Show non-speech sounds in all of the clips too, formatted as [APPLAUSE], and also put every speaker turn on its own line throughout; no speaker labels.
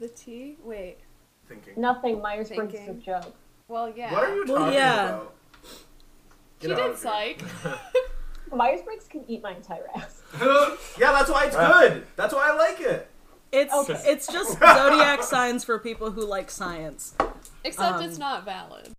the tea? Wait.
Thinking.
Nothing. Myers Briggs is a
Thinking.
joke.
Well, yeah.
What are you
Well,
talking
yeah.
about?
She
Get out
did
of here.
psych.
Myers Briggs can eat my entire ass.
yeah, that's why it's
Wow.
good. That's why I like it.
It's
Okay.
it's just zodiac signs for people who like science.
Except
Um,
it's not valid.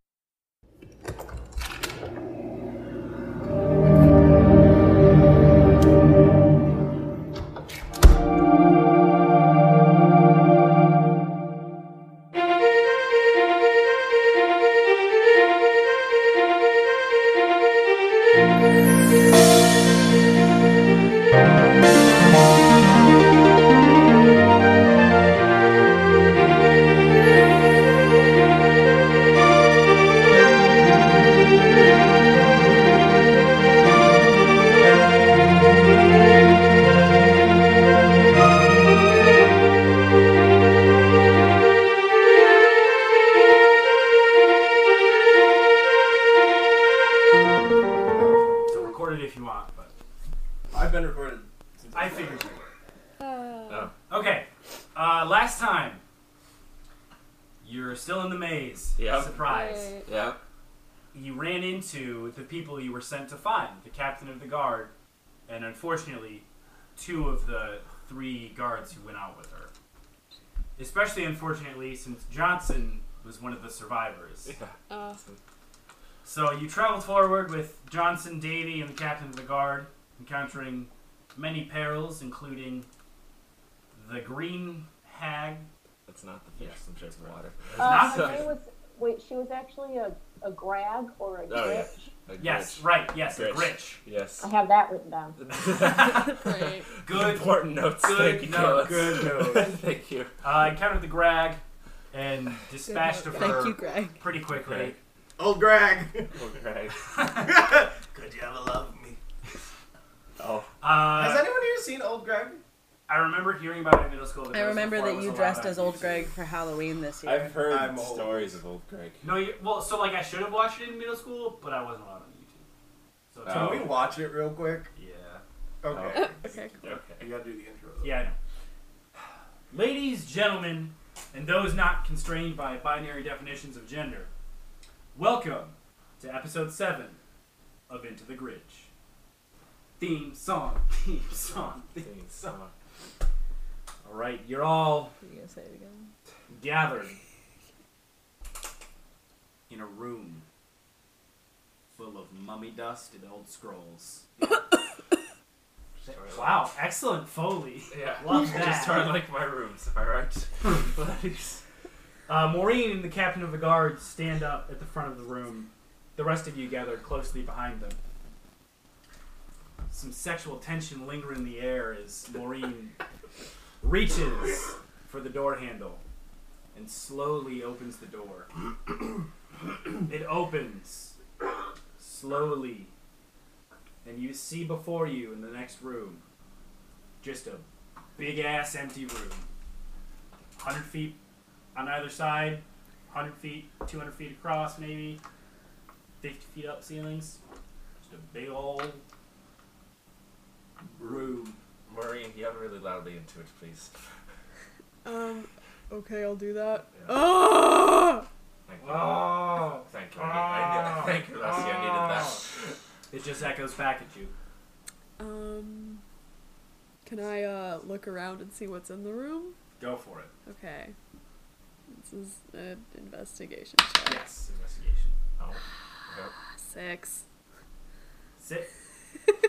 So record it if you want, but
I've been recorded. Since
I figured you would.
Uh,
Okay. Uh, last time. You're still in the maze.
Yep.
Surprise.
wait.
Yeah.
You ran into the people you were sent to find, the captain of the guard, and unfortunately, two of the three guards who went out with her. Especially unfortunately, since Johnson was one of the survivors.
Uh,
So you traveled forward with Johnson, Davy, and the captain of the guard, encountering many perils, including the green hag.
It's not the fish.
Yeah.
Some shit's water.
It's
Uh,
not
her
the
name was wait. She was actually a, a grag or a
Oh, yeah.
bitch.
A
Yes,
glitch.
right. Yes, a
Grinch.
Grinch.
Yes.
I have that written down.
Oh.
[LAUGHS]
great.
Good.
Important notes.
Good
Thank you, Kayla. [LAUGHS]
note,
good note.
Thank you.
Uh, encountered the Grag and dispatched of her
Thank you, Greg.
pretty quickly.
Old [LAUGHS] Greg.
Okay.
Could you ever love me?
Oh.
Uh,
Has anyone here seen Old Greg?
I remember hearing about it in middle school. but
I
that was
remember
before I
that
was
you
allowed
dressed
on
as old
YouTube.
Greg for Halloween this year.
I've heard
I'm old.
stories of old Greg.
No, you, well, so like I should have watched it in middle school, but I wasn't allowed on YouTube. So it's-
Can
Oh.
we watch it real quick?
yeah,
Okay.
okay.
okay.
You gotta do the intro.
Oh. Yeah, I know. Ladies, gentlemen, and those not constrained by binary definitions of gender, welcome to episode 7 of Into the Gridge. Theme song, [LAUGHS] theme song, theme song. Alright, you're all
Are you gonna say it again?
gathered in a room full of mummy dust and old scrolls. Wow, excellent Foley.
Yeah.
Love
[LAUGHS] Just
that.
are like my rooms, am I [LAUGHS] right?
Uh, Maureen and the captain of the guard stand up at the front of the room. The rest of you gather closely behind them. Some sexual tension lingering in the air as Maureen reaches for the door handle and slowly opens the door. it opens slowly, and you see before you in the next room just a big ass empty room. 100 feet on either side, 100 feet, 200 feet across, maybe 50 feet up ceilings. Just a big old room.
Maureen, yell really loudly into it, please.
Um. [LAUGHS] Okay, I'll do that.
Yeah.
Oh!
Thank you. Ah.
Oh,
Thank you. I,
Oh.
need, I, need- thank you, Leslie. I needed
it just echoes back at you.
Um. Can I uh look around and see what's in the room?
Go for it.
Okay. This is an investigation check.
Yes, investigation.
that. Oh. Yep.
Six.
[LAUGHS]
Sit.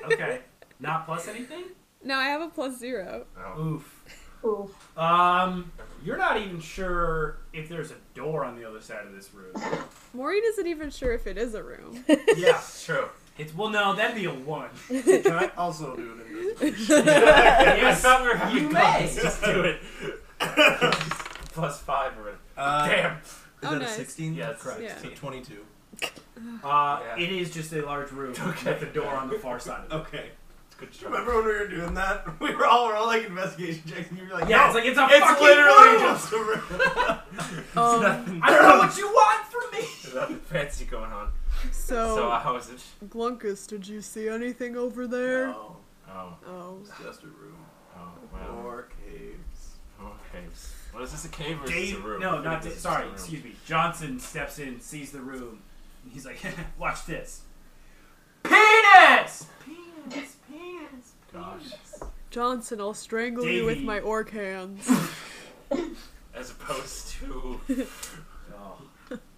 Okay. Not plus anything?
No, I have a plus zero.
Oh.
Oof.
Oof.
Um, you're not even sure if there's a door on the other side of this room.
Maureen isn't even sure if it is a
[LAUGHS]
room.
yeah. [LAUGHS]
True.
It's well, no, that'd be
[LAUGHS]
a one.
Can I [LAUGHS] also do
[LAUGHS]
an investigation?
yes,
I thought we were having
you may.
guns. Just do
[LAUGHS]
it. Plus five already.
Uh,
Damn.
Is
Oh,
that
nice.
a 16?
Yeah, it's
Correct.
Yeah.
So 22.
Uh,
Yeah.
It is just a
[LAUGHS]
large room with a door on the far side of it.
Okay.
Good job.
Remember when we were doing that? [LAUGHS] We were all, we're all like investigation checks, and you were like,
Yeah,
no,
it's like it's a
it's
fucking
literally
room!
just a room.
[LAUGHS]
[LAUGHS]
Um,
I don't
[LAUGHS]
know what you want from me.
There's nothing fancy going on.
Oh.
So
so,
I was it?
Glunkus, did you see anything over there?
No,
Oh,
Oh.
it's just a room.
oh, wow.
Or caves.
Okay. What is this a cave or is this a
Dave,
room? I
no,
think
not
this
Dave.
is
Sorry,
a room.
excuse me. Johnson steps in, sees the room, and he's like, [LAUGHS] "Watch this, penis, penis, penis."
Gosh.
Johnson, I'll strangle you with my orc
[LAUGHS]
hands.
As opposed to
Oh,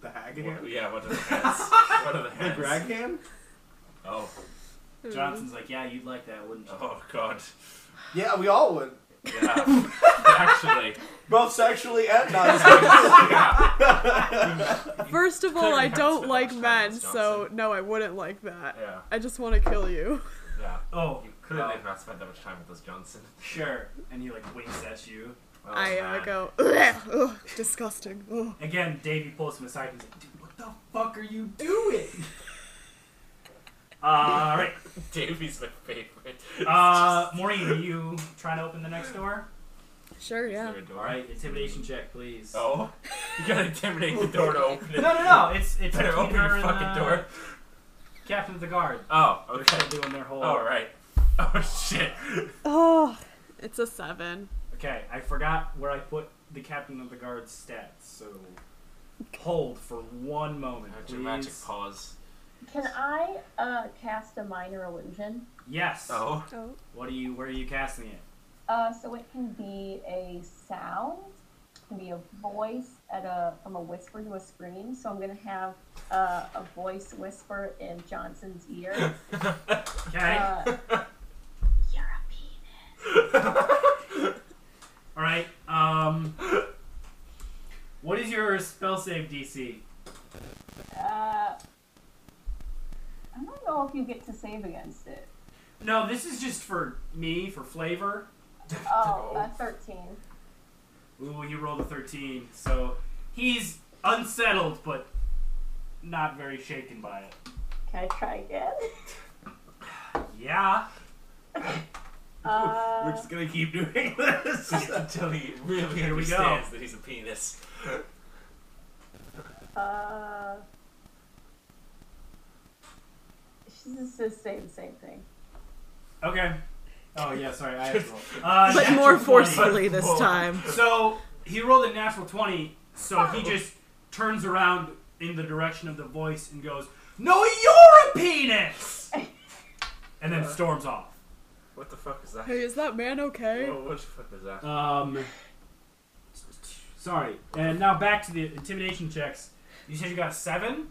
The hag
what,
hand?
yeah, what
[LAUGHS]
are the hands? what are the
The
hands?
drag hand?
Oh,
Johnson's like, "Yeah, you'd like that, wouldn't you?"
oh God.
Yeah, we all would.
Yeah, [LAUGHS] actually,
Both sexually [LAUGHS] and non-sexually.
yeah.
First of all,
Couldn't
I
have
don't
spit
like
on
men,
Johnson.
so no, I wouldn't like that.
Yeah,
I just want to kill you.
yeah.
Oh,
You clearly
no.
have not spent that much time with this Johnson.
sure. And he like winks at you.
Oh,
I uh,
man.
go, "Ugh, ugh, disgusting. Ugh.
Again, Davey pulls him aside and he's like, dude, what the fuck are you doing?
[LAUGHS]
Uh, Alright.
Davey's my favorite.
Uh, Maureen, are you trying to open the next door?
Sure,
Is
yeah.
there a door?
Alright, intimidation check, please.
Oh, you gotta intimidate the door to open it.
[LAUGHS] No, no, no. It's, it's
Better
between
open
her
your
and uh,
fucking
the
door.
Captain of the guard.
Oh,
They're
okay.
still doing their whole.
All right. Oh shit.
Oh, it's a seven.
Okay, I forgot where I put the Captain of the Guard's stats, so hold for one moment,
A dramatic
please.
pause.
Can I uh, cast a minor illusion?
Yes.
Oh.
[LAUGHS] Oh.
What are you? Where are you casting it?
Uh, so it can be a sound, it can be a voice at a from a whisper to a scream. So I'm gonna have uh, a voice whisper in Johnson's ear.
[LAUGHS]
Okay.
Uh, You're a penis.
All right. Um, what is your spell save DC?
Uh, I don't know if you get to save against it.
No, this is just for me for flavor.
Oh, uh, 13.
Ooh, he rolled a thirteen, so he's unsettled but not very shaken by it.
Can I try again?
[LAUGHS] Yeah.
Uh,
We're just
[LAUGHS]
gonna keep doing this.
Until he really
Here we go.
understands that he's a penis.
uh, she's just just say the same thing. [LAUGHS]
Okay. Oh yeah, sorry, I had to roll. Uh,
But
natural
more
20.
forcefully this
Whoa. [LAUGHS]
time.
So he rolled a natural twenty, so he just turns around in the direction of the voice and goes, "No, you're a penis," and then storms off.
What the fuck is that?
Hey, is that man okay?
Whoa, what the fuck was that?
Um, sorry. And now back to the intimidation checks. You said you got a seven.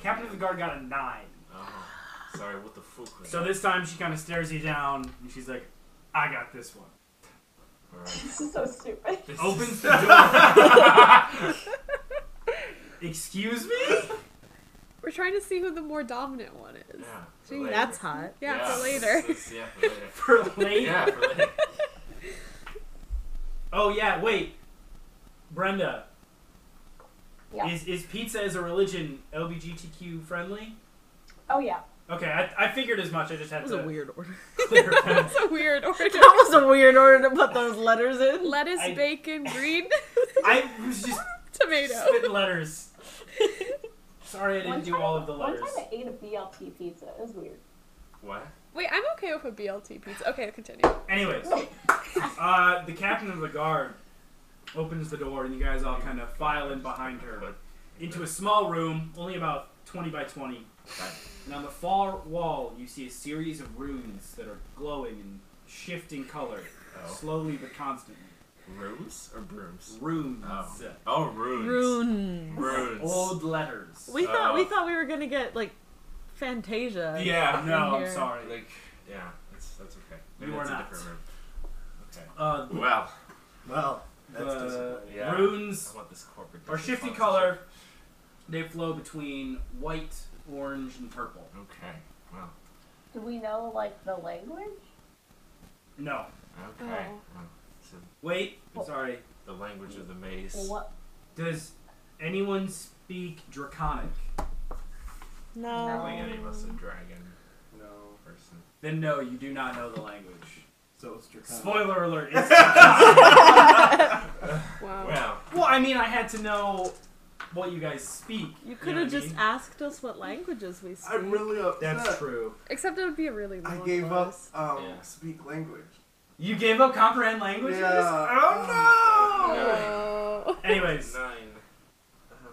Captain of the guard got a nine.
Oh, sorry. What the fuck was
So
that?
this time she kind of stares you down, and she's like, "I got this one."
All right.
This is so stupid.
This is-
Opens the door.
[LAUGHS]
Excuse me.
We're trying to see who the more dominant one is.
Yeah. for
Gee,
later.
that's hot. Yeah, for
[LAUGHS]
later. [LAUGHS]
this is- yeah, for
[LAUGHS]
later.
For later.
Yeah, for later.
Oh yeah. Wait, Brenda.
Yeah.
Is is pizza as a religion LGBTQ friendly?
Oh, yeah.
Okay, I, I figured as much. I just had
That was
to
a weird
[LAUGHS]
order.
clear
[LAUGHS]
it up.
That's a weird order.
That was a weird order to put those letters in.
Lettuce,
I-
bacon, green
[LAUGHS]
I was just
[LAUGHS] tomato.
[LAUGHS]
spitting letters. Sorry, I didn't do all of the letters.
One time I ate a BLT pizza. It was weird.
What?
Wait, I'm okay with a BLT pizza. Okay, continue.
Anyways, uh, the captain of the guard opens the door, and you guys all kind of file in behind her into a small room, only about twenty by twenty.
Okay.
And on the far wall, you see a series of runes that are glowing and shifting color,
Oh.
slowly but constantly.
Rooms or brooms?
Runes.
Oh. Oh, runes.
Rune.
Runes.
Old letters.
We thought we
Oh.
thought we were gonna get like Fantasia.
Yeah.
no, I'm
here.
sorry.
Like, yeah, that's that's okay.
You
Maybe
are
it's a
not.
different room. Okay.
Uh,
Well,
Well, that's
the
disappointing.
Yeah.
runes
I want this corporate.
are
Disney
shifty
sponsorship.
color. They flow between white, orange, and purple.
Okay. Well.
Do we know, like, the language?
No.
Okay.
Oh.
Well, so
Wait.
Oh.
I'm sorry.
the language of the maze.
What?
Does anyone speak Draconic?
No.
Like any of us, a dragon
No.
person.
Then no, you do not know the language.
So it's Draconic.
Spoiler alert.
[LAUGHS]
It's Draconic.
Wow.
Well,
well, I mean, I had to know what you guys speak.
You
know
could have
what I
just
mean?
asked us what languages we speak.
I'm really upset.
That's true.
Except it would be a really
I
long
gave up
class.
um,
Yeah.
speak language.
You gave up comprehend languages.
Yeah.
Oh no!
Yeah.
Oh. Anyways.
Nine. Um,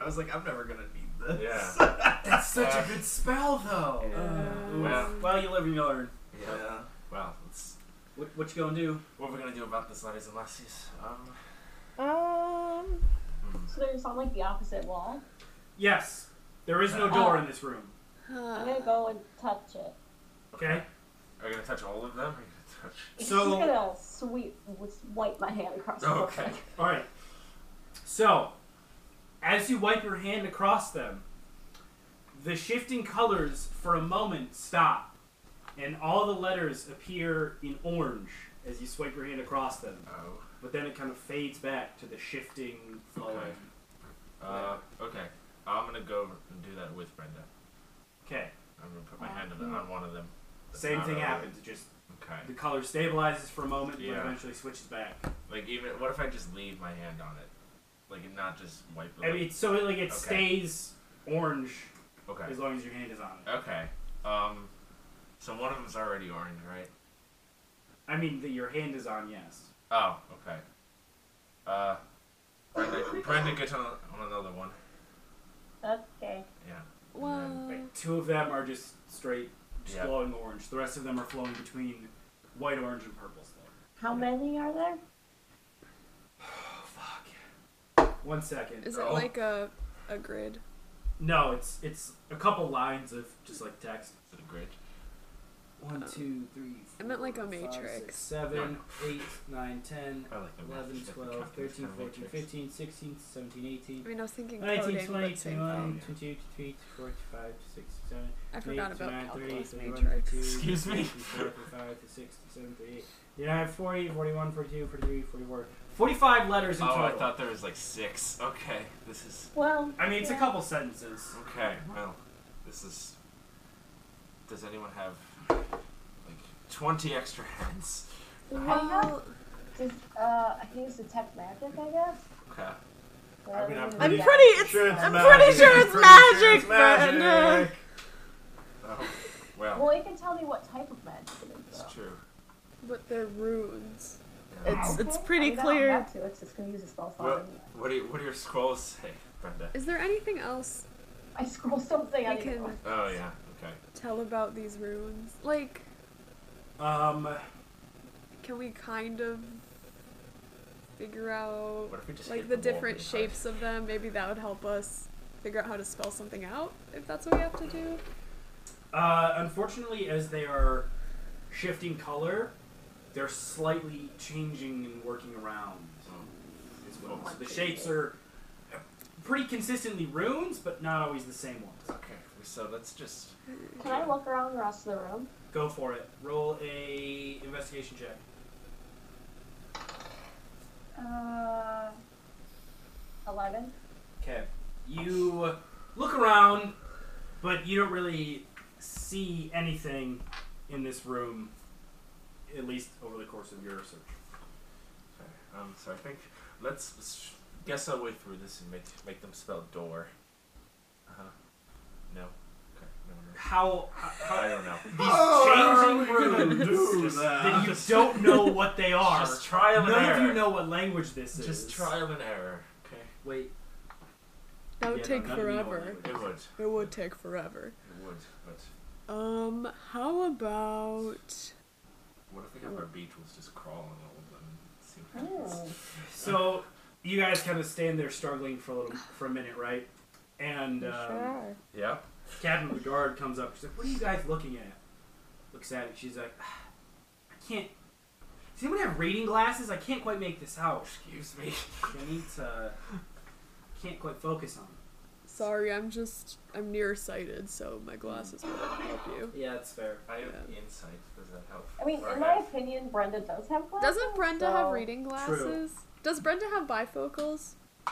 I was like, I'm never gonna need this. [LAUGHS]
Yeah.
That's such
Uh,
a good spell, though.
Uh,
Well,
Well, you live and you learn.
yeah.
Yeah.
Well, it's,
What, what you gonna do?
what we're gonna do about this, laddies and lassies? Um,
Oh.
Um.
So there's on like the opposite wall.
Yes. There is no
Oh.
door in this room.
I'm gonna go and touch it.
Okay.
Are we gonna touch all of them? Are we gonna
[LAUGHS]
touch?
She's
So-
gonna sweep, wipe my hand across the floor. [LAUGHS]
Okay.
All right. So, as you wipe your hand across them, the shifting colors for a moment stop, and all the letters appear in orange as you swipe your hand across them.
Oh.
But then it kind of fades back to the shifting flowing.
Okay. Uh, okay. I'm gonna go over and do that with Brenda.
Okay.
I'm gonna put my hand on, the- on one of them.
Same
Not
thing
really.
happens. It just the
Okay.
color stabilizes for a moment,
Yeah.
but eventually switches back.
Like even what if I just leave my hand on it, like and not just wipe the.
I mean, it's- so it, like
Okay.
it stays orange
okay.
as long as your hand is on it.
Okay. Um. So one of them's already orange, right?
I mean, that your hand is on. Yes.
Oh. Okay. Uh. Brenda, Brenda, get on, on another one.
Okay.
Yeah.
Wow.
Right, two of them are just straight, just
Yeah.
glowing orange. The rest of them are flowing between white, orange, and purple still.
How many are there?
Oh fuck! One second.
Is it
Oh.
like a a grid?
No, it's it's a couple lines of just like text.
Is it a grid?
One, two, three.
Oh. I meant like a
four, five,
matrix.
six, seven, eight, nine,
[LAUGHS]
ten,
I like the math.
11,
It's like a
12,
calculus kind
13,
of
14,
matrix.
15, 16, 17, 18.
I mean, I was thinking
19,
coding,
20,
but same.
21,
thing.
22, 23, 24, 25, 26, 27,
I forgot
Eight,
about
nine, thirty,
calculus
thirty-one,
matrix.
thirty-two,
Excuse me?
thirty-four, thirty-five, thirty-six, thirty-seven, thirty-eight. Then I have 40, 41, 42, 43, 44. 45 letters in
Oh,
total.
I thought there was like six. Okay. This is
Well,
I mean, it's a
Yeah.
couple sentences.
okay. Well, this is. Does anyone have like twenty extra hands?
Well,
Does, uh, I can use detect magic, I guess.
Okay.
I mean, I'm
I'm
pretty
pretty. It's,
sure it's
I'm
magic.
pretty sure it's magic,
it's
Brenda.
magic.
Oh, well,
Well, it can tell me what type of magic it is.
it's
though.
true.
but they're runes.
Yeah.
It's it's
Okay,
pretty
I mean, I don't
clear.
have to, It's just gonna use a spell slot.
Well- What do you, what do your scrolls say, Brenda?
Is there anything else
I scroll something.
we
I didn't
can
know.
Oh yeah. Okay.
tell about these runes? Like,
Um,
can we kind of figure out
What if we just
like
hit
the
wall
different
really hard?
shapes of them? Maybe that would help us figure out how to spell something out if that's what we have to do.
uh, unfortunately, as they are shifting color, they're slightly changing and working around. Is what it is. the shapes are pretty consistently runes, but not always the same ones.
Okay. So let's just.
Can I look around the rest of the room?
Go for it. Roll a investigation check.
Uh, eleven.
Okay. You look around, but you don't really see anything in this room, at least over the course of your search.
Okay. Um. So I think let's s- guess our way through this and make make them spell door. Uh huh. No. Okay. No. no.
How, how
I don't know.
these
Oh,
changing
are we gonna
rooms
do
Just-
that
that?
you don't know what they are.
Just trial and
None
error.
of you know what language this is.
Just trial and error. Okay.
Wait.
That would
yeah,
take
no, none of you know what
forever.
language
It
this
would.
It would take forever.
It would. But
Um, how about
what if we
Oh.
have our beetles just crawl on all of them? and See what happens?
Hmm.
is. So you guys kind of stand there struggling for a little for a minute, right? And um,
Yeah.
Captain of the Guard comes up. She's like, "What are you guys looking at?" Looks at it. She's like, "Ah, "I can't." Does anyone have reading glasses? I can't quite make this out.
Excuse me.
[LAUGHS] I need to. Can't quite focus on. it."
Sorry, I'm just I'm nearsighted, so my glasses will help you.
Yeah, that's fair.
I have
Yeah.
insight. Does that help?
I mean,
Or
in
I
my
have-
opinion, Brenda does have glasses.
Doesn't Brenda have
so-
reading glasses? Does Brenda have bifocals?
[LAUGHS]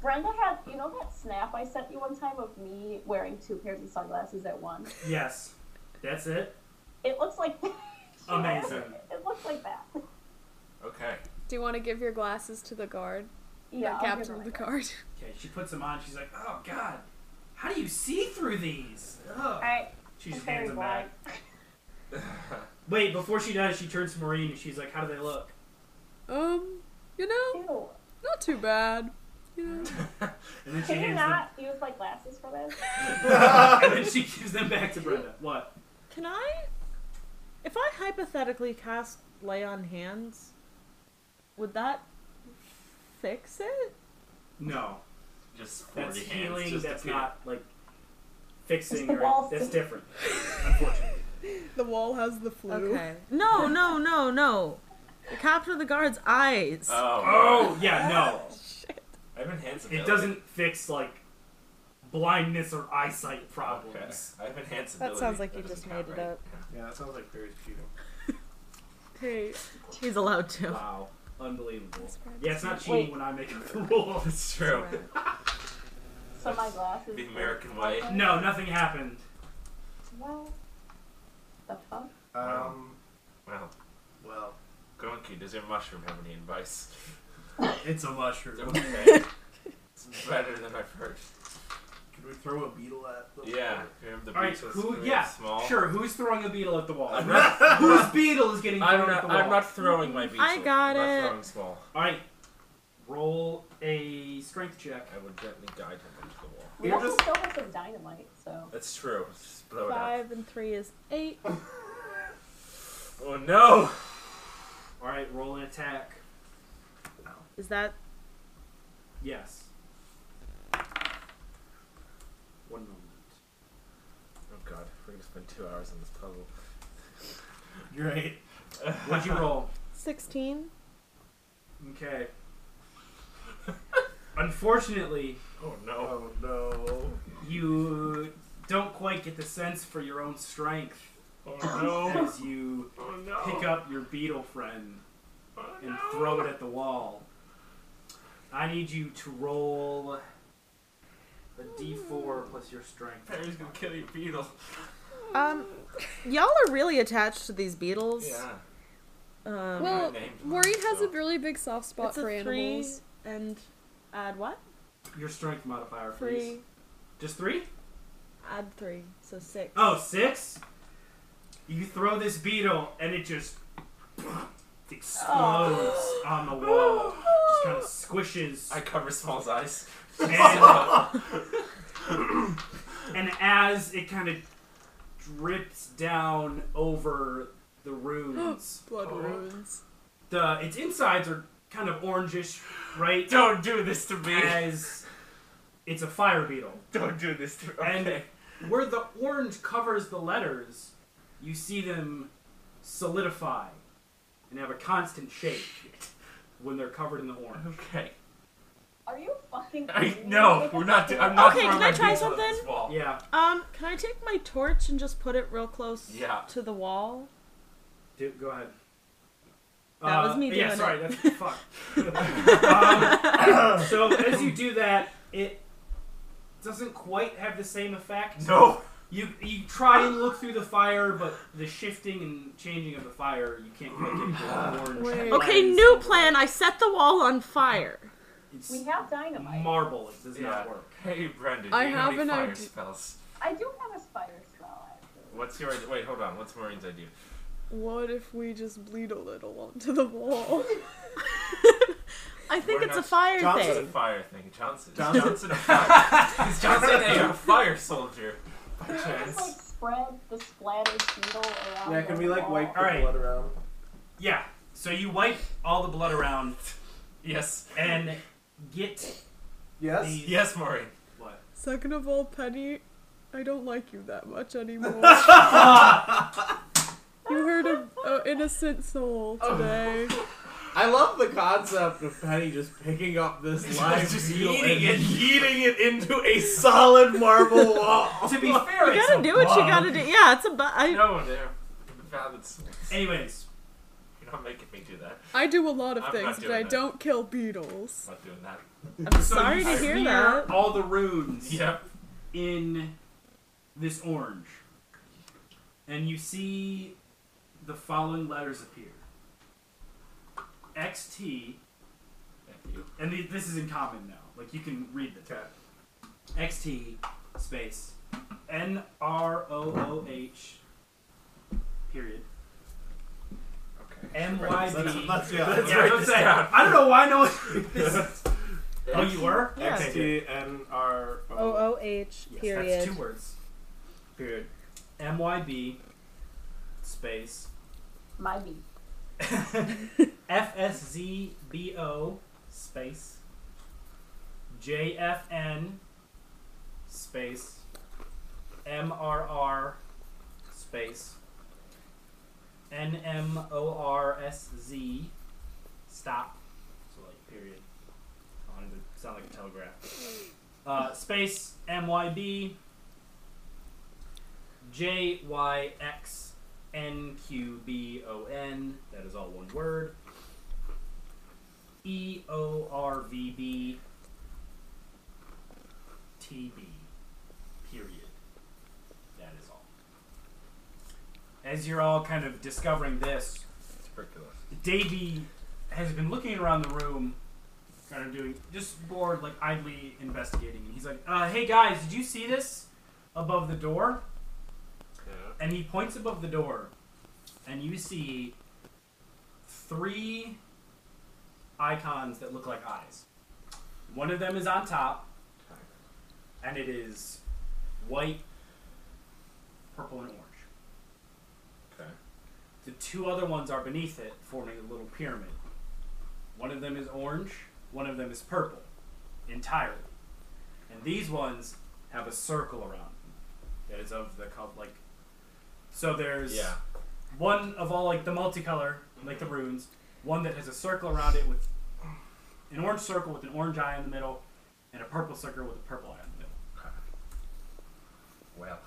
Brenda had, you know, that snap I sent you one time of me wearing two pairs of sunglasses at once.
Yes, that's it.
It looks like.
Amazing.
[LAUGHS] It looks like that.
Okay.
Do you want to give your glasses to the guard?
Yeah.
the
I'll give
captain
her
of the
my-
guard. [LAUGHS]
Okay, she puts them on. She's like, "Oh God, how do you see through these?" Ugh.
Alright,
She
I'm
just
very
hands them back.
blind.
Wait, before she does, she turns to Marine and she's like, "How do they look?"
Um, you know,
Ew.
not too bad. You know,
And then she
Can you
hands
not use my glasses for this?
them. [LAUGHS] and then she gives them back to Brenda. What?
Can I, if I hypothetically cast lay on hands, would that fix it?
No.
Just 40
That's
hands
healing.
just
that's
appear.
not like
It's
fixing.
the
Or,
wall
that's
thing. [LAUGHS]
different. Unfortunately.
the wall has the flu.
Okay. No, no, no, no. Capture the guard's eyes.
[LAUGHS] Oh,
Oh yeah, no.
Shit.
I have enhanced ability.
It doesn't fix like blindness or eyesight
Okay.
problems.
I have enhanced
That
ability.
sounds like you
doesn't
just
count,
made it
right? [LAUGHS]
up.
Yeah, that sounds like Barry's cheating.
Hey,
He's allowed
[LAUGHS]
to.
Wow. Unbelievable.
That's right.
Yeah, it's not cheating
Wait.
when I make up the rules.
That's true.
So my glasses.
The American way.
[LAUGHS] No, nothing happened.
Well, the fuck?
Um,
Well,
well,
Gronky, does your mushroom have any
[LAUGHS]
advice?
it's a mushroom.
Okay.
[LAUGHS]
it's better than I've heard.
Could we throw a beetle at them?
Yeah. you remember The
All right,
beach was
who?
really
Yeah,
small.
sure. Who's throwing a beetle at the wall?
I'm not-
[LAUGHS]
Whose beetle is getting thrown
I'm
at
not,
the wall?
I'm not throwing my beach.
I got
I'm
it.
Not throwing small.
All right. Roll a strength check.
I would gently guide him into the wall.
We
You're
also
just-
still have some dynamite, so.
That's true. Just blow it up.
Five and three is eight.
Oh no!
All right. Roll an attack.
Is that
Yes. One moment.
Oh god, we're gonna spend two hours on this puzzle.
You're right.
What'd you
[LAUGHS]
roll?
16?
Okay. [LAUGHS] Unfortunately,
Oh no.
Oh no.
you don't quite get the sense for your own strength
Oh [LAUGHS] no.
as you
Oh no.
pick up your beetle friend
Oh,
and
no.
throw it at the wall. I need you to roll a d4 plus your strength.
Perry's gonna kill your beetle.
Um, y'all are really attached to these beetles.
Yeah.
Um,
Well,
named mine,
Maureen has a
so-
really big soft spot
it's
for
a three
animals.
and add what?
Your strength modifier, please.
Three.
Just three?
Add three, so six.
Oh, six? You throw this beetle and it just explodes on the wall. Just kind of squishes.
I cover Small's eyes.
And, [COUGHS] and as it kind of drips down over the runes,
Blood
Oh.
ruins.
the its insides are kind of orangish, right?
Don't do this to me.
As it's a fire beetle.
Don't do this to me.
And-
Okay.
Where the orange covers the letters, you see them solidify and have a constant shape when they're covered in the orange.
okay.
Are you fucking.
I,
kidding me?
no,
Like,
we're
that's
not. Do-
cool.
I'm not.
Okay,
throwing
can I
my
try
beetle at this
something?
wall.
Yeah,
Um, can I take my torch and just put it real close
Yeah.
to the wall?
do, go ahead. Uh,
That was me
Yeah,
doing
sorry, that's fuck. [LAUGHS] um, [COUGHS] so as you do that, it doesn't quite have the same effect.
No.
You you try and look through the fire, but the shifting and changing of the fire, you can't quite get the orange.
Wait.
Okay,
lens
new
over it.
plan. I set the wall on fire.
It's
We have dynamite.
marble. It does
Yeah.
not work.
Hey, Brendan.
I
do you
have
any
an
fire
idea.
spells.
I do have a spider spell, actually.
What's your idea? Wait, hold on. What's Maureen's idea?
What if we just bleed a little onto the
[LAUGHS]
wall?
I think
We're
it's a
not-
fire
Johnson's a
thing.
fire thing. Johnson.
Johnson.
Johnson a fire. Is Johnson a fire soldier? By
Can we just, like,
chance.
spread the splattered beetle around?
Yeah, can
the
we like
wall?
wipe the
Alright.
blood around?
Yeah. So you wipe all the blood around
Yes.
and get
Yes.
these.
Yes, Maureen.
What?
Second of all, Penny, I don't like you that much
[LAUGHS]
anymore. you hurt a, a innocent soul
Oh,
today.
I love the concept of Penny just picking up this [LAUGHS] live
Just
beetle
eating
and
it.
eating it into a [LAUGHS] solid marble [LAUGHS] wall.
[LAUGHS] To be fair,
You
it's
gotta
a
do what you
bug.
gotta do. Yeah, it's a bu- I,
No, they're valid souls.
Anyways,
You're not making me do that.
I do a lot of
I'm not
things, but
doing
I
that.
don't kill beetles.
I'm not doing that.
I'm
so
sorry
you
to hear
smear
that.
all the runes.
Yep.
in this orange, and you see the following letters appear: XT,
Thank you.
and the, this is in common now. Like you can read the text. XT space N R O O H period
Okay.
M Y
Let's-
B.
let's- yeah,
Yeah,
let's-
[LAUGHS] that's what I'm saying. I don't know why no one. Oh, you were?
Yeah.
X D N R
O O H
Yes,
That's
period.
two words.
period.
M Y B space
My B.
[LAUGHS] F S Z B O space J F N space M R R space N M O R S Z stop. So like period. I wanted to sound like a telegraph. Uh, space M Y B J Y X N Q B O N. That is all one word. E O R V B T B. Period. That is all. As you're all kind of discovering this,
Tuberculosis.
Davy has been looking around the room, kind of doing just bored, like idly investigating. And he's like, uh, "Hey guys, did you see this above the door?"
Yeah.
and he points above the door, and you see three icons that look like eyes. One of them is on top, and it is white, purple, and orange.
Okay.
The two other ones are beneath it, forming a little pyramid. One of them is orange, one of them is purple, entirely. And these ones have a circle around them that is of the color, like. So there's
Yeah.
one of all like the multicolor, like the runes, one that has a circle around it with an orange circle with an orange eye in the middle, and a purple circle with a purple eye in the middle.
Okay. Well,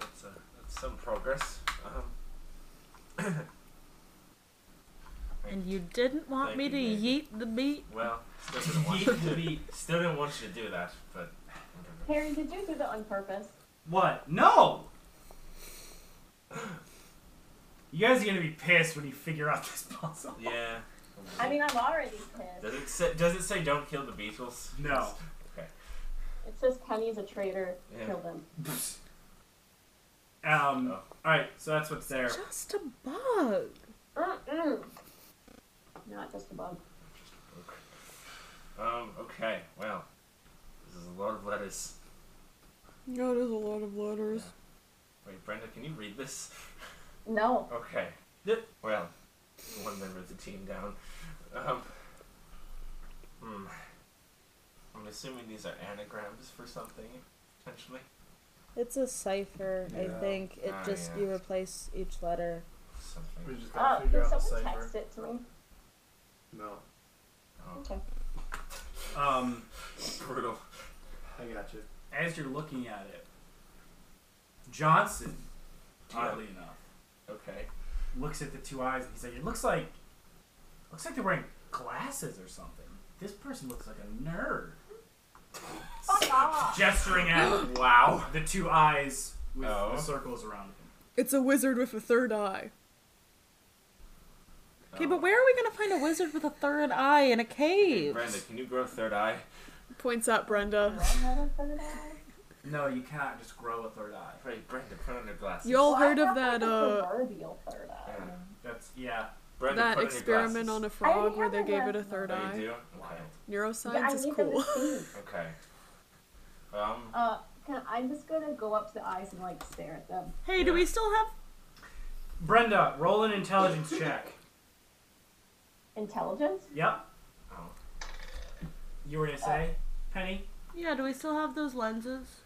that's, uh, that's some progress. Um,
And you didn't want
Thank
me
you,
to
Megan.
yeet the meat.
well, still didn't want you
Yeet the
to,
beat.
still didn't want you to do that, but whatever.
Harry, did you do that on purpose?
What? No! You guys are gonna be pissed when you figure out this puzzle.
yeah.
I mean, I'm already pissed.
does it say, does it say don't kill the Beatles?
No.
It says Kenny is a traitor.
Yeah.
Kill them.
Um, Alright, so that's what's there.
Just a bug.
Mm-mm. Not just a bug.
Um. Okay. Well, this is a lot of letters.
Yeah, it is a lot of letters.
Wait, Brenda, can you read this?
No.
Okay.
Yep.
Well, one member of the team down. Um, hmm. I'm assuming these are anagrams for something, potentially.
It's a cipher,
Yeah.
I think. It
Ah,
just
yeah.
you replace each letter.
We
Something.
just
Uh,
gotta figure
can
out the
someone
cipher.
text it to
[LAUGHS]
me?
No,
Oh,
Okay.
Um,
brutal.
I got you.
as you're looking at it, Johnson,
Yeah.
oddly enough,
Okay.
looks at the two eyes and he's like, "It looks like, looks like they're wearing glasses or something." This person looks like a [LAUGHS] nerd.
Fuck off.
Gesturing at [GASPS] wow the two eyes with
Oh.
the circles around them.
It's a wizard with a third eye.
Okay,
Oh.
but where are we gonna find a wizard with a third eye in a cave?
Brenda, can you grow third eye?
Points at Brenda.
Another third eye?
No, you cannot just grow a third eye.
Wait, Brenda, put on your glasses.
Y'all
Well, I
Oh, heard of
have, like,
that
a
uh
proverbial third eye.
Yeah.
That's yeah.
Brenda,
that
put on
experiment
your
on a
glasses.
frog where
have
they
my
gave it a
glasses
third
Oh, you
eye?
do?
Wild.
Neuroscience
Yeah, I
is
need them
cool.
to see.
Okay. Okay. Um.
Uh, can, I'm just gonna go up to the eyes and like stare at them.
Hey, do
Yeah.
we still have
Brenda, roll an intelligence check.
Intelligence?
Yep.
Oh.
You were gonna say, Penny?
Yeah, do we still have those lenses?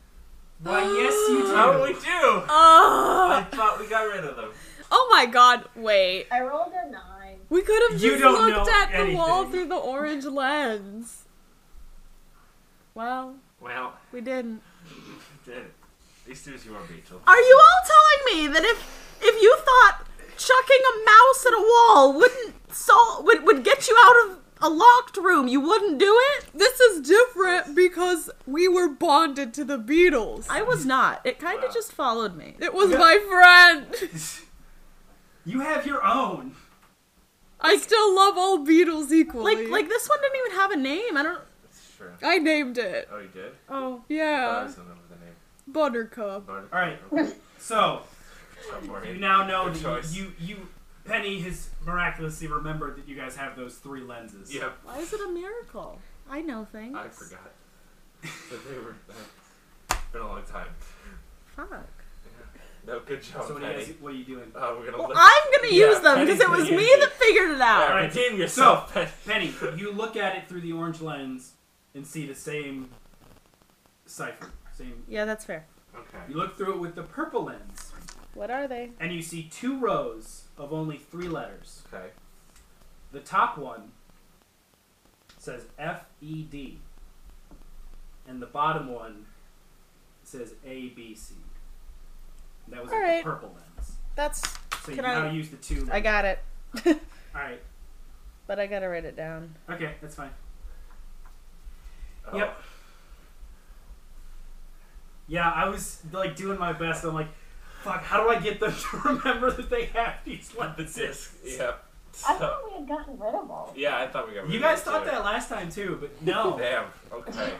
Why? Yes, [GASPS] you do.
Oh, we do. I
Oh,
thought we got rid of them.
oh my god, wait.
I rolled a nine.
We could have
You
just
don't
looked
know
at the wall
anything.
through the orange lens.
Well,
Well,
we didn't.
did it. At least it was your Rachel.
Are you all telling me that if if you thought chucking a mouse at a wall wouldn't sol- would would get you out of a locked room, you wouldn't do it?
This is different because we were bonded to the Beatles.
I was not. It kind of
Wow.
just followed me.
it was my friend.
You have your own.
I still love all Beatles equally.
Like like this one didn't even have a name. I don't.
That's true.
I named it.
Oh, you did?
Oh,
Oh, I
Yeah,
just don't remember the name.
Uh-huh.
Oh,
Buttercup.
Barnacle. [LAUGHS]
All right.
Okay,
So
don't
you
worry. [LAUGHS]
now know
Good
that
choice.
you, you Penny has miraculously remembered that you guys have those three lenses.
Yeah,
Why is it a miracle?
I know things.
I forgot. [LAUGHS] But they were. It's been a long time.
Fuck.
No, good job,
So what are, you
Oh, Penny.
guys, what are you doing?
Uh, we're gonna.
Well,
look-
I'm gonna
Yeah,
use them
[LAUGHS]
Penny's
because it
gonna
was
use
me
it.
that figured it
All
out.
right,
Alright.
redeem yourself, Penny.
Penny, you look at it through the orange lens and see the same cipher. Same.
Yeah, that's fair.
Okay.
You look through it with the purple lens
What are they?
and you see two rows of only three letters.
Okay.
The top one says F E D, and the bottom one says A B C. That was
All
with
right.
the purple lens.
That's.
So you
Can
now
I-
use the two.
I got it. [LAUGHS]
All right.
But I gotta write it down.
Okay, that's fine.
Oh,
Yep. Yeah, I was like doing my best. I'm like, fuck, how do I get them [LAUGHS] to remember that they have these lenses?
Disc. Yep.
I
So,
thought we had gotten rid of all.
yeah, I thought we got. rid
You
of
guys
it,
thought
too.
that last time too,
[LAUGHS]
but no.
Damn. Okay.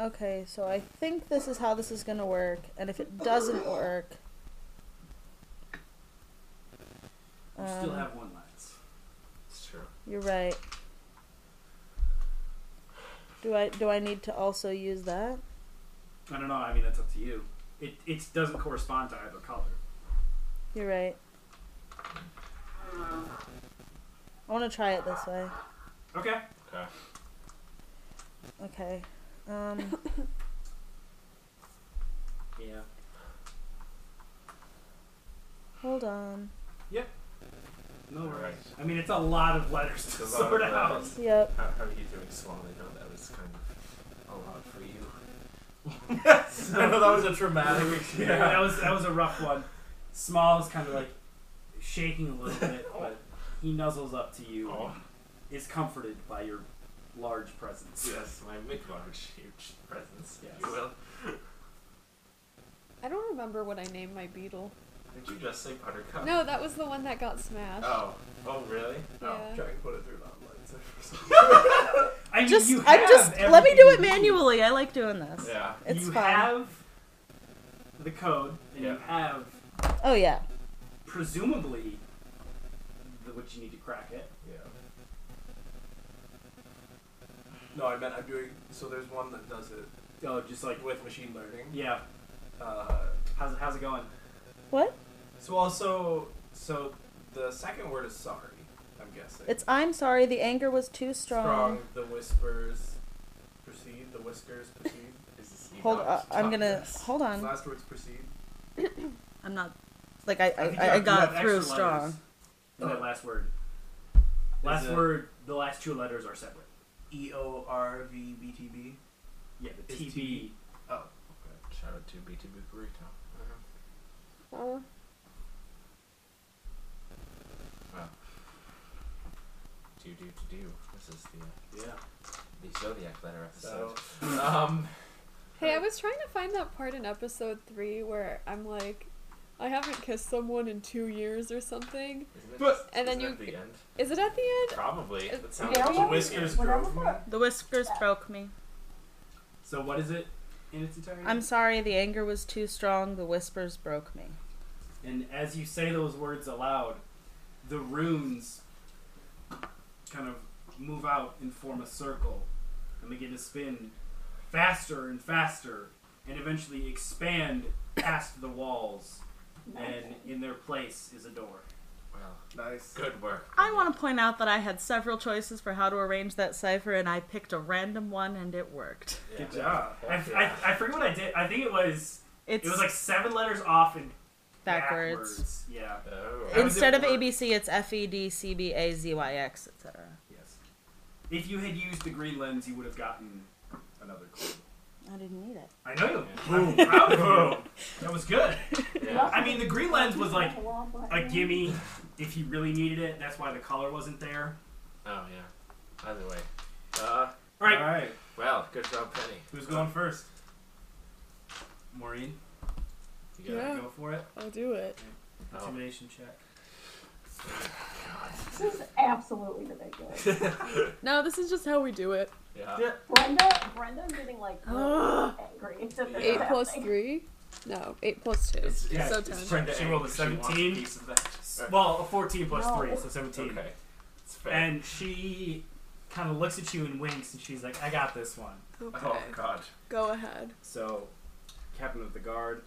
Okay, so I think this is how this is gonna work, and if it doesn't work.
You still
um,
have one lens.
It's true.
You're right. Do I do I need to also use that?
I don't know. I mean, that's up to you. It it doesn't correspond to either color.
You're right. I want to try it this way.
Okay.
Okay.
Okay. Um,
Yeah.
hold on.
Oh,
No
All
worries.
right.
I mean, it's a lot of letters to
It's a lot
sort
of
out.
letters.
Yep.
How, how are you doing, Swan? I know that was kind of a lot for you.
[LAUGHS] I know that was a
[LAUGHS]
traumatic experience.
Yeah, that was that was a rough one. Small is kind of like shaking a little
[LAUGHS]
bit, but he nuzzles up to you and
Oh.
is comforted by your large presence.
Yes, my mid-large, huge presence, if
Yes.
you will.
I don't remember what I named my beetle.
Did you just say buttercup?
No, that was the one that got smashed.
Oh. Oh, really?
Yeah.
Oh, try and put it through that
I mean,
Just
you
I'm
have
just let me do it
everything you need.
manually. I like doing this.
lens. yeah.
It's
you
fine.
have the code, and you
Yeah.
have
oh yeah.
presumably the, what you need to crack it.
Yeah.
No, I meant I'm doing. So there's one that does it
Oh, just like
with machine learning.
yeah.
Uh,
How's it, how's it going?
What?
so also, so the second word is sorry. I'm guessing.
It's I'm sorry. The anger was too strong.
strong. The whispers proceed. The whiskers proceed.
[LAUGHS] Is this you
Hold.
know,
Uh,
it's
I'm
top
gonna
this.
hold on.
Last words proceed.
I'm not. Like I
think you
I, I
have- you
got
have
it through
extra letters
strong.
In that last word. Last
it-
word. The last two letters are separate.
E O R V B T B.
Yeah, the
It's
TB.
TB.
Okay, Shout out to BTB Burrito.
Oh.
Do do do do. This is the
Yeah.
the zodiac letter episode.
So
[LAUGHS] Um.
Hey, I was trying to find that part in episode three where I'm like, I haven't kissed someone in two years or something.
Isn't it
But-
just-
And then
isn't
you-
it the end?
Is it at the end?
Uh,
Probably.
Is-
That sounds
Yeah,
like
yeah.
the whiskers.
Whatever the-
The whiskers broke me.
So what is it in its entirety?
I'm sorry. The anger was too strong. The whispers broke me.
And as you say those words aloud, the runes kind of move out and form a circle and begin to spin faster and faster and eventually expand past the walls. And in their place is a door.
Well,
nice.
good work.
I want to point out that I had several choices for how to arrange that cipher, and I picked a random one, and it worked.
Yeah.
Good job. I,
Heck
I,
yeah.
I forget what I did. I think it was
It's
it was like seven letters off and
Backwards.
backwards. Yeah.
Oh.
How does
Instead
it
of
work?
ABC, it's F E D C B A Z Y X, etc.
Yes. If you had used the green lens, you would have gotten another clue.
I didn't need it.
I know you. I'm proud of you. That was good.
Yeah.
I mean, the green lens was like a
a
gimme if you really needed it. That's why the color wasn't there.
Oh yeah. Either way. Uh.
All right.
right.
Well, good job, Penny.
Who's going first? Maureen,
You got it.
go for it.
I'll do it.
Oh.
Intimidation check.
This is absolutely ridiculous.
[LAUGHS]
No, this is just how we do it.
Yeah.
Yeah.
[GASPS]
Brenda, Brenda's getting like really angry. It's a-
Yeah.
Eight
it's
plus
[LAUGHS] happening.
three. No, eight plus two.
It's,
Yeah,
so
it's
ten.
Brenda
She
Ang.
rolled a
wants
17.
piece of that.
Well, a 14 plus
No.
3, so 17.
Okay. It's fair.
And she kind of looks at you and winks, and she's like, I got this one.
Okay.
oh, God.
Go ahead.
So, captain of the guard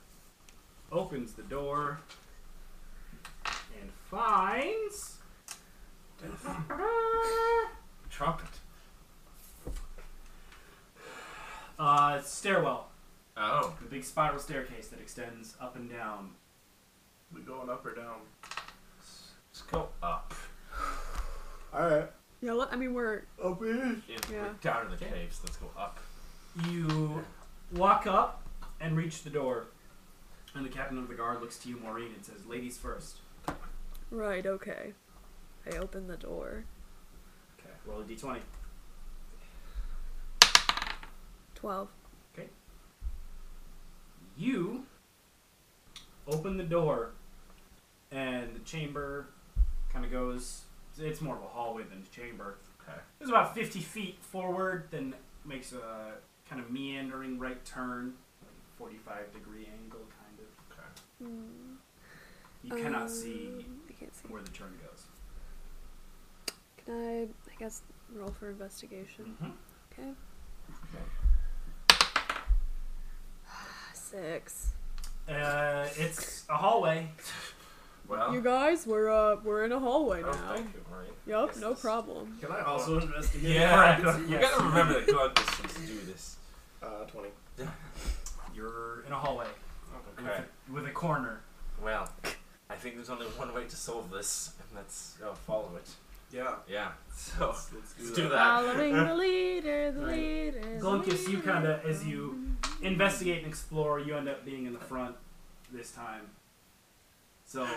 opens the door and finds [SIGHS]
Trumpet.
uh, stairwell,
Oh.
the big spiral staircase that extends up and down.
We going up or down? Let's- Let's go up.
Alright.
Yeah, let, I mean, we're.
Up here.
If
Yeah.
We're down in the caves. Let's go up.
You walk up and reach the door, and the captain of the guard looks to you, Maureen, and says, "Ladies first.
Right, okay. I open the door.
Okay, roll a d20.
12.
You open the door, and the chamber kind of goes. It's more of a hallway than a chamber.
Okay.
It's about 50 feet forward, then makes a kind of meandering right turn, like 45 degree angle, kind of.
Okay.
You cannot see
Um, I can't see.
where the turn goes.
Can I, I guess, roll for investigation?
Mm-hmm.
Okay. [SIGHS]
Six.
Uh, it's a hallway.
Well.
You guys, we're uh, we're in a hallway
oh,
now.
thank you, Maureen.
Yup,
Yes,
no
this-
problem.
Can I also investigate?
Yeah. [LAUGHS]
Yes,
You
yes.
gotta remember the glove distance to do this.
Uh, 20.
You're in a hallway
Okay.
with a corner.
Well, I think there's only one way to solve this, and that's oh, follow it.
Yeah.
Yeah. So
Let's do
let's
that.
do
[LAUGHS]
that. [LAUGHS]
Following the leader, the
Right.
leader. the
Glunkus, you
leader.
kind of, as you investigate and explore, you end up being in the front this time. So,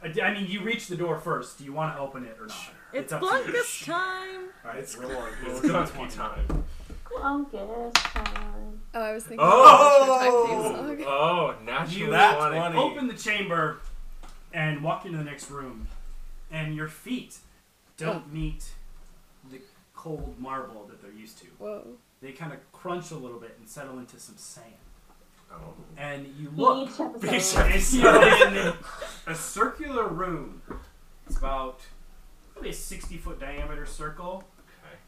I, I mean, you reach the door first. Do you want to open it or not?
It's
up to you.
Glunkus time!
All right,
It's
roll on.
It's
Roll on
donkey
20.
time.
Glunkus time.
Oh, I was thinking.
Oh! [LAUGHS]
Of the Shrek theme song.
Oh, natural
You eh?
That's
twenty.
funny.
open the chamber and walk into the next room, and your feet don't meet the cold marble that they're used to.
Whoa.
They kind of crunch a little bit and settle into some sand.
Oh.
And you look
Each
[LAUGHS]
episode.
and you're in [LAUGHS] a circular room. It's about probably a 60 foot diameter circle
Okay.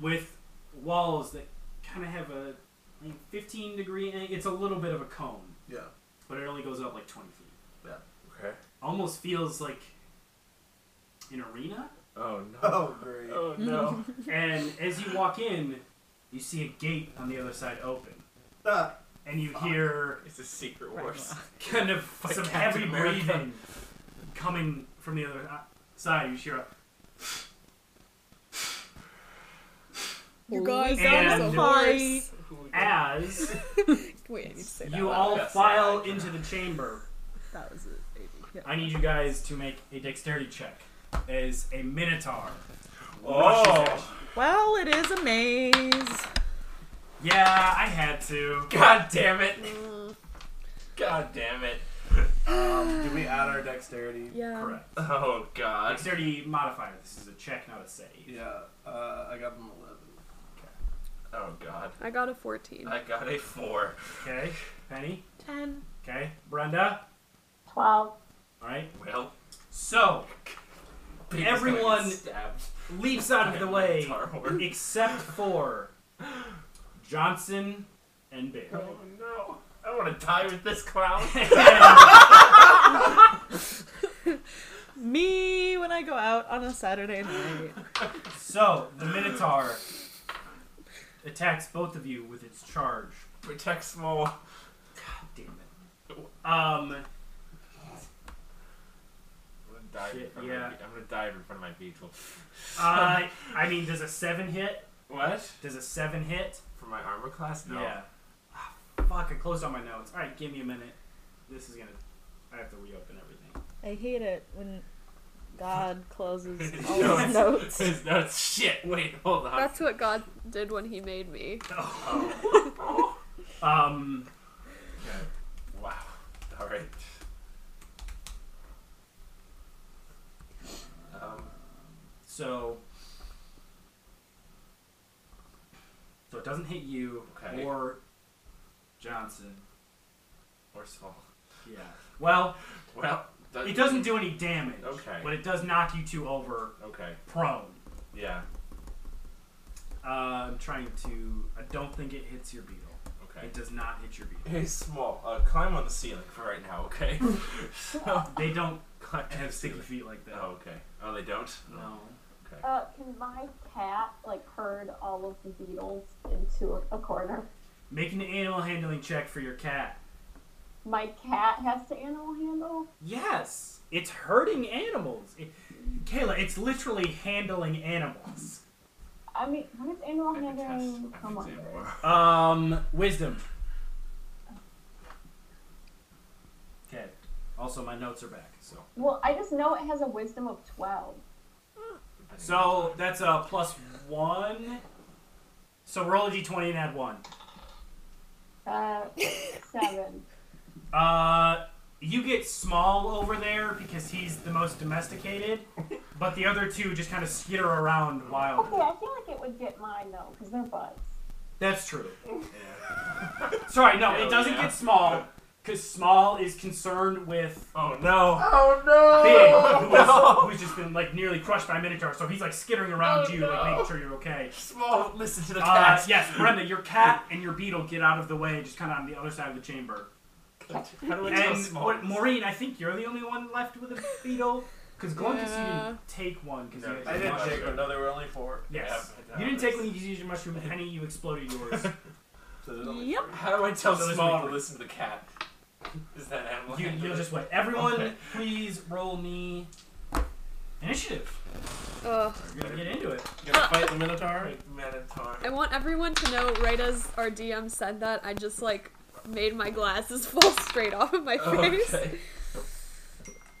with walls that kind of have a I think, 15 degree angle. It's a little bit of a cone,
Yeah.
but it only goes up like 20 feet.
Okay.
almost feels like an arena.
Oh no.
[LAUGHS] [LAUGHS] Oh, great.
Oh no.
And as you walk in, you see a gate on the other side open,
Ah,
and you hear
it's a secret wars.
kind of
Uh-huh. Like
some
Captain
heavy
America.
breathing coming from the other uh, side. You hear a
You guys, that was
And-
a horse.
as
Wait, I need to say that.
you
loud.
all
Yes,
file
I-
into the chamber.
That was it, baby. Yeah.
I need you guys to make a dexterity check as a minotaur. rushes at you.
Oh
Well, it is a maze.
Yeah, I had to.
god damn it.
Uh,
God damn it.
um, do we add our dexterity?
Yeah.
Correct.
Oh god.
Dexterity modifier. This is a check, not a save.
Yeah. Uh, I got an 11.
Oh god.
I got a 14.
I got a four.
Okay, Penny.
10.
Okay, Brenda.
12.
All right.
Well,
So
Peter's gonna get
Everyone-
stabbed
leaps out of the
by a
way,
guitar horn.
except for Johnson and Big.
Oh no. I want to die with this
[LAUGHS]
clown.
Me when I go out on a Saturday night.
so the Minotaur attacks both of you with its charge.
Protect small.
Damn it. Um,
I'm gonna die.
Shit,
in front of
yeah.
my, I'm gonna die in front of my people. [LAUGHS]
uh, I mean, does a seven hit?
What?
Does a seven hit?
For my armor class? No. [LAUGHS]
Yeah. Ah, fuck! I closed all my notes. All right, give me a minute. This is gonna. I have to reopen everything.
I hate it when God closes
His
all his notes.
His notes. Shit. Wait. Hold on.
That's what God did when He made me.
Um,
Wow. All right. Um.
So, so it doesn't hit you
Okay.
or Johnson.
Or small.
Yeah. Well,
Well, that-
it doesn't do any damage.
Okay.
But it does knock you two over
Okay.
prone.
Yeah.
Uh, I'm trying to. I don't think it hits your beetle.
Okay.
It does not hit your beetle.
Hey, small. Uh, climb on the ceiling for right now, okay? [LAUGHS] so,
They don't
climb on the
have sticky
ceiling.
feet like that.
Oh, okay. Oh, they don't.
No.
Okay.
Uh, can my cat like herd all of the beetles into a, a corner?
Make an animal handling check for your cat.
My cat has to animal handle.
Yes, it's herding animals. It, Kayla, it's literally handling animals.
I mean, what does animal
I can test.
handling
I
come
can
under?
examine.
Um, wisdom. Okay. Also, my notes are back. So,
Well, I just know it has a wisdom of twelve.
so that's a plus one. So roll a d20 and add one.
[LAUGHS]
Uh, seven.
Uh, you get small over there because he's the
[LAUGHS]
most domesticated, but the other two just kind of skitter around
Okay,
wildly.
I feel like it would get mine though, because they're buds.
That's true. [LAUGHS] Sorry, no, it
Hell
doesn't
yeah.
get small because small is concerned with
[LAUGHS] Oh no.
Oh no!
Big,
[LAUGHS]
who's, who's just been like nearly crushed by Minotaur, so he's like skittering around
Oh,
you,
no.
like making sure you're okay.
Small, listen to the
Uh,
cat.
yes, Brenda, your cat and your beetle get out of the way, just kind of on the other side of the chamber.
How do I tell
And
small?
what, Maureen, I think you're the only one left with a beetle, because Glunkus,
Yeah.
you didn't take one. Cause you
No,
guys
I didn't
had-
take one.
No, there were only four.
Yes,
Yeah,
you didn't take one. You used your mushroom. Penny, you exploded
[LAUGHS]
yours.
So there's only
Yep.
three. How do I tell
So there's
small
only-
to listen to the cat? Is that animal?
You,
handling?
you'll just wait. Everyone,
Okay.
please roll me initiative.
Ugh.
We're gonna get into it.
You gonna fight the Minotaur?
Alright, Minotaur.
I want everyone to know, right as our DM said that, I just like made my glasses [LAUGHS] fall straight off of my face.
Okay.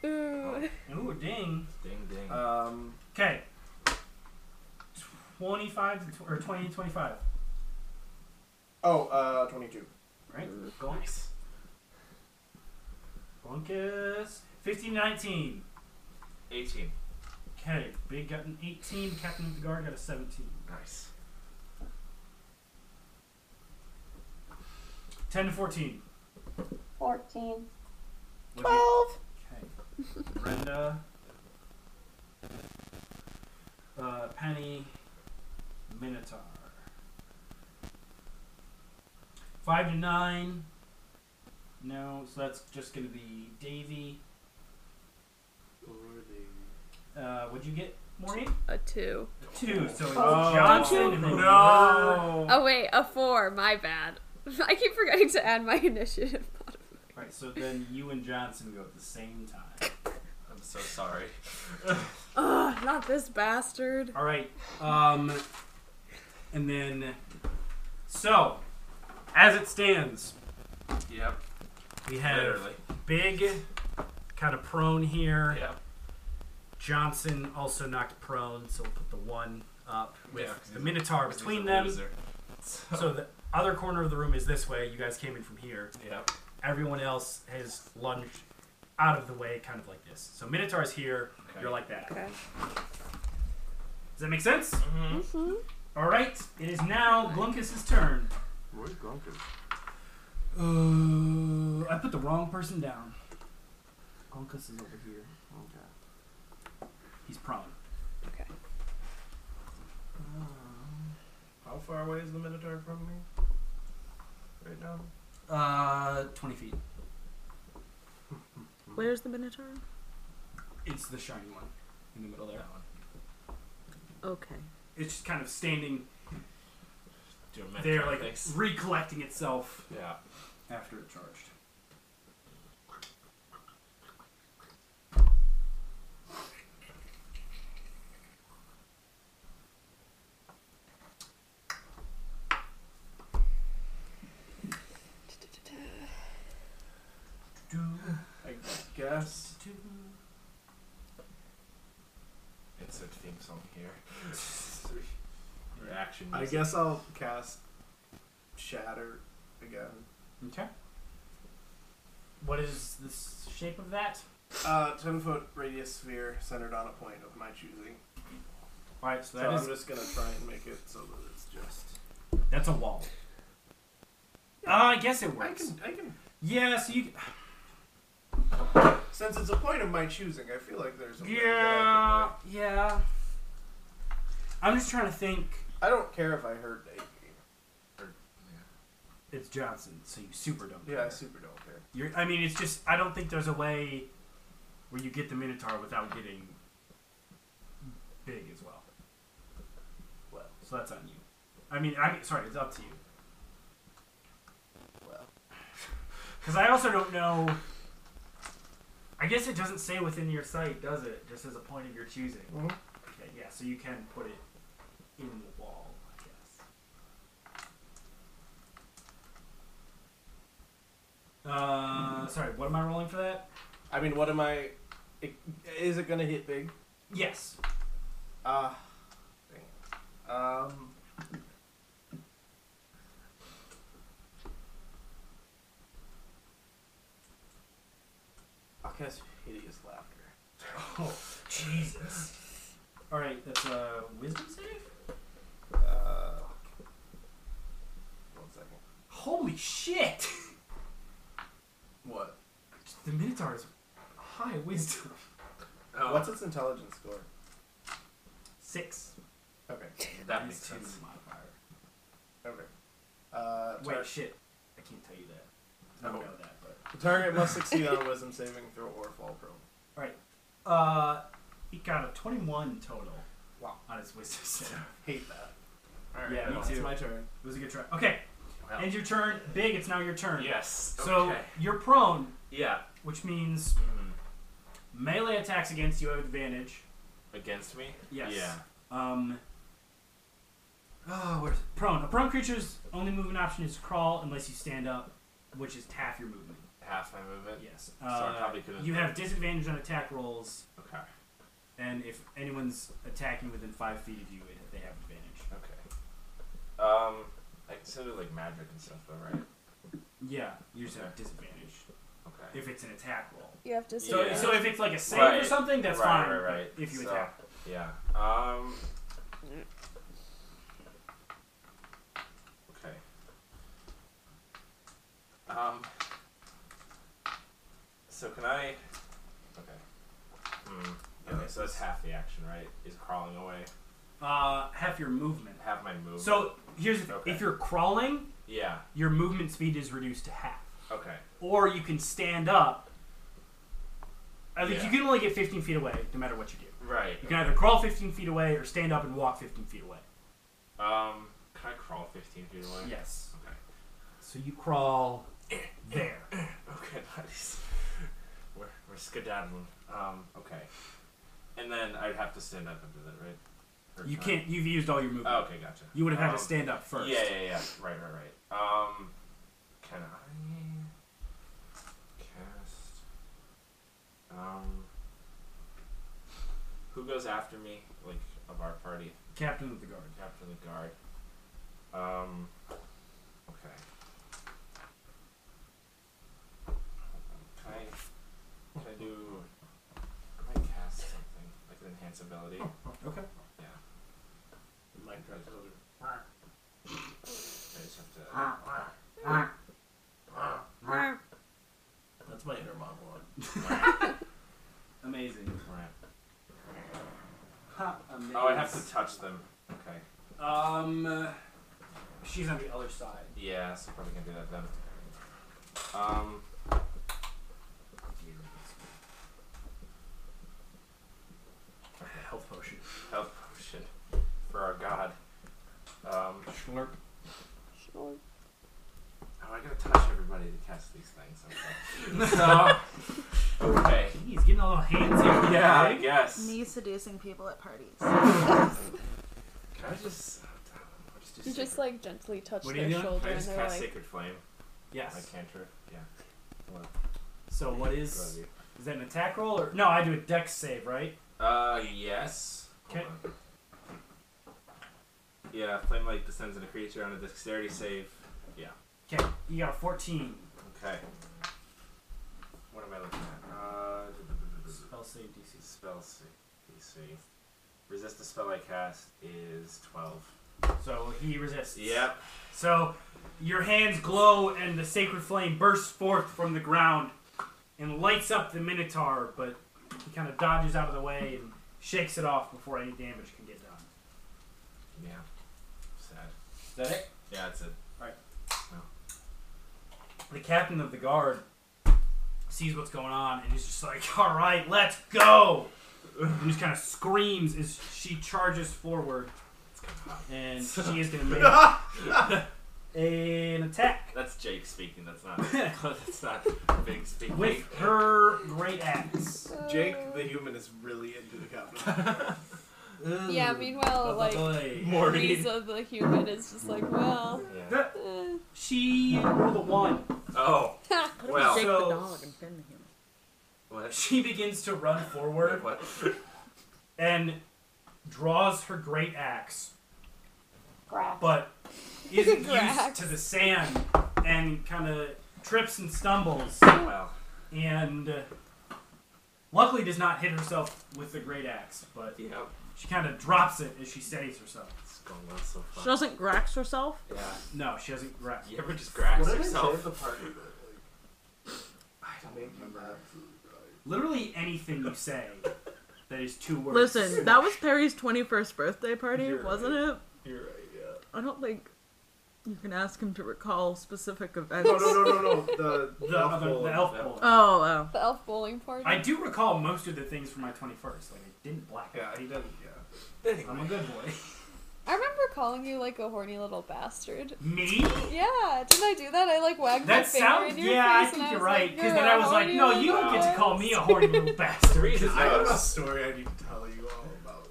Ooh.
Ooh, ding.
Ding ding.
Um,
Okay. 25 to tw- or 20 to 25.
oh, uh, 22.
Right? Nice. Blunkus. 15 19.
18.
Okay. Big got an 18. Captain of the Guard got a 17.
Nice.
10 to 14.
Fourteen.
What'd you- Okay. Brenda. Uh, Penny. Minotaur. 5 to 9. No, so that's just going to be Davy. Uh, what'd you get, Maureen?
A two.
Two. So it's
Oh.
Johnson and then
No.
Oh wait, a four. My bad. [LAUGHS] I keep forgetting to add my [LAUGHS] initiative.
you're- Right, so then you and Johnson go at the same time.
I'm so sorry.
Ugh, not this bastard.
All right. Um, and then, so as it stands,
Yep.
we have
Literally.
big, kind of prone here.
Yep.
Johnson also knocked prone, so we'll put the one up
Yeah,
with
'cause
the
he's a-
Minotaur
This is
between
a
them.
loser.
So the other corner of the room is this way. You guys came in from here.
Yep.
everyone else has lunged out of the way, kind of like this. So Minotaur's here,
Okay.
you're like that.
Okay.
Does that make sense?
Mm-hmm.
Mm-hmm.
All right, it is now Glunkus's turn.
Where's Glunkus?
Uh, I put the wrong person down. Glunkus is over here.
Okay.
He's prone.
Oh, Okay.
How far away is the Minotaur from me? Right now?
Uh, 20 feet.
Where's the Minotaur?
It's the shiny one in the middle there. That one.
Okay.
It's just kind of standing
Do a mental
there, like
things.
recollecting itself
Yeah.
after it charged.
I guess.
Insert theme song here. Reaction.
I
music.
guess I'll cast Shatter again.
Okay. What is the shape of that?
Uh, 10 foot radius sphere centered on a point of my choosing.
All right, so
so
that is
I'm just gonna try and make it so that it's just.
that's a wall. Uh, I guess it
I
works.
can, I can.
Yeah, so you.
Since it's a point of my choosing, I feel like there's. A way that I,
Yeah,
can, like,
yeah. I'm just trying to think.
I don't care if I hurt Nate.
It's Johnson, so you super don't.
Yeah, I
care.
super don't care.
You're, I mean, it's just I don't think there's a way where you get the Minotaur without getting big as well.
Well.
so that's on you. I mean, I sorry, it's up to you. [LAUGHS]
Well.
because I also don't know. I guess it doesn't say within your sight, does it? Just as a point of your choosing.
Mhm.
Okay, yeah, so you can put it in the wall, I guess. Uh, sorry, what am I rolling for that?
I mean, what am I? It, is it gonna hit big?
Yes.
Ah, dang it. um. I'll cast hideous laughter.
Oh, Jesus. All right, that's a wisdom save.
Uh, one second.
Holy shit!
What?
The Minotaur is high wisdom.
Oh,
What's its intelligence score?
Six.
Okay.
that
Minus
makes
two
sense.
modifier.
Okay. Uh, tar-
Wait, shit. I can't tell you that. I don't
Oh.
know that, but
the target must succeed on a wisdom saving throw or fall prone.
all right. Uh, he got a twenty-one total.
Wow.
On his wisdom save.
Hate that.
All right,
Yeah, me
well,
too.
It's my turn.
It was a good try. Okay,
well,
end your turn. Big. It's now your turn.
yes.
So
okay.
you're prone,
yeah.
which means
Mm.
melee attacks against you have advantage.
Against me?
Yes.
Yeah.
Um. Oh, where's prone? A prone creature's only movement option is crawl unless you stand up, which is half your movement.
Half my movement.
Yes.
I
Uh,
probably couldn't-
You have disadvantage on attack rolls,
Okay.
and if anyone's attacking within five feet of you, it, they have advantage.
Okay. Um, I consider like magic and stuff, though, right?
Yeah, you just have
Okay.
disadvantage
Okay.
if it's an attack roll.
You have to
So-
So,
Yeah.
so if it's like a save or
Right.
something, that's
Right,
fine.
right, right.
but If you
So-
attack,
Yeah. Um. Okay. Um. So can I? Okay. Hmm. Okay, so that's half the action, right? Is crawling away
uh, half your movement.
half my move?
So here's the thing.
Okay.
if you're crawling,
yeah.
your movement speed is reduced to half.
Okay.
or you can stand up. I think
Yeah.
you can only get 15 feet away, no matter what you do.
Right.
You can either crawl 15 feet away or stand up and walk 15 feet away.
Um. Can I crawl 15 feet away?
Yes.
Okay.
So you crawl there. [LAUGHS]
Okay, nice. We're, we're skedaddling. Um, okay. And then I'd have to stand up and do that, right? Or
You
can I-
can't. You've used all your movement.
Oh, okay, gotcha.
You would have had
Um,
to stand up first.
Yeah, yeah, yeah. Right, right, right. Um, can I cast? Um, who goes after me? Like of our party,
Captain of the guard.
captain of the guard. Um, okay. Can I? Can I do? Can I cast something like an enhance ability?
Okay.
Minecraft builder.
I just have to.
That's my inner monologue.
Amazing. Ha, amazing.
Oh, I have to touch them. Okay.
Um, uh, she's on the other side.
Yeah, so probably can do that then. Um,
Health potion.
health potion Oh, for our god. Um,
Schlurp.
[LAUGHS] oh, I gotta touch everybody to cast these things. Okay. so, okay.
He's getting a little handsy.
Yeah, I guess.
Me seducing people at parties.
Can I just? uh, I'll just do
You
sacred-
just like gently touch
What are
their
you doing?
shoulder
Can I
and
just
they're
cast
like,
sacred flame? My
Yes.
cantrip. Yeah. Well,
So what
go
is?
with you.
Is that an attack roll or no? I do a dex save, right?
Uh, yes. Hold
Okay.
on. Yeah, flame light descends on a creature on a dexterity save.
Okay, you got a fourteen.
Okay. What am I looking at? Uh,
Spell save DC.
spell C- DC. Resist the spell I cast is 12.
So he resists.
Yep.
So your hands glow and the sacred flame bursts forth from the ground and lights up the minotaur, but he kind of dodges out of the way and shakes it off before any damage can get done.
Yeah. Sad.
Is that it?
Yeah, it's a
The captain of the guard sees what's going on and he's just like, all right, let's go! And just kind of screams as she charges forward. And she is going to [LAUGHS] make an attack.
[LAUGHS] That's Jake speaking. That's not. [LAUGHS] that's not Big speaking.
with
[LAUGHS]
her great axe.
"Oh."
Jake the human is really into the captain.
Yeah, meanwhile, Oh, like,
Lovely.
Maureen.
Lisa the human is just like, well,
Yeah.
That-
eh.
She rolled a one.
Oh. Well.
Jake
so-
the dog and Ben the human.
What?
She begins to run
Wait,
forward
what?
and draws her great axe,
Grass.
but isn't used
Grax.
to the sand and kind of trips and stumbles
Wow.
and uh, luckily does not hit herself with the great axe, but
Yeah.
she kind of drops it as she steadies herself.
It's going on so
She
far.
doesn't grax herself.
Yeah.
No, she doesn't grab.
You ever just grab yourself?
the party that, like, make you laugh?
Literally anything you say that is two words.
Listen, that was Perry's 21st birthday party,
You're
wasn't it?
You're right, yeah.
I don't think you can ask him to recall specific events.
No, no, no, no, [LAUGHS] no. The,
the, other, the elf bowl.
Oh, wow.
the elf bowling party.
I do recall most of the things from my 21st. Like, I didn't black
Yeah,
out.
he doesn't, yeah.
I'm a good [LAUGHS] boy.
I remember calling you like a horny little bastard.
Me?
Yeah, didn't I do that? I like wagged my
That
finger
sounds.
in your
Yeah, I
face. and
think you're
was like,
right. Because
"You're
then
a
I was like,
horny
no, you
little
don't get to call me a horny
[LAUGHS]
little
The
bastard.
reason
I
I
have a
was.
story I need to tell you all about.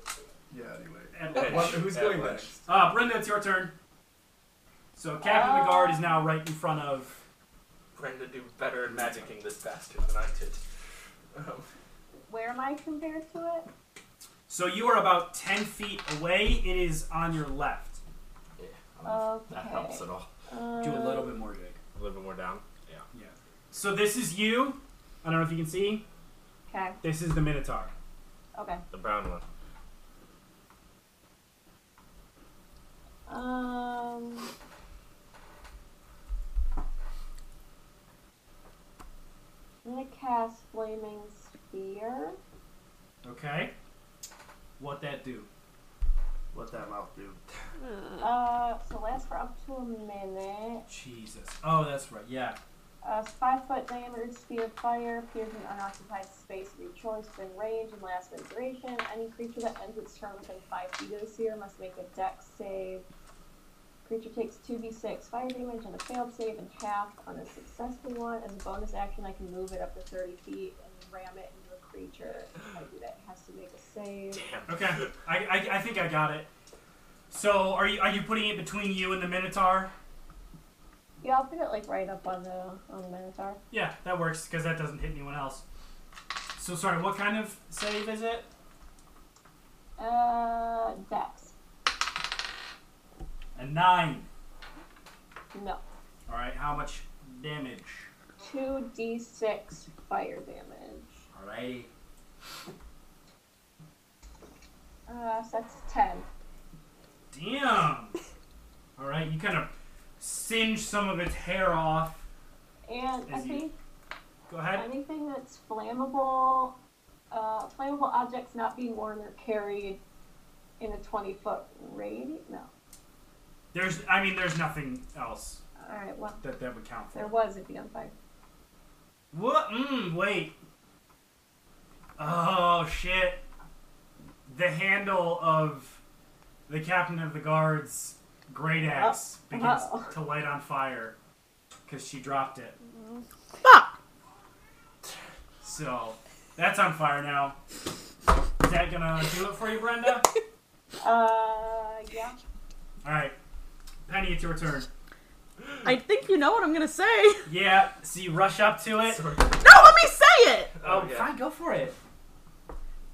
Yeah, anyway.
And-
Hey.
What, who's
At
going
lunch.
next?
Uh, Brenda, it's your turn. So,
Oh.
Captain of the Guard is now right in front of.
Brenda do better in magicking this bastard than I did. Um,
Where am I compared to it?
So, you are about 10 feet away. It is on your left.
yeah. I don't know if
Oh, Okay. uh,
That helps at all.
Do a little bit more, Jake.
A little bit more down. Yeah.
So, this is you. I don't know if you can see.
Okay.
This is the Minotaur.
Okay.
The brown one.
Um. I'm gonna cast Flaming Spear.
Okay? What that do?
Let that mouth do.
Uh,
Uh, so lasts for up to a minute.
Jesus. Oh, that's right. Yeah.
Uh, it's five foot diameter spear of fire appears in unoccupied space of your choice within range and lasts for the duration. Any creature that ends its turn within five feet of the sphere must make a dex save. Creature takes 2d6 fire damage on a failed save and half on a successful one. As a bonus action, I can move it up to 30 feet and ram it into a creature. If I do that, it has to make a save.
Damn.
Okay, I, I, I think I got it. So are you are you putting it between you and the Minotaur?
Yeah, I'll put it like right up on the on the minotaur.
Yeah, that works because that doesn't hit anyone else. So sorry, what kind of save is it?
Uh, dex.
A nine.
No.
All right, how much damage?
2d6 fire damage.
All right,
Uh, so that's 10.
damn. All right, you kind of singe some of its hair off.
And I
Is he-
think
Go ahead.
anything that's flammable, uh, flammable objects not being worn or carried in a 20 foot radius? No.
There's I mean there's nothing else
Alright, well,
that that would count
there
for.
was a on fire.
What? Mm, wait. Oh shit. The handle of the captain of the guards' great axe begins
Uh-oh.
to light on fire because she dropped it.
Fuck!
So that's on fire now. Is that gonna do it for you, Brenda?
Uh, yeah.
All right, Penny, it's your turn.
I think you know what I'm gonna say. [LAUGHS] No,
Yeah. So you rush up to
[LAUGHS]
it.
Sorry.
let me say it!
Oh,
Oh, yeah.
fine, go for it.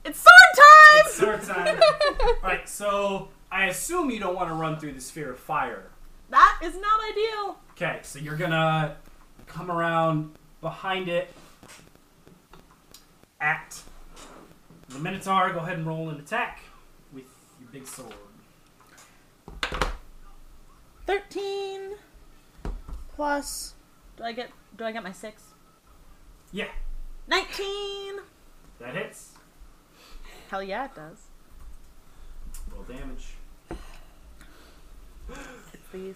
It's sword time!
It's your time. All right. So I assume you don't want to run through the sphere of fire.
[LAUGHS] That is not ideal.
Okay, so you're gonna come around behind it at the Minotaur. Go ahead and roll an attack with your big sword.
Thirteen plus. Do I get? Do I get my six?
Yeah,
Nineteen.
that hits.
Hell yeah, it does.
Roll damage.
Please.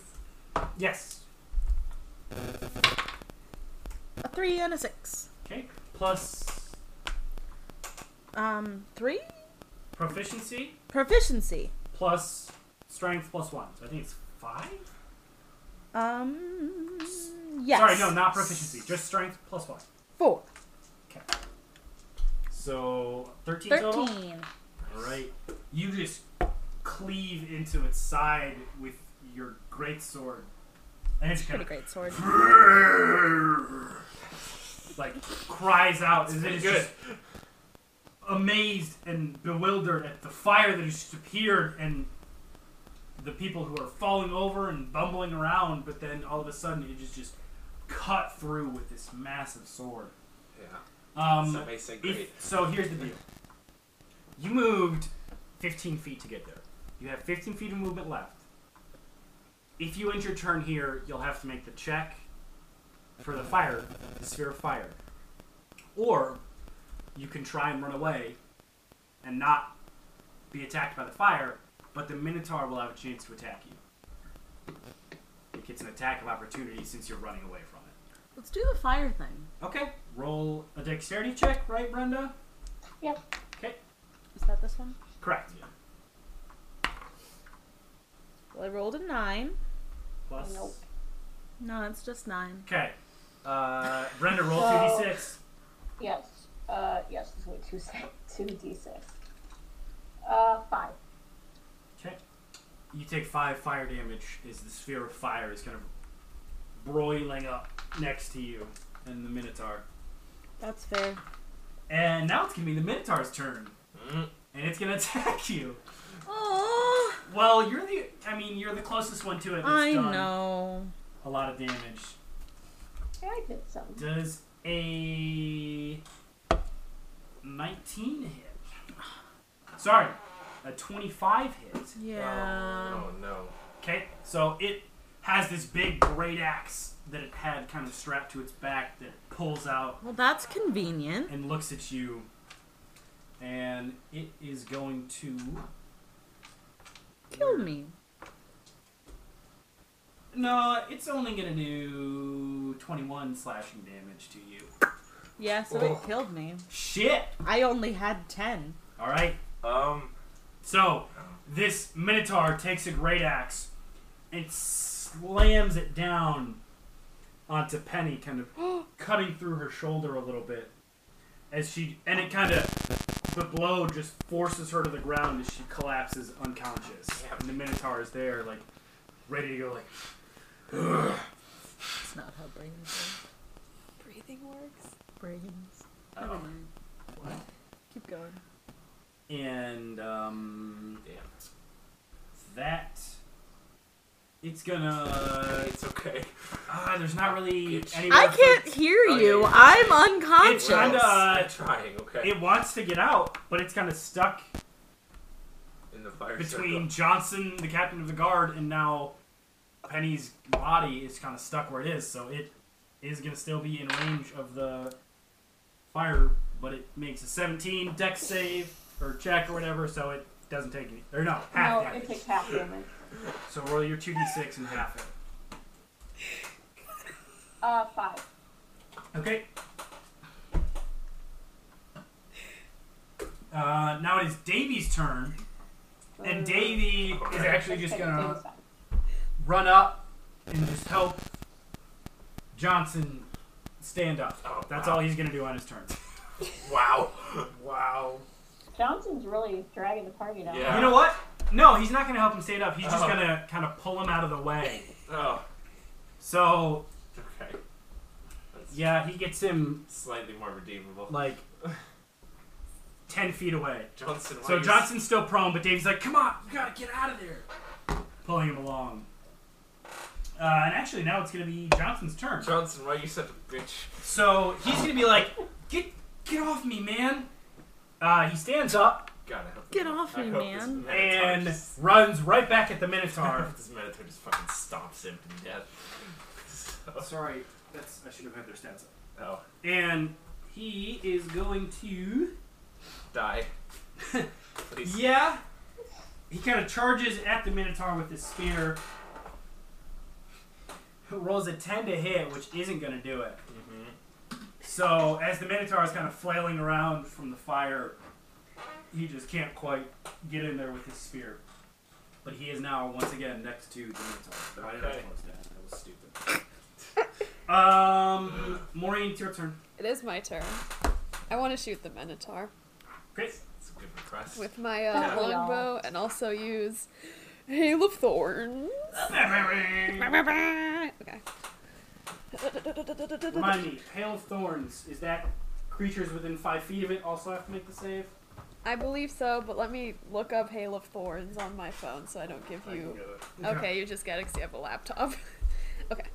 Yes.
A three and a six.
Okay. Plus
Um, three
proficiency,
proficiency.
plus strength, plus one. So I think it's five.
Um, yes.
Sorry, no, not proficiency. Just strength plus one.
four.
So thirteen, total.
Thirteen.
All right. You just cleave into its side with your great sword, and it's kind
Pretty
of
great sword.
[LAUGHS] like cries out as it is
pretty
just amazed and bewildered at the fire that has just appeared and the people who are falling over and bumbling around. But then all of a sudden, it is just cut through with this massive sword.
Yeah.
Um,
Some may say
if-
great.
so here's the deal. You moved 15 feet to get there. You have 15 feet of movement left. If you end your turn here, you'll have to make the check for the fire, the sphere of fire. Or you can try and run away and not be attacked by the fire, but the Minotaur will have a chance to attack you. It gets an attack of opportunity since you're running away from it.
Let's do the fire thing.
Okay, roll a dexterity check, right, Brenda?
Yep.
Okay,
Is that this one?
correct.
Well, I rolled a nine.
Plus.
Nope.
No, it's just nine.
Okay. Uh, Brenda, roll
So-
2d6.
Yes. Uh, yes, this will be two, se- two d6. Uh, five.
Okay. You take five fire damage as the sphere of fire is kind of broiling up next to you and the Minotaur.
That's fair.
And now it's going to be the Minotaur's turn.
Mm.
And it's going to [LAUGHS] attack you.
Oh,
Well, you're the, I mean, you're the closest one to it that's
I
done
know.
a lot of damage.
Yeah, I did some.
Does a 19 hit? Sorry, a 25 hit.
Yeah.
Oh, no.
Okay, so it has this big great axe that it had kind of strapped to its back that it pulls out
Well, that's convenient.
and looks at you. And it is going to.
Kill me.
No, it's only going to do 21 slashing damage to you.
Yeah, so
Oh.
it killed me.
Shit!
I only had ten.
Alright,
Um,
so this Minotaur takes a great axe and slams it down onto Penny, kind of
[GASPS]
cutting through her shoulder a little bit as she and it kind of the blow just forces her to the ground as she collapses unconscious and the minotaur is there like ready to go like
It's not how brains
Breathing works.
are. Brains. Never
"Oh."
mind. Keep going.
and um
damn.
that it's gonna
It's okay.
ah there's not really
Bitch.
any
I
reference.
can't hear
Oh, yeah,
you.
you're
I'm
right.
unconscious.
It's kinda- Uh,
I'm trying, okay?
it wants to get out but it's kind of stuck
In the fire
between Johnson, the captain of the guard, and now Penny's body is kind of stuck where it is, so it is going to still be in range of the fire, but it makes a 17 deck save or check or whatever, so it doesn't take any. Or no, half
no, it
damage.
takes half damage.
So roll your 2d6 and half it.
Uh, five.
Okay. Uh, now it is Davy's turn, and Davy is actually just
Uh, Okay,
going to.
Davy's fine.
run up and just help Johnson stand up.
Oh,
That's
wow.
all he's gonna do on his turn.
Wow. Wow.
Johnson's really dragging the party down.
Yeah.
You know what? No, he's not gonna help him stand up. He's just
Oh.
gonna kind of pull him out of the way.
Oh,
So
okay. That's
yeah, he gets him
slightly more redeemable.
like ten feet away.
Johnson, why
So
you s-
Johnson's still prone, but Dave's like, "Come on, you gotta get out of there," pulling him along. Uh, and actually, now it's gonna be Johnson's turn.
Johnson, why you such a bitch?
So he's gonna be like, "Get get off me, man!" Uh, he stands up
God, I hope
Get
this-
off
I
me,
hope
man.
This Minotaur
and
just-
runs right back at the
I
Minotaur.
hope this Minotaur just fucking stomps him to death. So-
[LAUGHS] Sorry, that's I should have had their stats up.
oh,
And he is going to. [LAUGHS]
die. Please.
Yeah. He kind of charges at the Minotaur with his spear. Rolls a 10 to hit, which isn't going to do it.
Mm-hmm.
So, as the Minotaur is kind of flailing around from the fire, he just can't quite get in there with his spear. But he is now, once again, next to the Minotaur. Why did I
Okay.
close that? That was stupid. [LAUGHS] um, Maureen, it's your turn.
It is my turn. I want to shoot the Minotaur
Great.
It's a good request.
with my
Yeah.
uh, longbow and also use Hail of Thorns. Okay.
Remind me, Hail of Thorns, is that creatures within five feet of it also have to make the save?
I believe so, but let me look up Hail of Thorns on my phone so I don't give
I can
you.
do it.
Okay, you just got it 'cause you have a laptop. [LAUGHS] okay.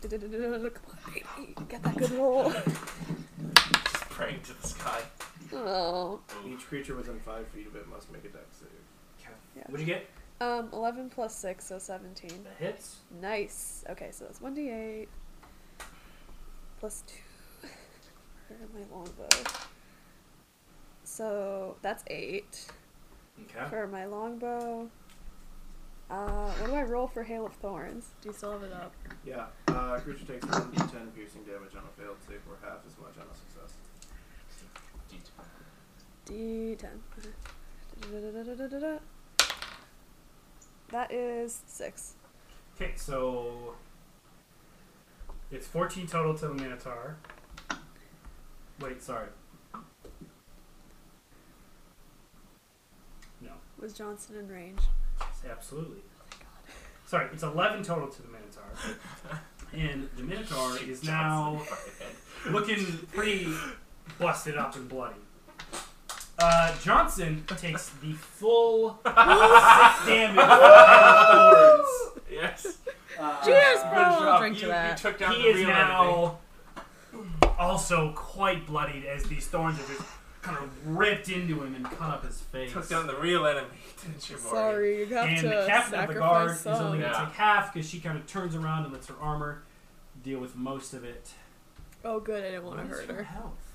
Come on, baby. Get that good [LAUGHS] roll.
Just praying to the sky.
Oh.
Each creature within five feet of it must make a dex save.
Yeah.
What'd you get?
Um, 11 plus 6, so 17.
That hits.
Nice. Okay, so that's 1d8. Plus 2. [LAUGHS] Where are my longbow? So that's 8
Okay.
for my longbow. Uh, what do I roll for Hail of Thorns? Do you still have it up?
Yeah. Uh, creature takes 1d10 piercing damage on a failed save or half as much on a success.
D10. Da-da-da-da-da-da-da. That is 6.
Okay, so it's 14 total to the Minotaur. Wait, sorry. No,
Was Johnson in range?
it's absolutely. Sorry, it's 11 total to the Minotaur. And the Minotaur is now looking pretty busted up and bloody. Uh, Johnson takes the full six damage. from the thorns.
[LAUGHS] Yes.
Uh,
Cheers, bro.
Good
I'll
job.
drink
you,
to that.
You took down
he
the
is
real enemy.
now also quite bloodied as these thorns are just kind of ripped into him and cut up his face.
Took down the real enemy, [LAUGHS] didn't you, Maury? [LAUGHS]
Sorry, you have
and
to
the captain
sacrifice
of the guard is only
some.
going to
Yeah.
take half because she kind of turns around and lets her armor deal with most of it.
Oh, good, I didn't want
What
to
is
hurt
her
her.
health?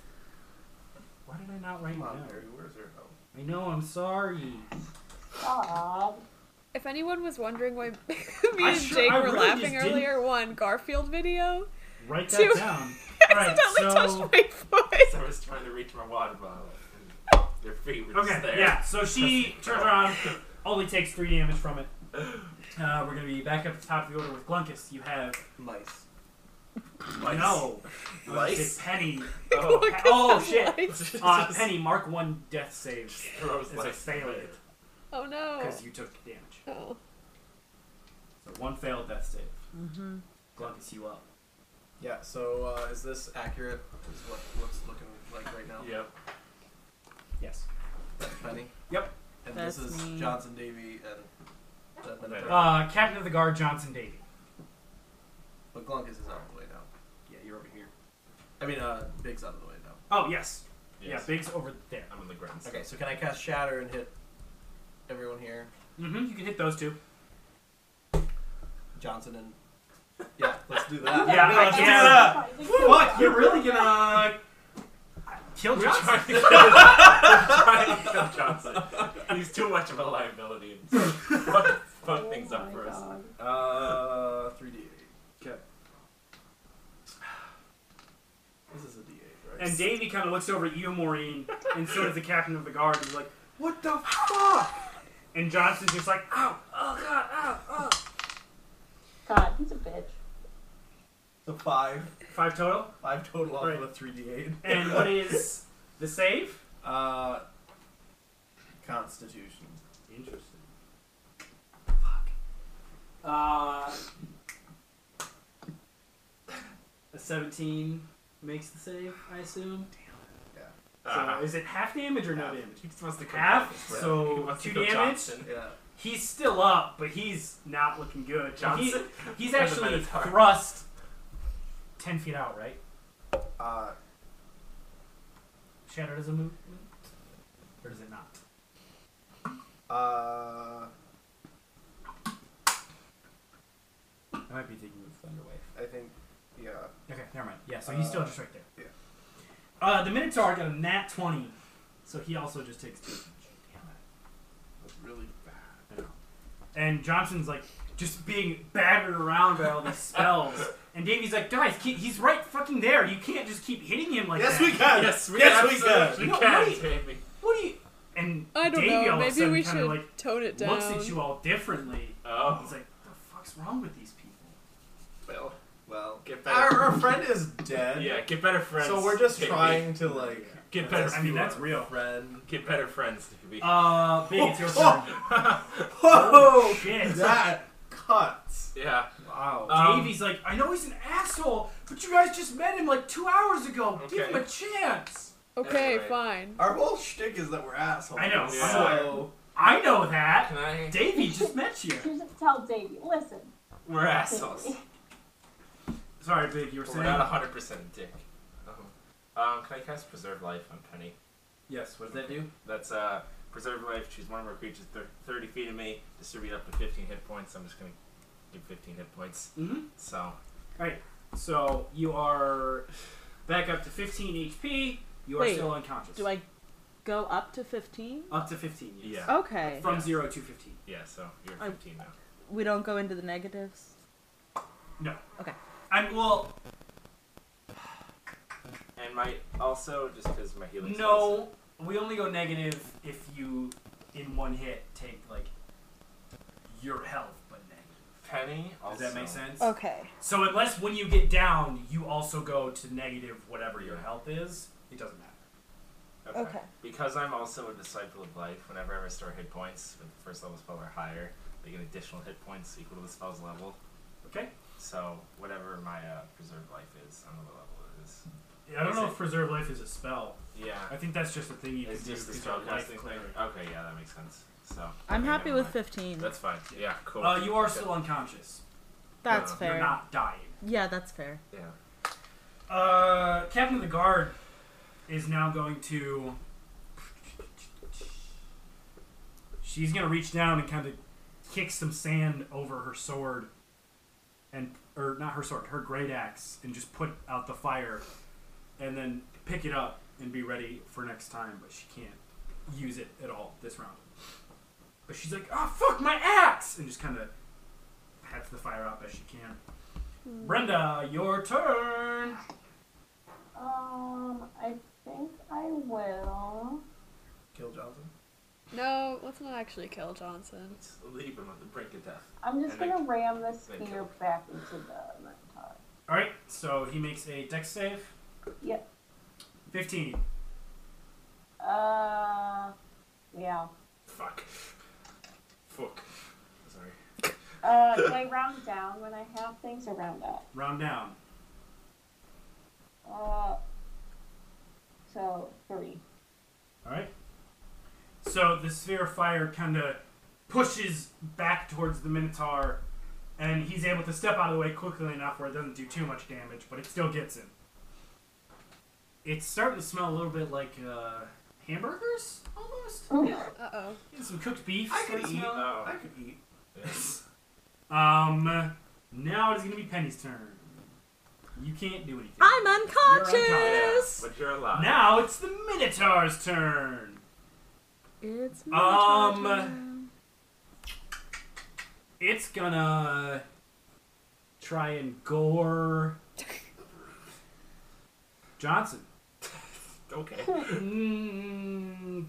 Why did I not write
Come
it
on,
down?
Harry, where's your help?
I know, I'm sorry.
God.
If anyone was wondering why [LAUGHS] me
I
and
sure-
Jake
I
were
really just
laughing
didn't-
earlier, one Garfield video. [LAUGHS]
Write that
Two.
down.
I
All right,
accidentally
so-
touched my
[LAUGHS]
foot.
I was trying to reach my water bottle. and Their feet were just
Okay,
there.
yeah, so she turns around, only takes three damage from it. Uh, we're going to be back up at the top of the order with Glunkus. You have
Mice.
Lice.
No.
Lice?
It's Penny.
[LAUGHS] Oh, [LAUGHS]
Pe- oh shit.
just- [LAUGHS]
Uh,
just
Penny, mark one death save
throws
is a
lice in
failure
there.
Oh no.
because you took damage.
Oh.
So one failed death save. Mm-hmm. Glunkus, you up.
Yeah, so uh, is this accurate? Is what what's looking like right now?
Yep.
Yes.
That's Penny?
Yep.
And this
That's
is
me.
Johnson Davy and that Minotaur.
Uh, Captain of the Guard, Johnson Davy.
but Glunkus is out of the way now. Yeah, you're over here. I mean, uh, Big's out of the way now.
Oh, yes.
Yes.
Yeah, Big's over there.
I'm on the ground. [LAUGHS]
Okay, so can I cast Shatter and hit everyone here?
Mm-hmm. You can hit those two.
Johnson and. Yeah, let's do that.
Yeah,
let's
yeah.
do that!
Fuck, you're really gonna kill Johnson.
Trying to
[LAUGHS]
kill Johnson. He's too much of a liability. and Fuck, fuck things
Oh
up
my
for us.
God.
Uh, 3d8.
Okay.
This is a d8, right?
And Davy kind of looks over at you, Maureen, and so does the Captain of the Guard. He's like,
what the fuck?
and Johnson's just like, ow, oh god, ow, oh.
God, he's a bitch.
So 5.
Five total.
5 total off
Right.
of a 3d8.
And what is the save?
Uh, Constitution.
Interesting. Fuck. Uh, a 17 makes the save, I assume.
Ah.
So is it half damage or no
Half.
damage?
He's supposed to kill
Half,
Johnson. Right.
so
He wants to
two
kill
damage?
Johnson.
Yeah.
He's still up, but he's not looking good. He-
Johnson.
he's
Or the
actually
Minotaur.
thrust 10 feet out, right?
Uh,
Shatter doesn't move? Or does it not?
Uh,
I might be thinking of Thunderwave.
I think, yeah.
Okay, never mind. Yeah, so he's still
Uh,
just right there.
yeah.
Uh, the Minotaur got a nat 20, so he also just takes two. Damn it.
That's really bad.
And Johnson's like just being battered around by all these spells. And Davey's like, guys, he- he's right fucking there. You can't just keep hitting him like
yes,
that.
we can.
Yes, we
yes, we
absolutely
can.
No,
can,
wait.
Jamie.
What do you? And
I don't
Davey
know.
all of a
Maybe
sudden
we
kind
should
of like
tone it down.
looks at you all differently.
Oh.
He's like, the fuck's wrong with these
[LAUGHS]
people?
Well, well.
Get better.
Our, our friend is dead.
yeah, get better friends.
So we're just
Jamie.
trying to like
Get better.
I mean, that's
friends.
real.
[LAUGHS] friend.
get better friends, Davey.
Uh, Big, it's
[LAUGHS]
your turn.
Oh, Whoa!
shit.
That cuts.
yeah.
Wow.
Um,
Davey's like, I know he's an asshole, but you guys just met him like two hours ago. Give
Okay.
him a chance.
Okay,
Alright.
fine.
our whole shtick is that we're assholes.
I know,
Yeah.
So
I know that.
Can I?
[LAUGHS] Davey just met you.
Here's what to tell Davey. Listen,
We're assholes.
Sorry, Big, you were
We're
saying?
not 100% dick. Um, um, can I cast Preserve Life on Penny?
Yes, what does that do?
That's uh, Preserve Life. Choose one more creature thir- 30 feet of me. Distribute up to 15 hit points. I'm just going to give 15 hit points.
Mm-hmm.
So,
So you are back up to 15 HP. You are
Wait,
still unconscious.
Do I go up to 15?
Up to 15, yes.
yeah.
Okay.
From
Yeah.
0 to 15.
Yeah, so you're
I'm-
15 now.
We don't go into the negatives.
I'm, well,
And my also just because my healing. spells-
no. We only go negative if you, in one hit, take, like, your health, but negative.
Penny.
Does
Also,
that make sense?
Oh.
Okay.
So unless when you get down, you also go to negative whatever your health is, it doesn't matter.
Okay.
Okay.
Because I'm also a disciple of life. Whenever I restore hit points with the first level spell or higher, they get additional hit points equal to the spell's level.
Okay.
So whatever my uh, preserved life is, I don't know what level it is.
I don't
Is
know
it-
if preserve life is a spell.
Yeah.
I think that's just a thing you
It's
can
just
do
the
because you're a life
spellcasting
cleric.
thing. Okay, yeah, that makes sense. So
I'm
okay,
happy
never
with
mind.
15.
That's fine. Yeah, cool.
Uh, you are
Okay.
still unconscious.
That's
no,
You're
fair.
not dying.
Yeah, that's fair.
Yeah.
Uh, Captain of the Guard is now going to. She's gonna reach down and kind of kick some sand over her sword, and or not her sword, her great axe, and just put out the fire, and then pick it up and be ready for next time. But she can't use it at all this round. But she's like, "Ah, fuck my axe!" and just kind of pats the fire out as she can. Brenda, your turn.
um, I think I will.
kill Johnson.
No, let's not actually kill Johnson.
Let's leave him at the brink of death.
I'm just
And
gonna ram this
thank
spear
you.
back into the Minotaur.
All right, so he makes a dex save.
Yep.
15.
Uh, yeah.
Fuck. Fuck. Sorry.
Uh, do I round down when I have things or round up?
Round down.
Uh, so three. [LAUGHS]
All right. So the sphere of fire kind of pushes back towards the Minotaur, and he's able to step out of the way quickly enough where it doesn't do too much damage, but it still gets him. It's starting to smell a little bit like uh, hamburgers, almost. Yeah,
Uh oh.
some cooked beef.
I could
kinda
eat.
smell.
I could eat.
[LAUGHS]
Um, now it is going to be Penny's turn. You can't do anything.
I'm unconscious.
unconscious.
But you're alive.
Now it's the Minotaur's turn.
It's
Um,
Minotaur.
It's gonna try and gore Johnson.
Okay.
[LAUGHS] Mm.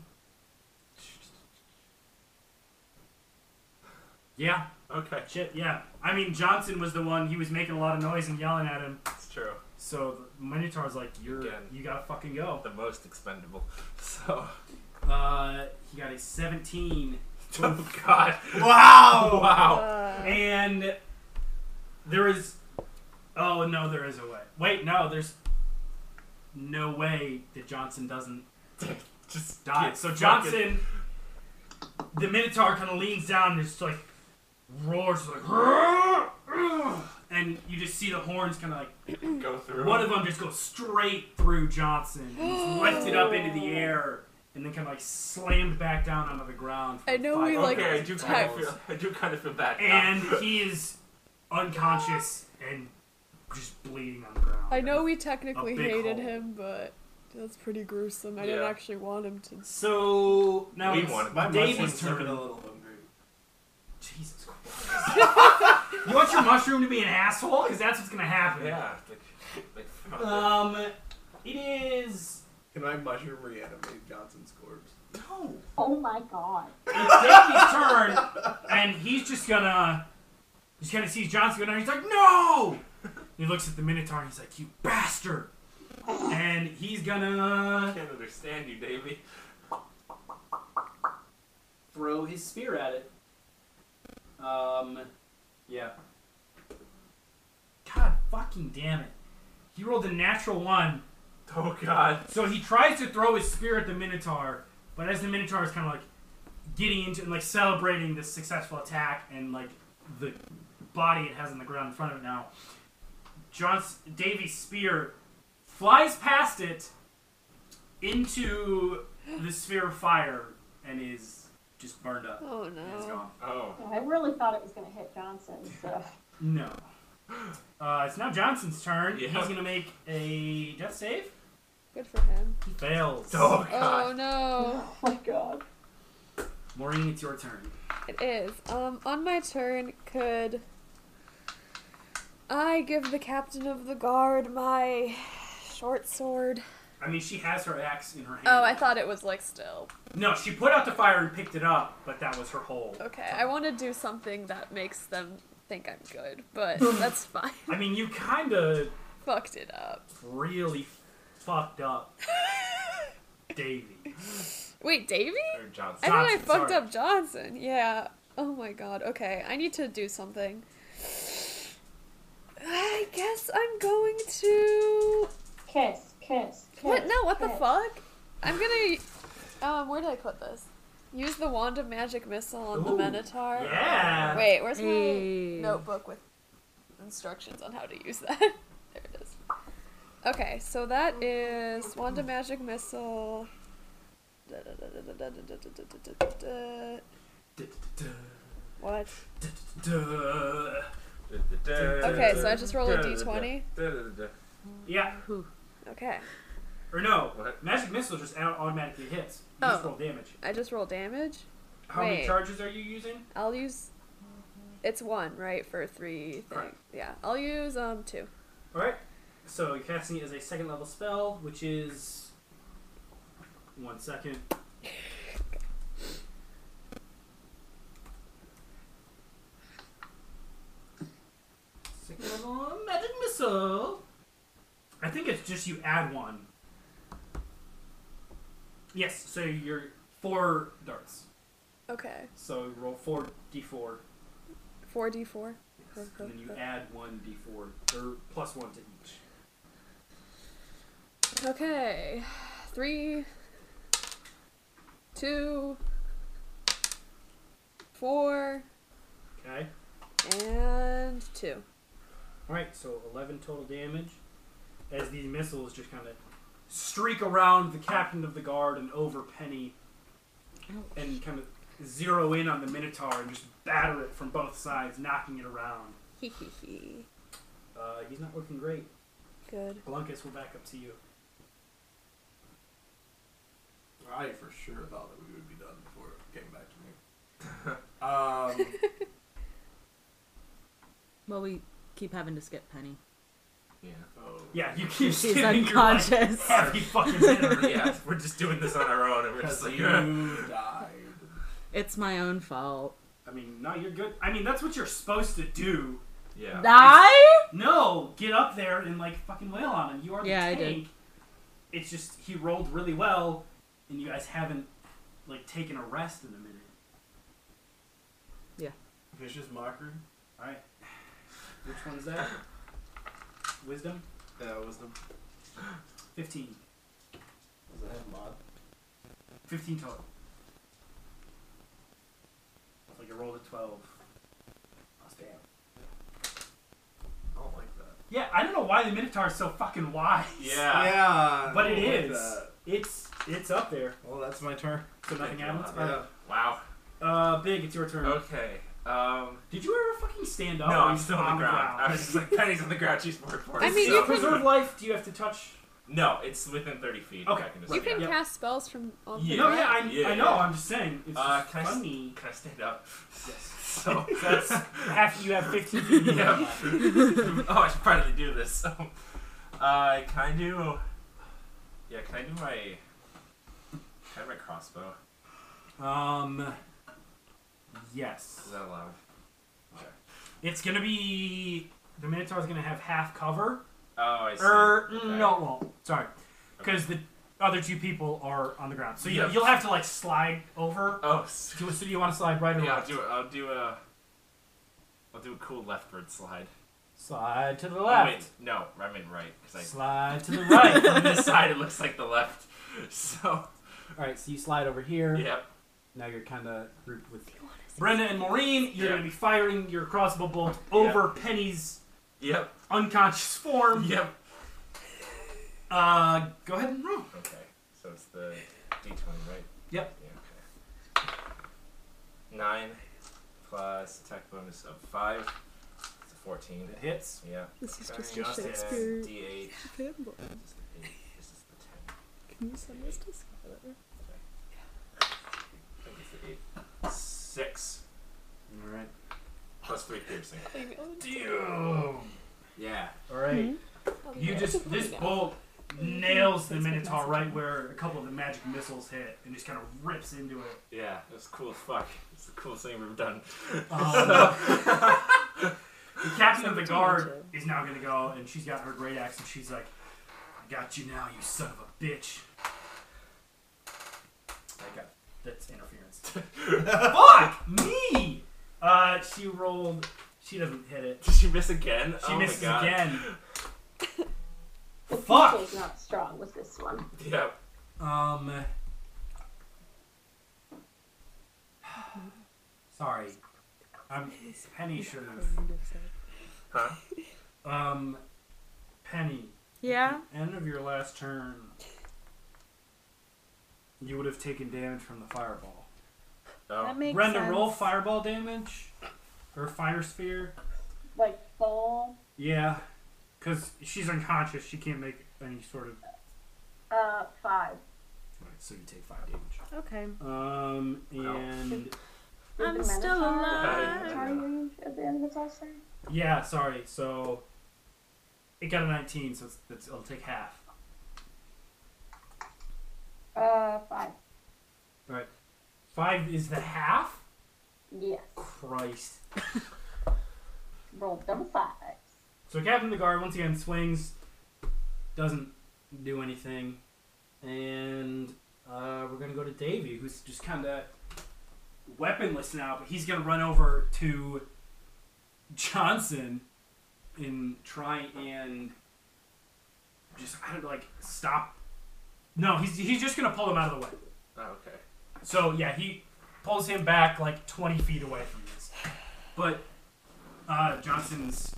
Yeah,
Okay.
shit, yeah. I mean, Johnson was the one, he was making a lot of noise and yelling at him.
It's true.
So the Minotaur's like, you're,
Again.
you gotta fucking go.
The most expendable. [LAUGHS] So.
[LAUGHS] Uh, he got a 17.
Oh God.
Wow.
[LAUGHS] Wow.
Uh,
And there is. Oh, no, there is a way. Wait, no, there's no way that Johnson doesn't
Just
die.
get
So
fucking-
Johnson, the Minotaur kind of leans down and just like roars, like. "Rrrr, rrr," And you just see the horns kind of like.
go through.
One of them just goes straight through Johnson. And he's lifted up into the air and then kind of like slammed back down onto the ground. for
I know
five
we, like,
okay, I
minutes.
do kind of feel. I do kind of feel bad. now.
and he is unconscious and just bleeding on the ground.
I know we technically
big
hated
hole.
him, but that's pretty gruesome. I didn't
Yeah.
actually want him to.
So now
We
it's
want it.
My
David's
mushroom's
turn.
looking a little hungry.
Jesus Christ.
[LAUGHS] You want your mushroom to be an asshole? Because that's what's gonna
[LAUGHS]
happen.
yeah. Like, like. fuck.
Um, it is.
Can I mushroom reanimate Johnson's corpse?
No.
Oh my god.
It's Davey's turn, and he's just gonna. He's kind of sees Johnson go down. He's like, "No!" He looks at the Minotaur. and He's like, "You bastard!" And he's
I
gonna
can't understand you, Davey.
throw his spear at it. Um, yeah. God fucking damn it! He rolled a natural one.
Oh God.
So he tries to throw his spear at the Minotaur, but as the Minotaur is kind of like getting into and like celebrating this successful attack and like the body it has on the ground in front of it now, John's Davy's spear flies past it into the sphere of fire and is just burned up.
Oh
And it's
no.
gone.
Oh.
I really thought it was gonna hit Johnson,
[LAUGHS]
so
No. [GASPS] Uh, it's now Johnson's turn.
Yeah.
He's gonna make a death save.
Good for him.
[LAUGHS] He fails.
Oh
Oh
God.
no.
oh my god.
Maureen, it's your turn.
It is. Um, on my turn, could I give the captain of the guard my short sword?
I mean, she has her axe in her hand.
Oh, I thought it was like still.
No, she put out the fire and picked it up, but that was her hole.
Okay, I want to do something that makes them think I'm good,
[LAUGHS]
but that's fine. [LAUGHS]
I mean, you kind of
Fucked it up.
really fucked up, Davy.
Wait, Davy?
Or
I
Johnson.
thought I
Johnson,
fucked
sorry.
up Johnson. Yeah. Oh my god. Okay, I need to do something. I guess I'm going to
Kiss, kiss, kiss.
What? No, what the
kiss.
fuck? I'm gonna. Um, where did I put this? Use the wand of magic missile on the
Ooh,
Minotaur.
Yeah.
Wait, where's my
Hey.
notebook with instructions on how to use that? [LAUGHS] there it is. Okay, so that is wand of magic missile. Da, da, da, da, da, da, da, da, da, da, da, da, da. What? Okay, so I just roll a d20.
Yeah.
Okay,
Or no,
What?
magic missile just au- automatically hits. You just
Oh.
roll damage.
I just roll damage.
How many
Wait.
charges are you using?
I'll use. It's one, right, for three things.
Correct.
Yeah, I'll use um two.
All right. So you're casting it as a second level spell, which is one second. Second level magic missile. I think it's just you add one. Yes. So you're four darts.
Okay.
So roll four d4,
Four D four.
and then you add one d4 or plus one to each.
Okay. Three. Two. Four
Okay.
and two.
Alright, so 11 total damage as these missiles just kind of streak around the captain of the guard and over Penny and kind of zero in on the Minotaur and just batter it from both sides, knocking it around.
Hee hee hee.
Uh, he's not looking great.
Good.
Blunkus, we're back up to you.
I for sure thought that we would be done before it came back to me. [LAUGHS] um,
Well, we keep having to skip Penny.
Yeah.
oh.
[LAUGHS] Yeah, [LAUGHS] you keep
She's
skipping your life. [LAUGHS]
unconscious.
Happy fucking dinner. [LAUGHS]
yeah, [LAUGHS] we're just doing this on our own, and we're just
Because
like,
you died.
It's my own fault.
I mean, no, you're good. I mean, that's what you're supposed to do.
yeah.
Die?
No, get up there and like fucking wail on him. You are the
Yeah, I
tank.
did.
It's just he rolled really well, and you guys haven't like taken a rest in a minute.
Vicious mockery.
All right, which one is that? Wisdom,
Yeah, wisdom.
fifteen.
Does it have mod?
Fifteen total. So you rolled a twelve. Oh, Plus bam.
I don't like that.
Yeah, I don't know why the Minotaur is so fucking wise.
Yeah.
yeah. I
but it
don't
is.
like that.
It's It's up there.
Well, that's my turn.
So nothing happens.
Yeah.
Wow.
Uh, Big, it's your turn.
Okay. Um,
Did you ever fucking stand up?
Oh. no,
or
I'm
you
still on the ground.
[LAUGHS]
I was just like, Penny's on the ground. She's more important.
I
[LAUGHS]
mean,
To
you
so-
can-
preserve life, do you have to touch?
No, it's within 30 feet.
Okay.
I can just
You
stand
can
Yeah.
cast spells from. On
Yeah.
No, yeah, I,
Yeah.
I know. I'm just saying. It's
Uh,
just
can I s- [LAUGHS]
funny.
up. Can I stand up?
Yes.
[LAUGHS] So
That's after you have 15 feet. in your
yeah.
life.
[LAUGHS] oh, I should probably do this. [LAUGHS] Um, uh, can I do? Yeah, can I do my? Can I do my crossbow?
Um. Yes.
Is that allowed?
It's gonna be the Minotaur's gonna have half cover.
Oh, I see.
Er, mm,
Okay.
no, it won't. Sorry, because the other two people are on the ground, so you,
Yeah.
you'll have to like slide over.
Oh, [LAUGHS] s-
Do you, so do you want to slide right or
yeah. I'll
left?
do. I'll do a. I'll do a cool leftward slide.
Slide to the
Oh,
left.
wait, no, I mean right because
Slide to the
I [LAUGHS]
right.
from this side it looks like the left. [LAUGHS] So
All right, so you slide over here.
yep.
Now you're kind of grouped with Brenda and Maureen. You're
Yeah.
gonna be firing your crossbow bolt over Penny's
Yep.
unconscious form.
Yep.
Uh, go ahead and roll.
Okay. So it's the D twenty, right?
Yep.
Yeah, okay. Nine plus attack bonus of five. It's a fourteen.
It hits.
Yeah.
This is
Okay,
just a
just hits.
Shakespeare
D eight.
fanboy.
This is the eight. This is the ten.
Can you send this to Skylar?
I think it's the eight. Six.
All right.
Plus three piercing.
Oh, Damn.
Yeah.
All right. You just this bolt nails the Minotaur right where a couple of the magic missiles hit, and just kind of rips into it.
Yeah. That's cool as fuck. It's the coolest thing we've [LAUGHS] done.
Um, [LAUGHS] the captain of the guard is now gonna go, and she's got her great axe, and she's like, "I got you now, you son of a bitch." I got that's interference.
[LAUGHS]
fuck me. Uh, she rolled. She doesn't hit it.
Did she miss again?
She
oh
misses
my god.
again.
The
Fuck.
PK's not strong with this one.
Yep.
Um. [SIGHS] Sorry, I'm Penny should have.
Huh?
Um, Penny.
Yeah?
End of your last turn. You would have taken damage from the fireball.
Oh.
makes
Brenda,
sense.
roll fireball damage, or fire sphere.
Like full.
Yeah, because she's unconscious. She can't make any sort of.
Uh, five.
Right, so you take five damage.
Okay.
Um, and
Is
I'm
the
still
Minotaur-
alive.
Minotaur range at the end of its last turn?
Yeah, sorry. So it got a 19, so it's, it's, it'll take half.
Uh, five.
Five is the half.
Yes.
Christ.
Rolled double fives.
So Captain of the Guard once again swings, doesn't do anything, and uh, we're gonna go to Davy, who's just kind of weaponless now, but he's gonna run over to Johnson and try and just I don't know, like stop. No, he's he's just gonna pull him out of the way.
Oh, okay.
So yeah, he pulls him back like 20 feet away from this. But uh, Johnson's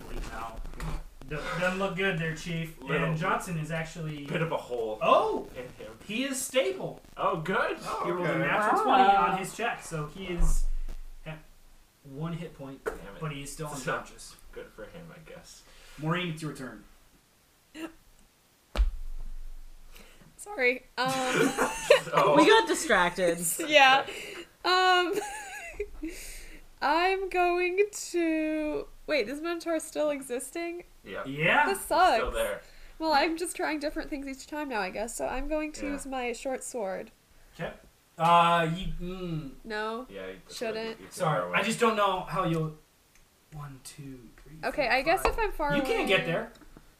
bleeding out. Do- Doesn't look good there, Chief.
Little.
And Johnson is actually.
Bit of a hole
Oh,
in him.
he is stable.
Oh, good.
He rolled a natural 20 on his check, so he is at one hit point,
Damn it.
but he is still
So-
unconscious.
Good for him, I [LAUGHS] guess.
Maureen, it's your turn.
Sorry. Um.
Oh,
We got [LAUGHS] distracted.
yeah. [LAUGHS] Um. [LAUGHS] I'm going to wait. This Minotaur still existing?
yeah.
Yeah.
This sucks.
Still there.
Well, I'm just trying different things each time now, I guess. So I'm going to
Yeah.
use my short sword.
Okay. Uh, you. Mm,
No.
Yeah. you-
Shouldn't.
you- you-
sorry,
away.
I just don't know how you'll. One, two, three.
Okay.
four,
I guess
five.
if I'm far
You
away,
can't get there.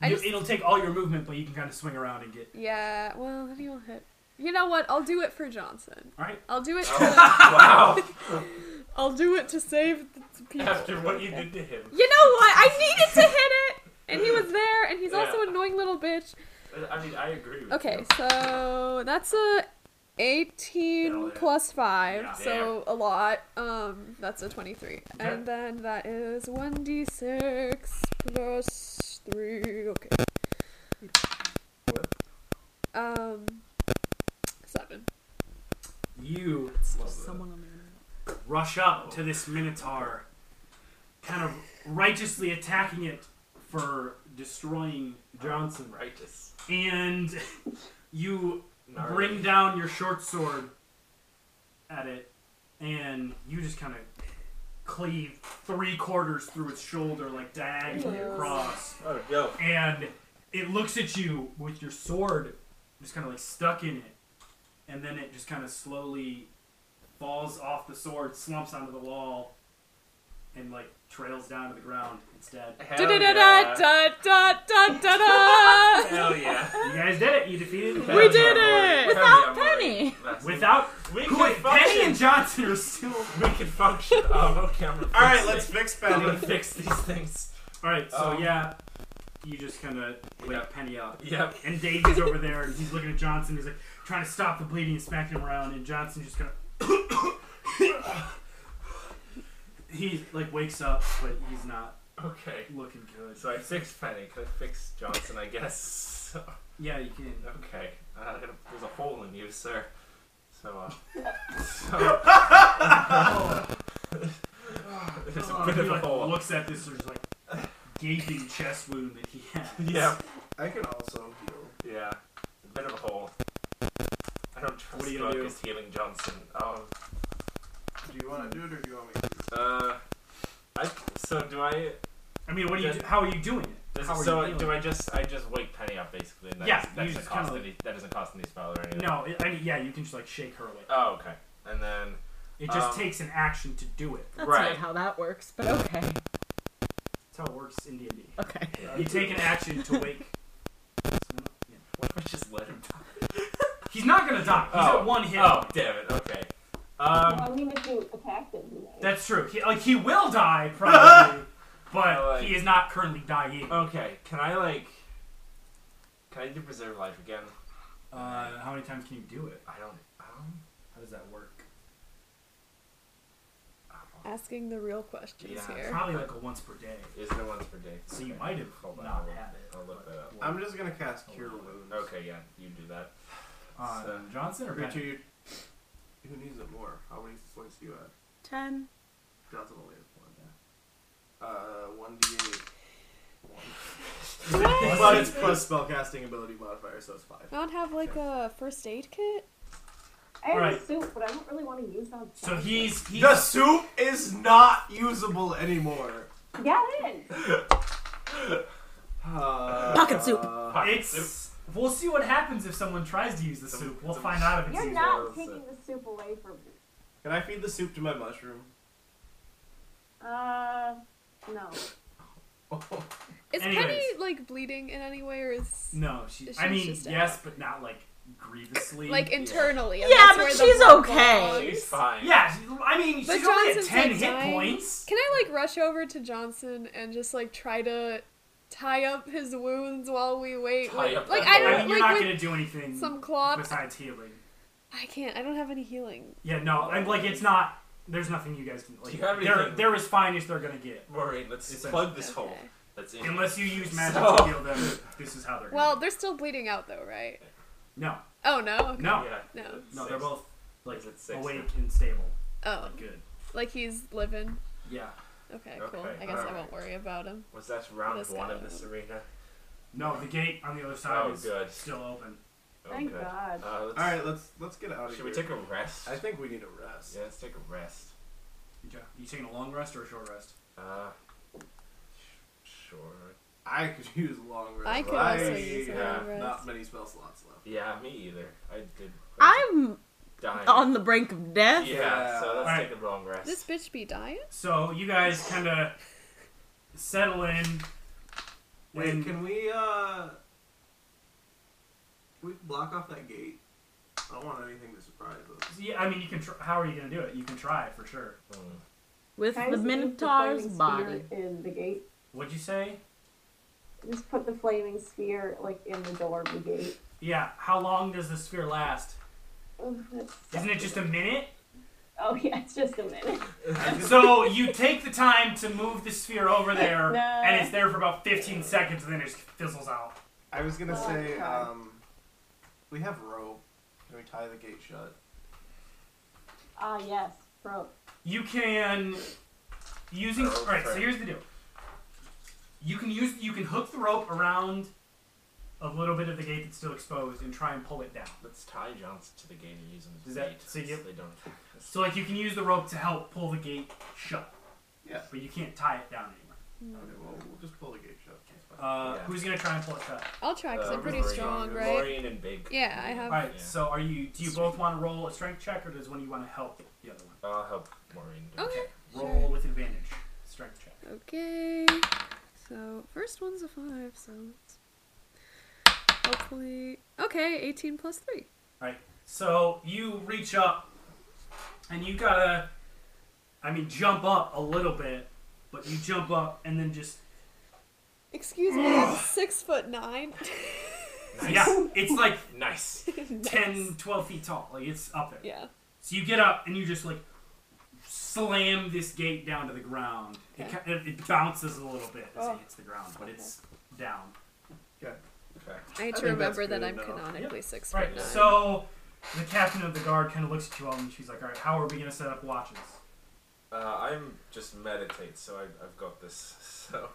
I
You-
just-
It'll take all your movement, but you can kind of swing around and get.
Yeah. Well, then you'll hit. You know what? I'll do it for Johnson.
All right.
I'll do it.
Oh.
To,
wow. [LAUGHS]
I'll do it to save the [LAUGHS] people.
After what you
Okay.
did to him.
You know what? I needed to hit it, and he was there, and he's also
Yeah.
an annoying little bitch.
I mean, I agree with
Okay,
you.
so that's a 18
Hell yeah.
plus 5,
Yeah.
so a lot. Um, that's a 23.
Okay.
And then that is 1d6 plus 3. Okay. Um, Seven.
You
Someone on the internet.
rush up to this minotaur, kind of righteously attacking it for destroying Johnson.
Righteous.
And [LAUGHS] you
Gnarly.
bring down your short sword at it, and you just kind of cleave three quarters through its shoulder, like diagonally across
Oh, yo.
and it looks at you with your sword just kind of like stuck in it and then it just kind of slowly falls off the sword slumps onto the wall and like trails down to the ground instead
Hell
Da-da-da-da,
yeah.
[LAUGHS]
da-da-da-da-da.
Hell yeah.
you guys did it you defeated it
Hell
did
yeah,
it!
Maury.
Without
Hell yeah, Maury.
Penny.
That's-
without
We
who
can
Penny and
function.
Johnson are still
We can function. [LAUGHS] Oh, okay. I'm gonna
[LAUGHS] All right,
fix
let's
it.
fix
I'm
Penny.
gonna fix these things.
all right so
Um,
yeah you just kind of wake
Yeah.
Penny up
Yep.
and Davey's over there and he's looking at Johnson he's like trying to stop the bleeding and smacking him around and Johnson just kind of [COUGHS] he like wakes up but he's not
Okay.
looking good.
So I fixed Penny. Could I fix Johnson? I guess. [LAUGHS]
Yeah, you can.
Okay. Uh, there's a hole in you, sir. So. Uh, so [LAUGHS] there's a bit
he
of a
like,
hole.
looks at this. There's like gaping chest wound that he has.
Yeah.
I can also heal.
Yeah. A bit of a hole. I don't trust
are you gonna do?
Marcus healing Johnson. Um.
Do you want to do it or do you want me to?
Uh. I. So do I?
I mean, what are you?
Does-
how are you doing it?
Does,
how are
so
you
do
feeling?
I just I just wake Penny up basically? And that
Yeah,
doesn't-
you
That doesn't
just
cost
kinda
any. That doesn't cost any spell or anything.
No, it, I mean, yeah, you can just like shake her away.
Oh, okay. And then
It just
um,
takes an action to do it.
That's
Right.
not how that works, but okay.
That's how it works in D and D.
Okay.
You take an action to wake.
what if I just let him die?
He's not gonna die. He's
Oh.
at one hit.
Oh, damn it. Okay. Um.
Well, we need to attack them tonight.
That's true. He, like he will die probably, [LAUGHS] but
Like-
he is not currently dying.
Okay. Can I like? Can I do preserve life again?
Uh, how many times can you do it?
I don't. Um.
How does that work?
Asking the real questions
Yeah.
[LAUGHS]
here.
Probably like a once per day.
Is there once per day?
So you
Okay.
might have
Hold on,
not
I'll-
had it.
I'll look
but-
that up.
I'm just gonna cast Cure Wounds.
Okay. Yeah. You do that.
On
So-
Johnson or
Creature
Benny?
you. Who needs it more? How many points do you have?
Ten.
Johnson only has one. Uh, one d eight. Well, it's plus spellcasting ability modifier, so it's five.
Not have like a first aid kit?
I have
Alright.
a suit, but I don't really want to use that.
So he's he's
The soup is not usable anymore.
Get in!
Uh,
Pocket soup.
it's. We'll see what happens if someone tries to use the soup. We'll
some-
find out if it's
You're
used.
not
so-
taking the soup away from me.
Can I feed the soup to my mushroom?
Uh, no.
Is Penny
Anyways.
like bleeding in any way, or is
No, she.
She's
I mean,
just
yes, but not like grievously.
like internally? and
Yeah,
that's
but
where the
she's
blood
okay.
belongs?
She's fine.
yeah, she- I mean, she's
But
only at
Johnson's,
ten
like,
hit
dying.
points.
Can I like rush over to Johnson and just like try to tie up his wounds while we wait?
Tie
with-
up
like
that
I
hole.
don't
I mean, you're
like
not
with
gonna do anything
some cloth.
besides healing.
I can't. I don't have any healing.
Yeah, no, and like it's not. There's nothing you guys can. Like,
Do you have
they're
anything?
they're as fine as they're gonna get.
Maureen, let's
Essentially.
plug this
Okay.
hole. That's in.
Unless you use magic
So-
to heal them, this is how they're. gonna
Well, they're still bleeding out though, right?
be. no,
Oh no. Okay.
no,
Yeah.
No.
it's
no,
six.
they're both like
Is it six?
awake and stable.
Oh,
Like, good.
like he's living.
Yeah.
Okay,
Okay,
cool. I guess I
alright.
won't worry about him.
Was that round
This
one
guy.
of this arena?
No, the gate on the other side
Oh,
is
good.
still open.
Oh,
Thank
good.
God.
Uh, let's,
All right, let's let's get out of
Should
here.
we take a rest?
I think we need a rest.
Yeah, let's take a rest.
Okay. You taking a long rest or a short rest?
Uh, sh- sure.
I could [LAUGHS] use a long rest.
I could
but
also
I
use a long
have
rest.
Not many spell slots left.
Yeah, me either. I did.
I'm
dying.
on the brink of
Yeah,
death.
so let's
Alright.
take a long rest.
This bitch be dying.
So you guys kind of settle in.
Wait,
When
can we uh, can we block off that gate? I don't want anything to surprise us.
yeah, I mean, you can. Tr- how are you gonna do it? You can try for sure.
Mm.
With
Can I
the
just leave
Minotaur's
flaming
body.
sphere In the gate.
What'd you say?
Just put the flaming sphere, like, in the door of the gate.
Yeah. How long does the sphere last?
Ugh, that's-
Isn't it just a minute?
Oh, [LAUGHS] yeah, it's just a minute.
So you take the time to move the sphere over there,
No.
and it's there for about 15 seconds, and then it just fizzles out.
I was gonna
Oh,
say,
God.
um, we have rope.
Can
Can we tie the gate shut?
Ah, yes, broke.
You can using
Rope
all right. So
trick.
here's the deal. You can use you can hook the rope around a little bit of the gate that's still exposed and try and pull it down.
Let's tie Johnson to the gate and use him as
Does that-
bait
so you-
they don't attack us.
So like you can use the rope to help pull the gate shut,
Yeah.
but you can't tie it down anymore.
Okay, well, we'll just pull the gate shut. It's fine.
Uh,
Yeah.
Who's gonna try and pull it shut?
I'll try because
Uh,
I'm pretty
Lorraine-
strong, right?
Lorraine and Big.
Yeah, I
All
have.
right.
Yeah.
So are you? Do you both want to roll a strength check, or does one of you want to help the other one?
I'll help Maureen. do it.
Okay.
Roll with advantage. Strength check.
Okay. So first one's a five, so it's hopefully okay. 18 plus three.
Right. So you reach up, and you gotta, I mean, jump up a little bit, but you jump up and then just
Excuse me,
[SIGHS]
I'm six foot nine. [LAUGHS]
Nice.
yeah, it's like
Nice.
10, 12 feet tall. Like it's up there.
Yeah.
So you get up and you just like slam this gate down to the ground. It,
Okay.
ki- it, it bounces a little bit as
Oh.
it hits the ground, but it's down.
Okay.
I need
I
to
think that's
remember that
good
I'm
enough.
canonically six
Right.
foot nine.
So the captain of the guard kind of looks at you all and she's like, "All right, how are we gonna set up watches?"
Uh, I'm just meditate, so I, I've got this. [LAUGHS] So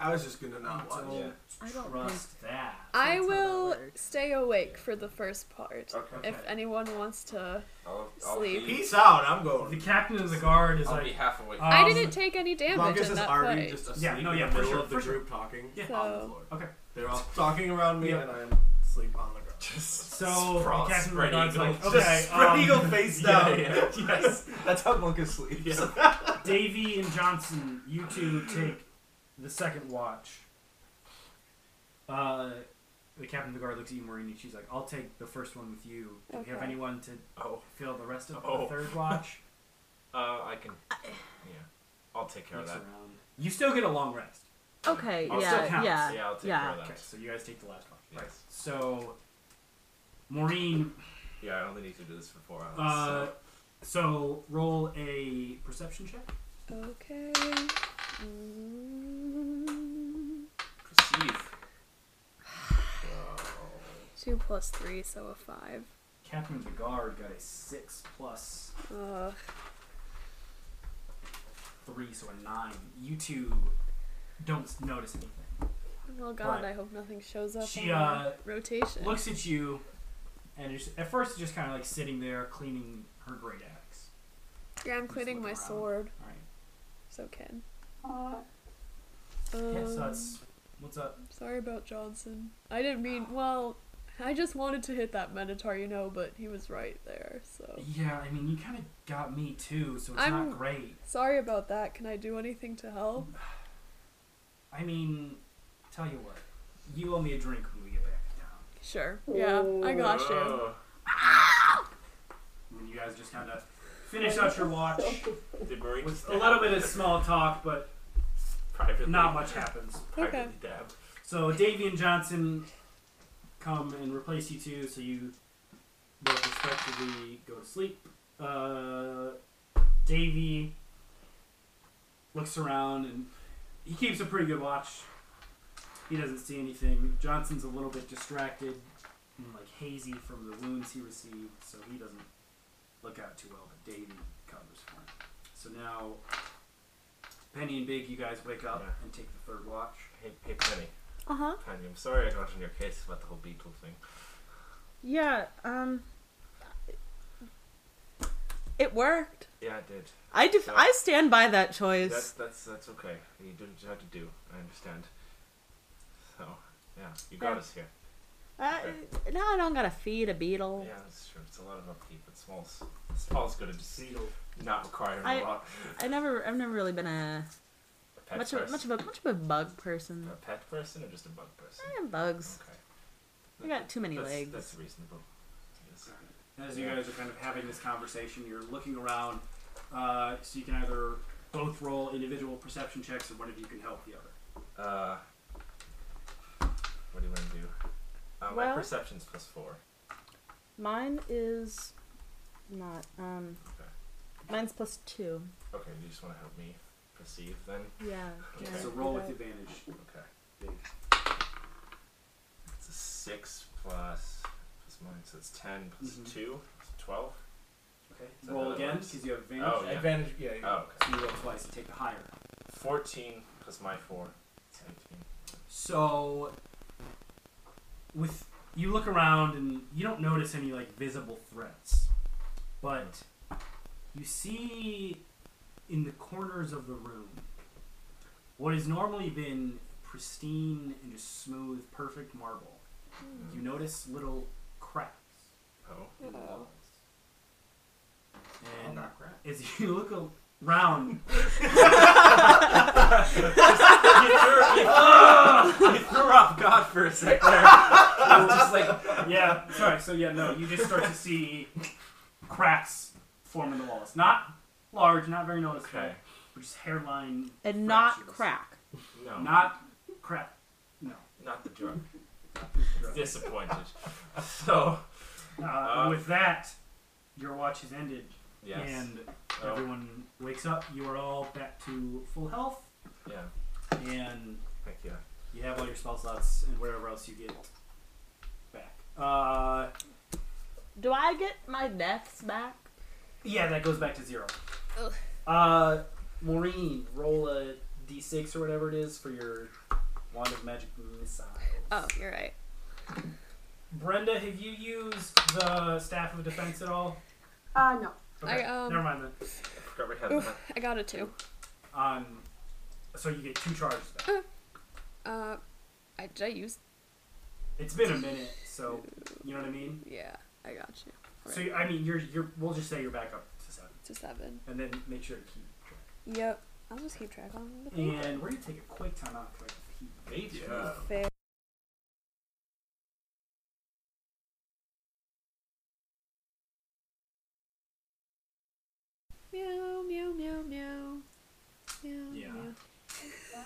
I was just gonna not watch.
Don't
yeah.
I don't
Trust that.
That's
I
how that
will
works.
stay awake for the first part.
Okay.
If anyone wants to,
I'll, I'll
Sleep.
Be,
Peace out. I'm
The
going.
captain of the guard is
I'll
like,
be half awake.
Uh,
I
Um,
didn't take any damage
Mongus
in
is
that
already
fight.
just asleep
Yeah, no, yeah,
in the
for
middle
sure,
of the
for sure.
group talking
Yeah.
on the
So-
floor.
okay.
They're all talking around me,
Yeah.
and I am asleep on the ground.
[LAUGHS] Just
So
sprawl,
the captain of the
spread
guard's
eagle.
like,
Just
okay,
spread
um, [LAUGHS]
eagle face
yeah, [LAUGHS]
down.
yeah.
Yes, that's how Monka sleeps.
Davy and Johnson, you two take the second watch. Uh, the captain of the guard looks at you, Maureen, and she's like, I'll take the first one with you. Do we have
Okay.
anyone to
[LAUGHS] Oh,
fill the rest of
Oh.
the
[LAUGHS]
third watch?
uh, I can. Yeah, I'll take care of
Looks
that.
around. You still get a long rest.
Okay,
Oh, it still
yeah,
counts.
yeah,
Yeah, I'll take care of that.
Okay, so you guys take the last watch.
Yes.
Right. So, Maureen,
Yeah, I only need to do this for four hours.
uh,
so.
so roll a perception check.
Okay. Mm, [SIGHS]
Perceive.
two plus three, so a five.
Captain of the guard got a six plus
Uh,
three, so a nine. You two don't s- notice anything.
oh god,
Right.
I hope nothing shows up
She,
on my
uh,
rotation.
Looks at you, and is, at first it's just kind of like sitting there cleaning her great axe.
yeah, I'm
just
cleaning
look
my
around.
sword,
All right.
so Ken.
Uh,
Um,
yeah, so that's what's up.
Sorry about Johnson. I didn't mean. Well, I just wanted to hit that Minotaur, you know, but he was right there. So
Yeah, I mean you kind of got me too, so it's
oh. I'm-
not great.
sorry about that. Can I do anything to help?
I mean, tell you what, you owe me a drink when we get back in town.
Sure. Yeah, I got you.
Oh,
And then you guys just kind of finish out your watch
did Maureen
with
just
a little
dab?
bit of small talk, but
Privately.
not much happens.
Privately
Okay.
dab.
So Davy and Johnson come and replace you two, so you both respectively go to sleep. Uh, Davy looks around and he keeps a pretty good watch. He doesn't see anything. Johnson's a little bit distracted and like hazy from the wounds he received, so he doesn't look out too well. But Davy covers for him. So now Penny and Big, you guys wake up
Yeah.
and take the third watch.
Hey, hey, Penny.
Uh huh.
Penny, I'm sorry I got on your case about the whole beetle thing.
Yeah. Um. It worked.
Yeah, I did.
I def-
Yeah.
I stand by that choice.
That's that's that's okay. You did what you had to do. I understand. So yeah, you got
Yeah.
us here.
Uh, no, I don't gotta feed a beetle.
Yeah, that's true. It's a lot of upkeep, but small's small's good to just
Seal.
not requiring
I-
a lot.
I never, I've never really been a
A pet
much of
person.
much of a much of a bug person.
a pet person or just a bug person?
Eh, bugs.
Okay.
I got too many
that's,
legs.
That's reasonable. Yes.
As you guys are kind of having this conversation, you're looking around, uh, so you can either both roll individual perception checks, or one of you can help the other.
Uh, what do you want to do? Uh, my
Well-
perception's plus four.
Mine is not. Um,
Okay.
mine's plus two.
Okay, you just want to help me perceive then?
Yeah.
Okay.
yeah.
So roll with advantage.
Okay.
Big.
It's a six plus plus plus mine, so it's 10 plus
Mhm.
2, so 12.
Okay.
Is that
Roll
another
again
one?
because you have advantage.
Oh, yeah.
Advantage. Yeah. you-
Oh, okay.
So you roll twice. You take the higher.
14 plus my 4, 17.
So, with you look around and you don't notice any like visible threats, but you see in the corners of the room what has normally been pristine and just smooth, perfect marble. You notice little cracks, [LAUGHS]
Oh.
Uh-oh.
and
not crap.
as you [LAUGHS] look around,
you, threw, you, threw, you threw off God for a second
[LAUGHS]
there.
just like yeah, sorry. So yeah, no, you just start to see cracks form in the walls. Not large, not very noticeable,
Okay.
but just hairline
And not
Fractures.
crack.
No, not,
Not crap. No. Uh,
not the drug.
drug.
Disappointed. So,
Uh,
Uh,
with that, your watch is ended,
yes.
and
Oh,
everyone wakes up. You are all back to full health,
yeah,
and
thank you.
you have all your spell slots and whatever else you get back. Uh,
Do I get my deaths back?
yeah, that goes back to zero.
Ugh.
Uh, Maureen, roll a d6 or whatever it is for your wand of magic missiles.
Oh, you're right.
Brenda, have you used the staff of defense at all?
Uh, no.
I, um,
Never mind then.
I forgot we had
Oof.
that.
I got a two.
Um, so you get two charges back.
Uh, I, did I use?
It's been a minute, so you know what I mean.
Yeah, I got you.
So you- I mean, you're you're. We'll just say you're back up to seven,
It's a seven.
and then make sure to keep track.
Yep. I'll just keep track on the paper.
And we're gonna take a quick time out for the heat.
Me too.
Fair. Meow, meow, meow, meow. Meow,
Yeah.
meow.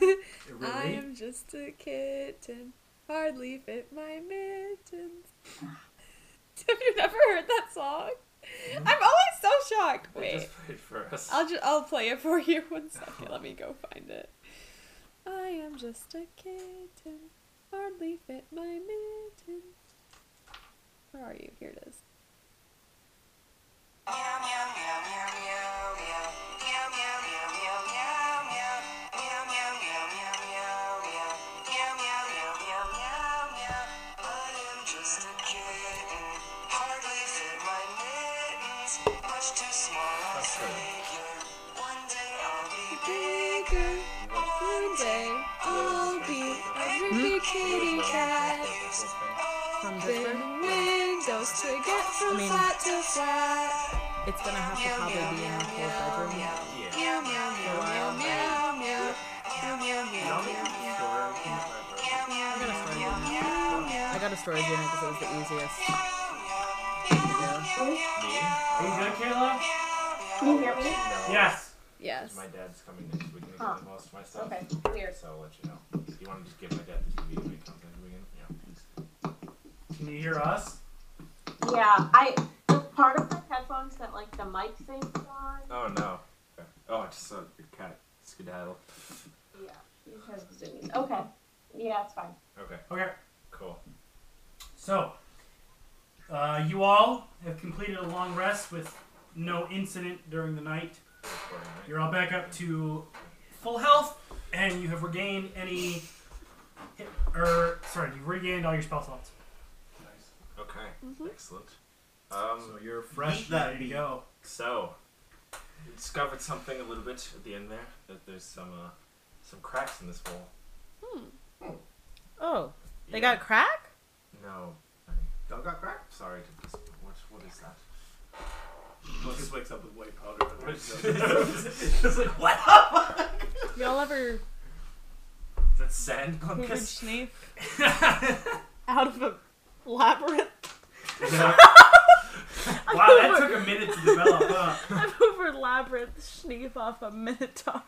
It
I
Really?
am just a kitten, hardly fit my mittens. [LAUGHS] Have you never heard that song?
Hmm.
I'm always so shocked.
They
Wait.
just played for us.
I'll just I'll play it for [LAUGHS] you one second. Let me go find it. I am just a kitten, hardly fit my mitten. Where are you? Here it is.
That's good.
Bigger one day, I'll be a big kitty cat. [LAUGHS]
From this
Big
one,
windows to get
I
from
mean-
flat to flat.
it's gonna have to probably be in our fourth bedroom.
Yeah.
Meow meow meow meow meow meow meow meow meow.
I got a storage unit. I got a storage unit because it was the easiest. to
Are you good, Kayla?
Can you hear me?
Yes.
Yes.
My dad's coming next week and he's
Huh.
getting most of my stuff.
Okay, weird.
So I'll let you know. Do you want to just give my dad the TV when he comes in? We can, yeah.
Can you hear us?
Yeah, I. The part of the headphones that, like, the mic thing's on.
Oh no. Oh, I just saw your cat skedaddle.
Yeah, you have zoomies. Okay. Yeah, it's fine.
Okay,
Okay.
cool.
So, uh, you all have completed a long rest with no incident during the night.
Recording, right?
You're all back up to full health, and you have regained any. Hit, or sorry, you've regained all your spell slots.
Okay, excellent. Um,
So you're
Fresh,
that
ready to go.
so we discovered something a little bit at the end there. That there's some uh, some cracks in this wall.
Oh, they
Yeah.
got crack?
no.
Dog got cracked.
Sorry to dis- what, what is that?
Just wakes up with white powder.
[LAUGHS] it's like what?
Y'all ever
Is that sand?
hoovered
Glunkus?
Snape
[LAUGHS]
out of a labyrinth?
Wow, that took a minute to develop, huh?
I've hoovered labyrinth Snape off a minotaur.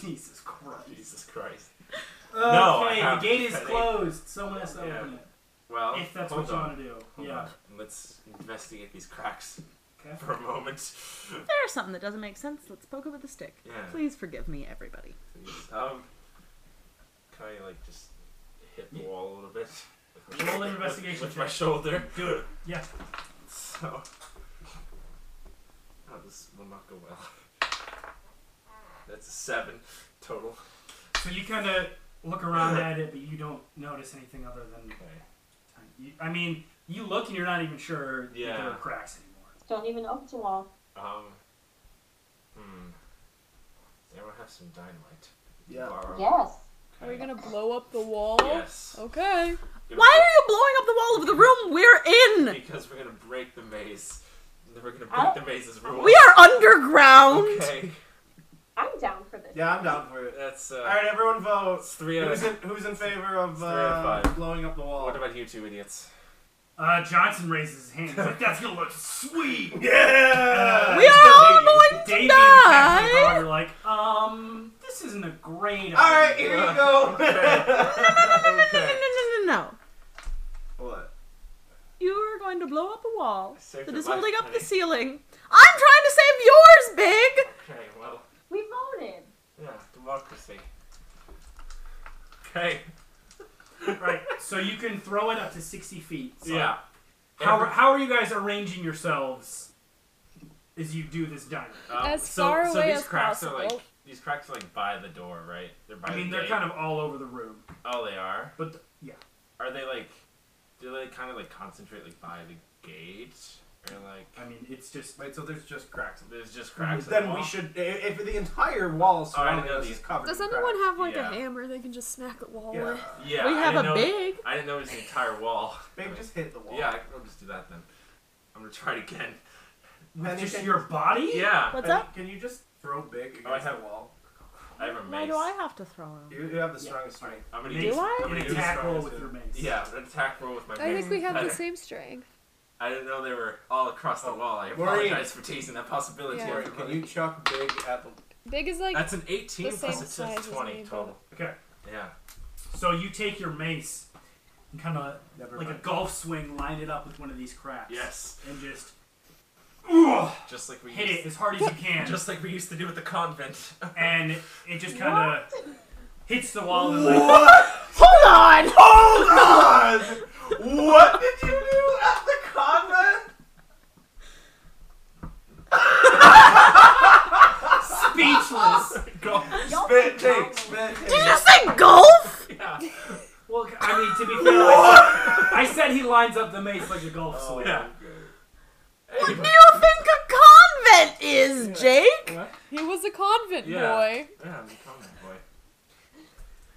Jesus Christ.
Jesus Christ. [LAUGHS] No, I
Okay, the
haven't.
gate is
They-
closed. Someone has to
Yeah.
open it.
Well,
If that's
hold
what you
on.
want to do.
Hold
yeah.
on. Let's investigate these cracks [LAUGHS]
Okay.
for a moment.
There's something that doesn't make sense. Let's poke it with a stick.
Yeah.
Please forgive me, everybody.
Please. Um, can I like just hit the wall a little bit? with
Roll
[LAUGHS]
an
with-
investigation
with my
check.
shoulder.
Do it. Yeah.
So, oh, this will not go well. That's a seven total.
So you kind of look around at it, but you don't notice anything other than.
Okay.
You, I mean, you look and you're not even sure that there
Yeah.
are cracks anymore.
Don't even open the wall.
Um. Hmm. Anyone have some dynamite?
Yeah.
Borrow.
Yes.
Are we gonna blow up
[LAUGHS]
the wall?
Yes.
Okay.
Why are you blowing up the wall of the room we're in?
Because we're gonna break the maze. We're gonna break
I-
the maze's rules.
We are underground.
Okay.
I'm down for this.
Yeah, I'm down for it.
That's uh.
All right, everyone vote.
It's three out of.
Who's in, who's in favor of
Three out
uh,
of five.
blowing up the wall? [LAUGHS]
What about you two idiots?
Uh, Johnson raises his hand. He's like, that's gonna look sweet.
[LAUGHS] yeah!
We are all going to
Davey and Captain
die.
Brown are like, um, this isn't a great.
All right,
idea."
here you go.
No,
[LAUGHS]
Okay.
no, no, no, no.
what?
You are going to blow up a wall
Saved
that
your
is holding
life,
up the
honey.
ceiling. I'm trying to save yours, Big.
Okay. Well.
We voted.
Yeah. Democracy. Okay.
Right. So you can throw it up to sixty feet. So
yeah.
How are, how are you guys arranging yourselves as you do this dynamite?
Um,
As
so,
far
so
away
these
as
cracks are
possible.
like these cracks are like by the door, right? They're by
I mean,
the
they're
gate.
kind of all over the room,
Oh, they are.
but th- yeah.
Are they like? Do they kind of like concentrate like by the gate or like?
I mean, it's just
Wait, so there's just cracks.
There's just cracks. in the
Mm-hmm. Then we
wall?
should. i- If the entire wall surrounding
know
us
these.
is covered.
Does
in
anyone have like
Yeah.
a hammer they can just smack the wall
cracks.
with?
Yeah.
Yeah.
we
I
have
didn't
a
know-
big.
I didn't notice the entire wall.
Babe, just hit the wall.
Yeah, I- I'll just do that then. I'm gonna try
[LAUGHS]
it again.
with just
Anything-
your body.
Yeah.
What's
Can-
up?
Can you just throw big against
Oh, I have-
the wall?
I have a
Why
mace.
do I have to throw him?
You, you have the
Yeah.
strongest strength.
I'm gonna
Mace.
use.
Do I?
I'm
An
gonna use
attack roll
strongest-
with your mace.
Yeah, an attack roll with my
I
mace.
think we have
I,
the same strength.
I didn't know they were all across the wall. I
Maureen.
apologize for teasing that possibility.
Yeah.
Sorry,
everybody.
Can you chuck big at the?
Big is like
That's an 18
the
plus
same
it
size as
says 20
me,
total.
Okay.
Yeah.
So you take your mace and kind of
Never
like a
mind.
golf swing, line it up with one of these cracks.
Yes.
And just
[LAUGHS] Just like we
hit
used,
it as hard as you can.
Just like we used to do with the [LAUGHS] convent.
and it just kind of hits the wall
[LAUGHS]
and like
What?
Hold on.
Hold on! what did you do at the convent?
speechless.
[LAUGHS]
Y'all
Spit
think y'all
take, spit
Did
take.
you say golf?
yeah.
Well, I mean, to be fair,
[LAUGHS]
I said, I said he lines up the mace like a golf swing.
Oh, yeah.
What do you think a convent is, Jake?
he was a convent
Yeah.
boy.
Yeah, I'm a convent boy.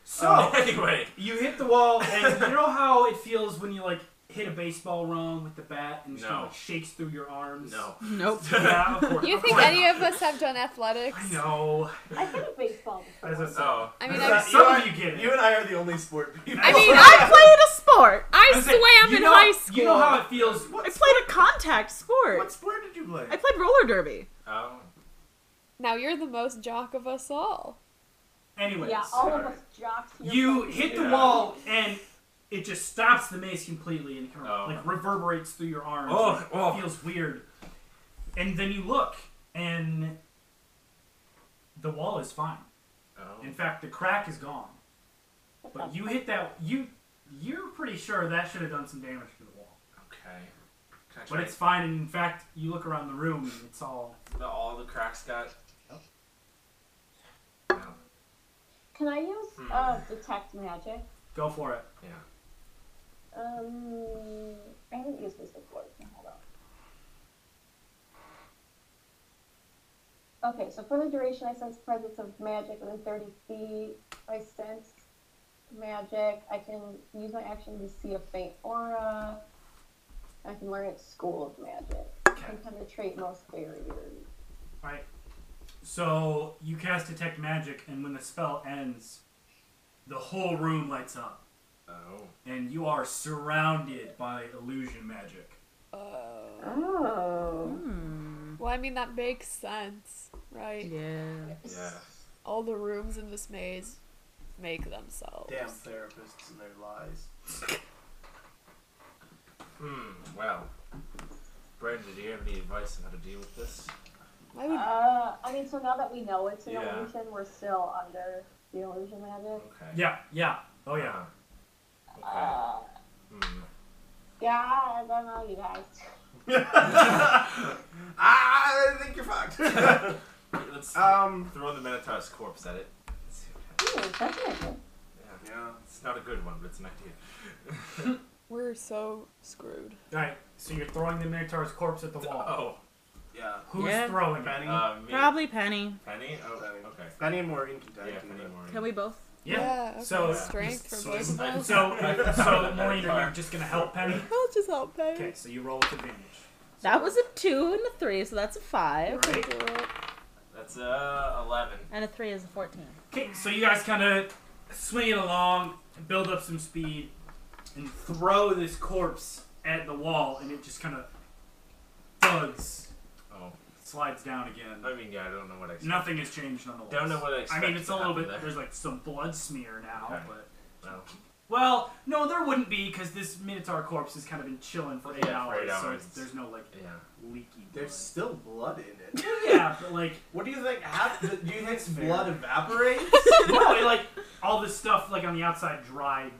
So
Oh. [LAUGHS] anyway.
you hit the wall, and you know how it feels when you like hit a baseball wrong with the bat and it kind
No.
of like, shakes through your arms.
No. [LAUGHS]
Nope.
Yeah, of course.
You think
Of course.
any of us have done athletics?
I know.
I played baseball before.
As a,
Oh.
I mean,
Is
I,
that-
s-
Some of you get it.
You and I are the only sport people.
I
mean, I played a sport.
I
Listen,
swam
you
in
know-
high school.
You know how it feels.
I played a contact
[LAUGHS] What
sport.
sport did you play?
I played roller derby.
Oh.
now you're the most jock of us all.
Anyways,
Yeah, all of us jocks. here
you
played.
hit the
Yeah.
wall and it just stops the mace completely and kind of
Oh.
like reverberates through your arms.
Oh,
It
oh.
feels weird. And then you look and the wall is fine.
Oh.
In fact, the crack is gone. But you hit that you you're pretty sure that should have done some damage to the wall.
Okay. Can I
But
try
it's fine and in fact you look around the room and it's all
the, all the cracks got?
Nope.
Wow.
Can I use
Hmm.
uh, detect magic?
go for it.
Yeah.
Um, I haven't used this before. so hold on. Okay, so for the duration, I sense presence of magic within 30 feet. I sense magic. I can use my action to see a faint aura. I can learn its school of magic. I
Okay.
can penetrate most barriers.
Right. So you cast detect magic, and when the spell ends, the whole room lights up,
Oh.
and you are surrounded by illusion magic.
Oh.
Oh.
Well, I mean, that makes sense, right?
Yeah.
Yeah.
All the rooms in this maze make themselves.
Damn therapists and their
[LAUGHS]
lies. [LAUGHS]
Hmm. Well. Brandon, do you have any advice on how to deal with this?
I would
Uh, I mean, so now that we know it's an
Yeah.
illusion, we're still under the illusion magic.
Okay.
Yeah, yeah. Oh, yeah.
Uh, Okay.
Uh,
Hmm.
Yeah, I don't know, you guys.
Ah, I think
[LAUGHS]
you're fucked.
Let's
um.
throw the Minotaur's corpse at it. Let's see what happens.
Ooh, that's not good.
Yeah.
Yeah.
It's not a good one, but it's an idea.
We're so screwed. [LAUGHS]
Alright, so you're throwing the Minotaur's corpse at the wall.
oh,
Yeah.
Who's
Yeah.
throwing it?
Benny.
uh, me,
Probably Penny.
Penny. Oh,
Penny.
okay.
Benny and Maureen can tag
Yeah,
team
Penny
it.
Maureen.
Can we both?
Yeah.
okay.
So-
strength for
So
both of
I'm-
us.
[LAUGHS]
So, so Maureen, are you
Minotaur.
just gonna help Penny?
I'll just help Penny.
Okay, so you roll with advantage.
That was a two and a three, so that's a five.
I can do it.
That's uh eleven.
And a three is a fourteen.
Okay, so you guys kind of swing it along, build up some speed, and throw this corpse at the wall, and it just kind of thuds,
Oh,
slides down again.
I mean, yeah, I don't know what I.
Nothing has changed on the wall.
Don't know what I.
I mean, it's a little bit.
expected to
There's
happen
like some blood smear now,
Okay.
but
there. No.
well, no, there wouldn't be because this minotaur corpse has kind of been chilling for eight,
Yeah,
hours,
for eight
so
hours.
it's, there's no like
Yeah.
leaky. Blood.
There's still blood in it.
yeah, but like [LAUGHS]
What do you think? Happened? Do you
That's
think
fair.
blood
[LAUGHS]
evaporates?
no, it, like all this stuff like on the outside dried.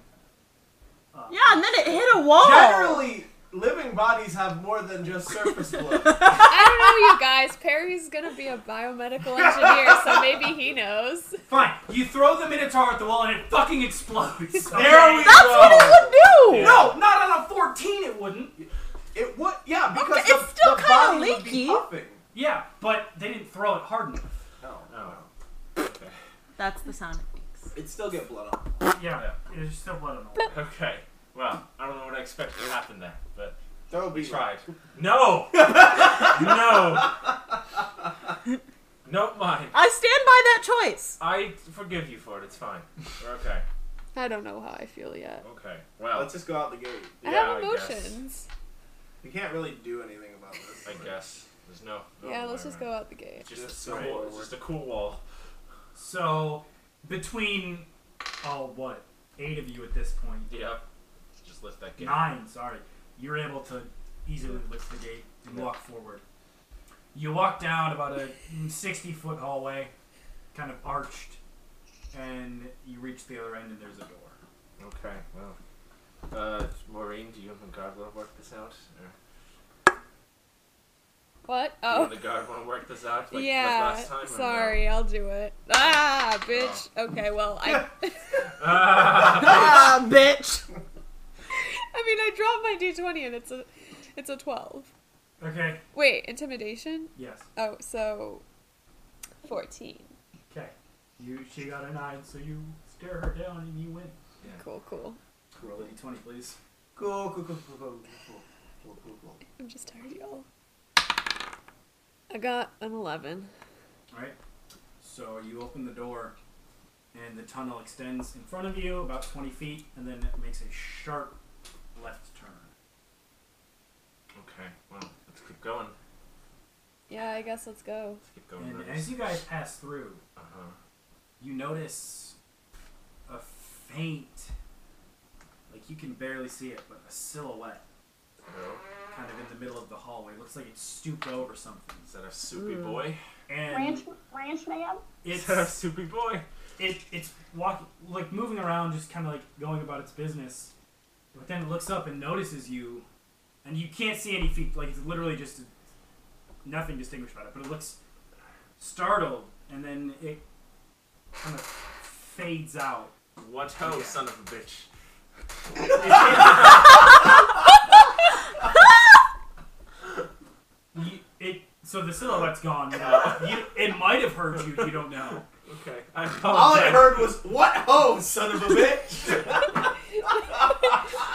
Uh,
Yeah, and then it hit a wall.
Generally, living bodies have more than just surface
[LAUGHS]
blood.
I don't know, you guys. Perry's gonna be a
[LAUGHS]
biomedical engineer, so maybe he knows.
Fine. You throw the Minotaur at the wall and it fucking [LAUGHS] explodes.
there we
go.
That's
go.
what it would do.
No, not on a 14 it wouldn't.
It would, yeah, because
Okay,
the,
it's still
the
kinda
body would be
leaky.
puffing.
Yeah, but they didn't throw it hard enough.
No,
Oh.
That's the sound it makes.
it still get blood on.
Yeah, there's still blood on the wall.
Okay. Well, I don't know what I expected to happen there, but
There will be
we tried. No. no. Nope, mine.
I stand by that
[LAUGHS]
choice.
I forgive you for it. It's fine. We're okay.
I don't know how I feel yet.
Okay. Well,
Let's just go out the gate.
I
yeah,
have
guess.
emotions.
We can't really do anything about this.
I guess. There's no. no
yeah,
other
let's
way
just
around.
go out the gate.
It's just,
Just
a
go
cool, it's
forward.
just a cool wall.
So, between, oh, what? Eight of you at this point.
Yep. Just lift that gate.
Nine, sorry. You're able to easily lift the gate and walk forward. You walk down about a 60 foot hallway, kind of arched, and you reach the other end and there's a door. [LAUGHS]
Okay. Well. Uh, Maureen, do you and the guard want to work this out? Or
What?
do you
Oh.
and the guard want to work this out? Like,
yeah,
Like last time, or no? Oh.
sorry, I'll do it. Ah, bitch. Okay, well, I, [LAUGHS]
Ah, bitch.
I mean, I dropped my d twenty and it's a, it's a twelve.
Okay.
Wait, intimidation?
Yes.
Oh, so, fourteen.
Okay. You she got a nine, so you stare her down and you win.
Cool, cool.
Roll a d20, please.
Cool, cool, cool, cool, cool, cool, cool, cool, cool.
I'm just tired, y'all. I got an eleven.
All right. So you open the door, and the tunnel extends in front of you about 20 feet, and then it makes a sharp left turn.
Okay. Well, let's keep going.
Yeah, I guess let's go.
Let's keep going.
And
Rose.
as you guys pass through,
Uh-huh.
you notice a faint, like you can barely see it, but a silhouette
Hello?
kind of in the middle of the hallway. Looks like it's stooped over something.
Is that a soupy boy?
And
Ranch, ranch man?
Is that a [LAUGHS]
Hmm. it's
soupy boy?
it it's walking like moving around just kind of like going about its business but then it looks up and notices you and you can't see any feet like it's literally just nothing distinguished about it but it looks startled and then it kind of fades out
What ho, son of a bitch!
you, it so the silhouette's gone now. you, it might have heard you you don't know
Okay. [LAUGHS] I
[LAUGHS] All I
apologize.
heard was, what ho, son of [LAUGHS] a bitch!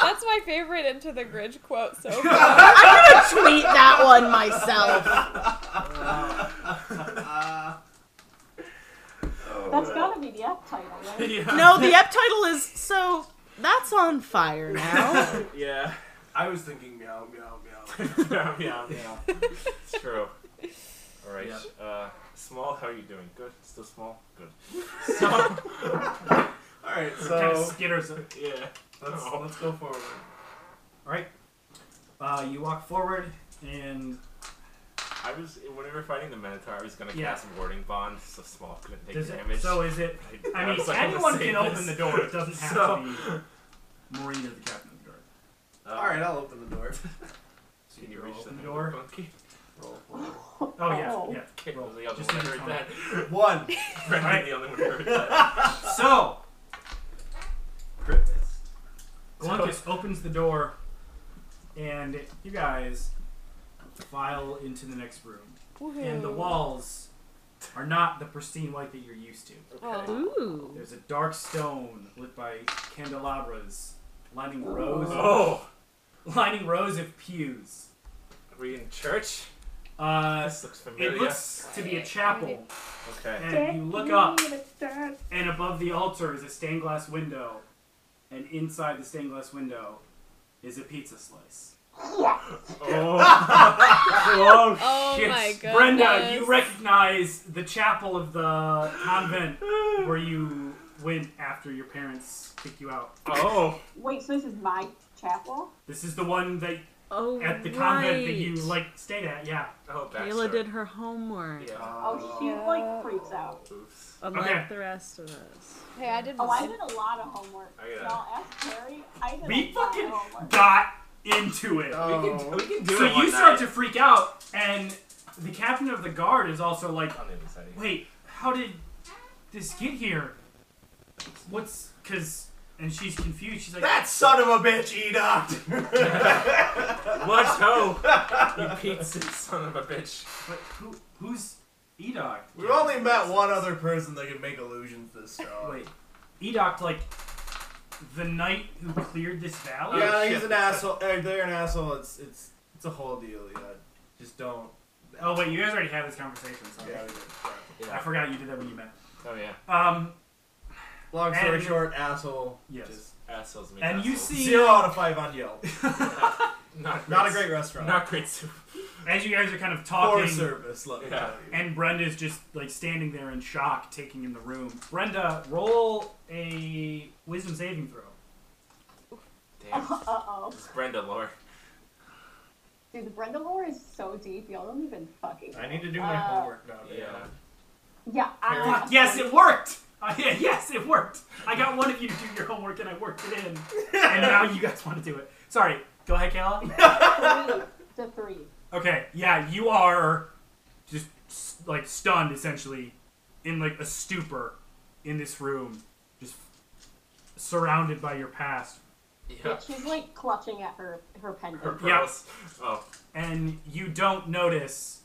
That's my favorite Into the Gridge quote
[LAUGHS]
so far.
Tweet that one myself.
That's gotta be the F title, right?
yeah.
No, the ep title is so that's on fire now.
Yeah.
[LAUGHS]
I was thinking meow, meow, meow.
yeah. Yeah.
meow.
It's true. All right.
Yeah.
Uh, small. How are you doing? Good. Still small.
[LAUGHS]
Good. So
Alright,
it kind of
so
skitters
yeah. [LAUGHS]
let's,
Oh.
let's go forward.
all right uh, you walk forward and
I was when we were fighting the Minotaur. I was gonna
Yeah.
cast warding bond. So small couldn't take
Does it-
damage.
so is it? I mean,
was like, I'm gonna
anyone
save
can open
this.
the door. It doesn't have
So-
to be Maureen or the captain of the guard.
Uh,
All right, I'll open the door.
So can you
You're
reach
open
the
the
door?
door?
[LAUGHS] Monkey?
Roll. roll.
Oh yeah,
Oh.
yeah.
Okay,
Roll.
well, the other
Just
one
in
heard
your
that.
One.
[LAUGHS] Right. the other one heard that.
So
uh, Crit miss.
Glunkus opens the door, and you guys file into the next room. And the walls are not the pristine white that you're used to.
Okay.
[LAUGHS] Ooh.
There's a dark stone lit by candelabras, lining rows,
Oh,
lining rows of pews.
are we in church?
Uh,
This looks familiar.
it looks to be a chapel,
[LAUGHS] Okay.
and you look up, and above the altar is a stained glass window, and inside the stained glass window is a pizza slice.
Oh,
Oh
Shit.
my god.
Brenda, you recognize the chapel of the convent where you went after your parents kicked you out.
oh.
Wait, so this is my chapel?
This is the one that
Oh,
at the
right.
convent that you like stayed at. Yeah.
Oh, backstory.
Kayla did her homework,
Yeah.
Oh, she like freaks out.
Oops.
unlike
Okay.
the rest of us.
Hey, I didn't.
Oh, I did a lot of homework.
I gotta-
Y'all ask Terry. I did a
We
lot
fucking
of
Oh
homework. [LAUGHS]
got into it.
We can, we can do
Oh. so
it Uh, one
you start
night.
to freak out, and the captain of the guard is also like,
On the other side. of you.
"Wait, how did this get here? What's because?" And she's confused. She's like,
That son of a bitch, Enoch. [LAUGHS]
What? Oh, you pizza son of a bitch.
"But who? Who's Edoc?"
We've only met one other person that can make illusions this strong.
Wait, Edoc, like the knight who cleared this valley?
Yeah, he's
shit.
an asshole. uh, They're an asshole. It's it's it's a whole deal. Yeah, just don't.
Oh wait, you guys already had this conversation. Sorry,
Yeah, we did.
I
Sorry.
forgot you did that when you met.
Oh yeah.
Um,
Long story
And-
short, asshole.
Yes.
Just
Assholes make
and you
assholes.
see
zero out of five on Yelp.
Not
Not a great restaurant.
Not great soup.
as you guys are kind of
Poor
talking.
service. Let me
Yeah.
tell you.
And Brenda's just like standing there in shock, taking in the room. Brenda, roll a wisdom saving throw.
Damn.
Uh oh.
This is Brenda lore.
Dude, the Brenda lore is so deep. Y'all don't even fucking.
I need to do my
Uh,
homework now. dude.
Yeah.
Yeah, I.
Fuck,
Fuck, Uh, yes, it worked! Uh, [LAUGHS] yeah, yes, it worked! I got one of you to do your homework and I worked it in. And now you guys want to do it. Sorry, go ahead, Kayla.
Three, the three.
Okay, yeah, you are just s- like stunned essentially, in like a stupor in this room, just surrounded by your past.
Yeah.
Bitch, she's like clutching at her her pendant.
Her
Yeah.
pearls. Oh.
and you don't notice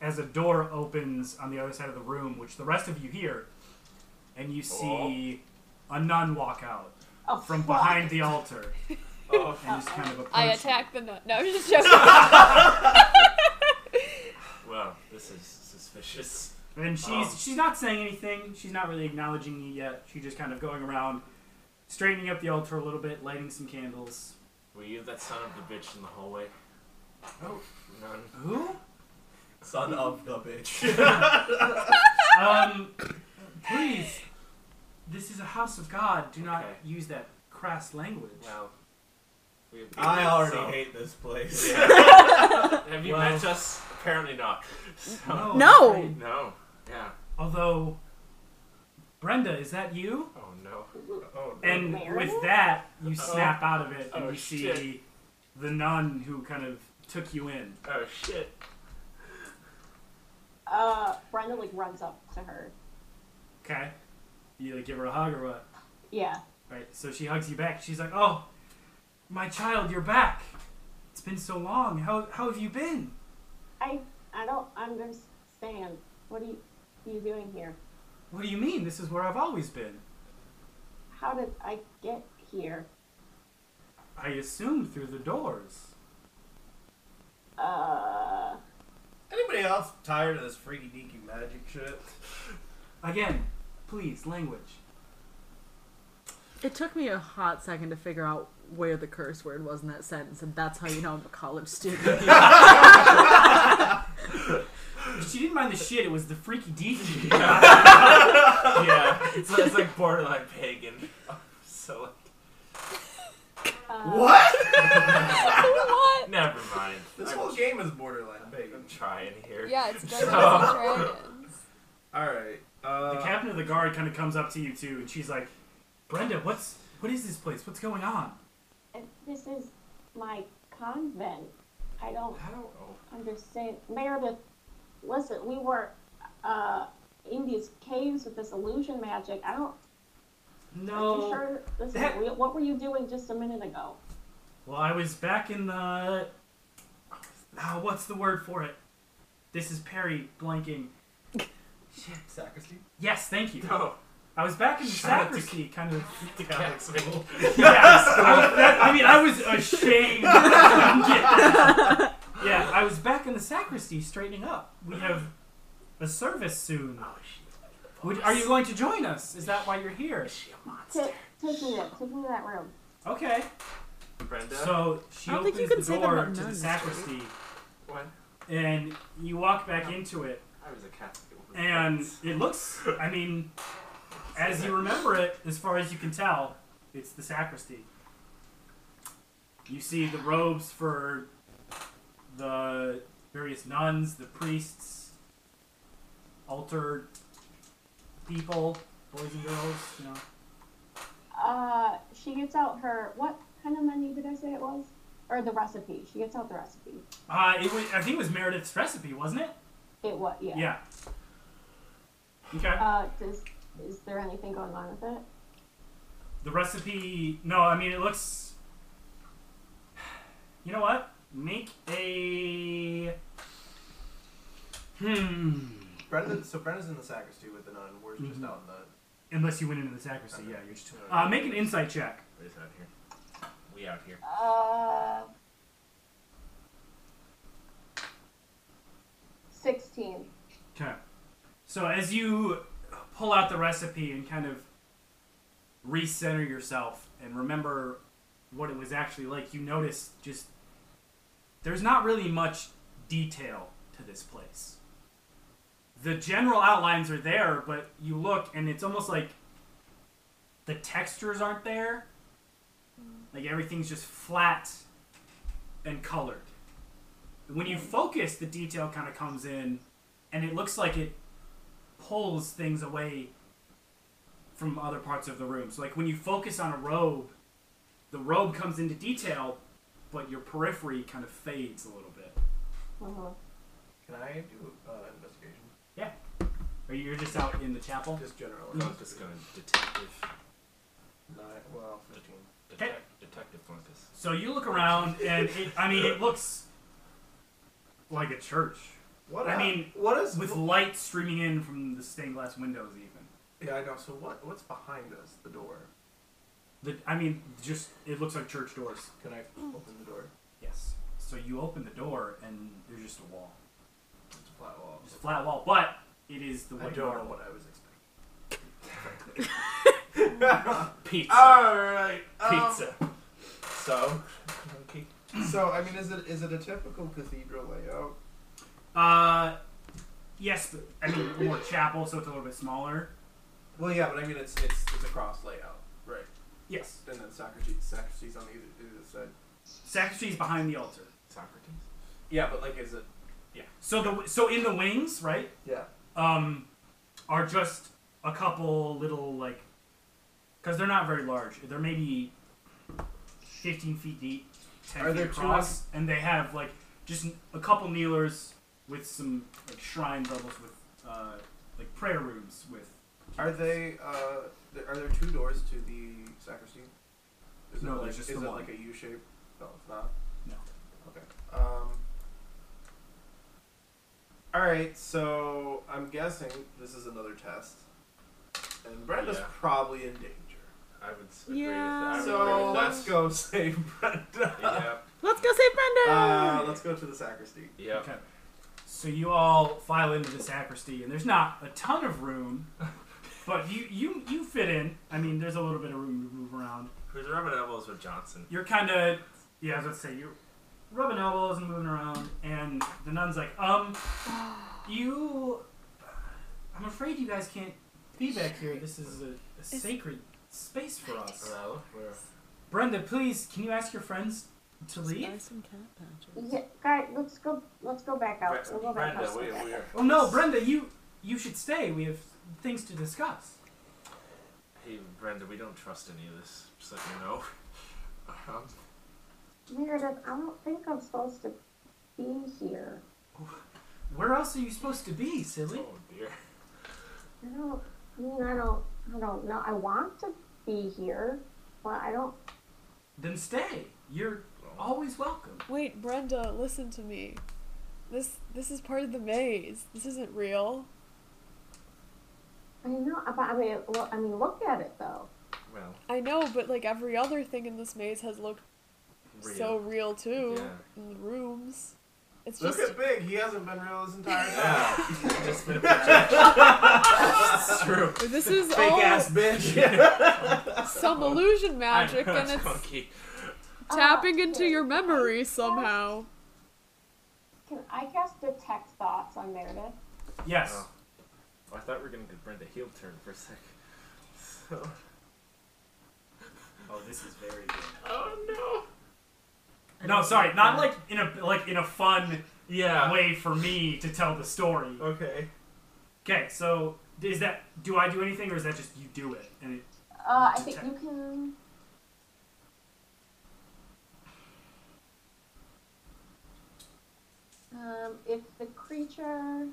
as a door opens on the other side of the room, which the rest of you hear, and you see a nun walk out
oh,
from
fuck.
behind the
[LAUGHS]
altar
Oh.
and just kind of approach.
I attack the nut. No, I'm just joking. [LAUGHS]
Well, this is suspicious.
you. And she's
Oh.
she's not saying anything. She's not really acknowledging you yet. She's just kind of going around, straightening up the altar a little bit, lighting some candles.
Were you that son of a bitch in the hallway?
Oh.
None.
Who?
Son of the bitch.
Um, please. This is a house of God. Do not
Okay.
use that crass language.
Well. we have
I
been,
already
so-
hate this
[LAUGHS]
place.
Have you
Well-
met us? Apparently not. [LAUGHS] So,
I'm
No.
afraid-
No. Yeah.
Although, Brenda, is that you?
Oh no.
Oh, no.
And
Mary?
with that, you snap out of it and
Oh,
you see
shit.
the nun who kind of took you in.
Oh shit.
Uh, Brenda like runs up to her.
Okay? You like give her a hug or what?
Yeah.
Right? So she hugs you back. She's like, "Oh, my child, you're back. It's been so long. How how have you been?"
I I don't understand. What are you, you doing here?
What do you mean? This is where I've always been.
How did I get here?
I assumed through the doors.
Uh,
[LAUGHS] Anybody else tired of this freaky deaky magic shit?
Again, please, language.
It took me a hot second to figure out where the curse word was in that sentence, and that's how you know I'm a college student.
[LAUGHS] She didn't mind the shit. It was the freaky
[LAUGHS]
deaky.
yeah. It's, it's like borderline pagan. [LAUGHS] So like,
uh,
what?
never mind.
[LAUGHS] This
I'm,
whole game is borderline big.
[LAUGHS] I'm trying here.
Yeah, it's Dungeons and Dragons.
Alright.
The
Uh,
captain of the guard kind of comes up to you too, and she's like, "Brenda, what's what is this place? What's going on?"
This is my convent. I don't
How? Oh,
understand. Meredith, listen, we were uh, in these caves with this illusion magic. I don't. Are you
No.
sure this is
That-
real? What were you doing just a minute ago?
Well, I was back in the. Ah, what's the word for it? This is Perry blanking.
Sacristy?
Yes, thank you.
no.
I was back in the
Shout out [LAUGHS] to-
sacristy, kind of.
The Catholics make
[LAUGHS] Yes, I, was- that- I mean, I was ashamed. [LAUGHS] yeah, I was back in the sacristy straightening up. We have a service soon. Would, are you going to join us? Is that why you're here?
Take, take me there. Take me to that room.
Okay.
Brenda.
So she
I don't think
opens
you can
the
say that
door
about
to the
nuns,
sacristy,
what?
and you walk back into it,
I was a Catholic.
and it looks. I mean, as you remember it, as far as you can tell, it's the sacristy. You see the robes for the various nuns, the priests, altar people, boys and girls. You know,
Uh, she gets out her what kind of menu did I say it was? Or the recipe. She gets out the recipe.
uh, it was. I think it was Meredith's recipe, wasn't it?
It what? Yeah.
Yeah. Okay.
Uh, does is there anything going on with it?
The recipe. No, I mean it looks. [SIGHS] You know what? Make a. Hmm.
Brendan, so Brendan's in the sacristy with the nun. We're just out in the.
Unless you went into the sacristy, yeah, you're just.
No,
Mm-hmm. Uh,
no,
make an
no.
insight check.
We're just out here. We out here.
Uh, sixteen.
Okay. So as you pull out the recipe and kind of recenter yourself and remember what it was actually like, you notice just there's not really much detail to this place. The general outlines are there, but you look and it's almost like the textures aren't there. Like everything's just flat and colored. When you focus, the detail kind of comes in and it looks like it pulls things away from other parts of the room. So, like when you focus on a robe, the robe comes into detail, but your periphery kind of fades a little bit.
Uh-huh.
Can I do uh, an investigation?
Or you're just out in the chapel.
Just general.
I
Mm-hmm.
was just going detective.
Nine, well, 15.
Detect, detective Thornkus.
So you look around, and it, I mean, it looks like a church
What
I
hap-
mean,
what is
with light streaming in from the stained glass windows, even.
Yeah, I know. So what? What's behind us? The door.
The, I mean, just it looks like church doors.
Can I open the door?
Yes. So you open the door, and there's just a wall,
It's a flat wall.
just a flat wall, but it is the
I
way
don't
you are
know what I was
[LAUGHS]
expecting.
Pizza.
All right.
Pizza.
Ah! So, okay.
so I mean, is it is it a typical cathedral layout?
Uh, yes, but I mean more chapel, so it's a little bit smaller.
Well, yeah, but I mean, it's it's it's a cross layout, right?
Yes.
And then sacristy sacristies on either, either side.
Sacristy is behind the altar.
Socrates.
Yeah, but like, is it?
So the so in the wings, right?
Yeah.
Um, are just a couple little like, because they're not very large. They're maybe fifteen feet deep, ten
Are
feet
there two
across, and they have like just a couple kneelers with some like shrine levels with uh like prayer rooms with.
Are they? Uh, th- are there two doors to the sacristy? Is
No,
it like,
there's just
is
the
it
one.
like a U shape? No, it's not.
No.
Okay. Um. All right, so I'm guessing this is another test, and Brenda's
Yeah.
probably in danger.
I would s- agree
Yeah.
with that. I would agree
So
with
let's
that.
go [LAUGHS] save
[LAUGHS]
Brenda.
Yep.
Let's go save Brenda.
Uh, let's go to the sacristy.
Yep.
Okay. So you all file into the sacristy, and there's not a ton of room, but you you you fit in. I mean, there's a little bit of room to move around.
Who's rubbing elbows with Johnson?
You're kind of yeah, I was gonna say you're rubbing elbows and moving around, and the nun's like, um, you, I'm afraid you guys can't be back here. This is a, a sacred space for us.
Hello. We're
Brenda, please, can you ask your friends to
Let's buy
leave?
some cat patches.
Yeah, guys, let's go. Let's go back out.
Bre-
We'll go back
Brenda.
out.
We, we are.
Oh no, Brenda, you you should stay. We have things to discuss.
[LAUGHS] Hey, Brenda. We don't trust any of this. Just let you know. Um,
Meredith, I don't think I'm supposed to be here.
Where else are you supposed to be, silly?
Oh dear.
I don't I mean I don't I don't know. I want to be here, but I don't
Then stay. You're always welcome.
Wait, Brenda, listen to me. This this is part of the maze. This isn't real.
I know but I mean look I mean look at it though.
Well,
I know, but like every other thing in this maze has looked
real.
so real too
[LAUGHS]
Yeah.
in the rooms. It's
Look
just
at Big. He hasn't been real this entire [LAUGHS] time.
Yeah. [LAUGHS] Just been a projection. It's true.
this is
Fake
Oh.
all
ass
[LAUGHS]
bitch.
some illusion magic
I know,
and it's
funky.
tapping into
okay.
your memory somehow.
Can I cast detect thoughts on Meredith?
Yes.
Oh. Well, I thought we were gonna do Brenda heel turn for a sec. So.
[LAUGHS] Oh, this is very good.
Oh
No, sorry, not like in a like in a fun
no. Yeah.
way for me to tell the story.
[LAUGHS]
Okay.
Okay, so is that do I do anything or is that just you do it? And it,
Uh, I think you can. Um, if the creature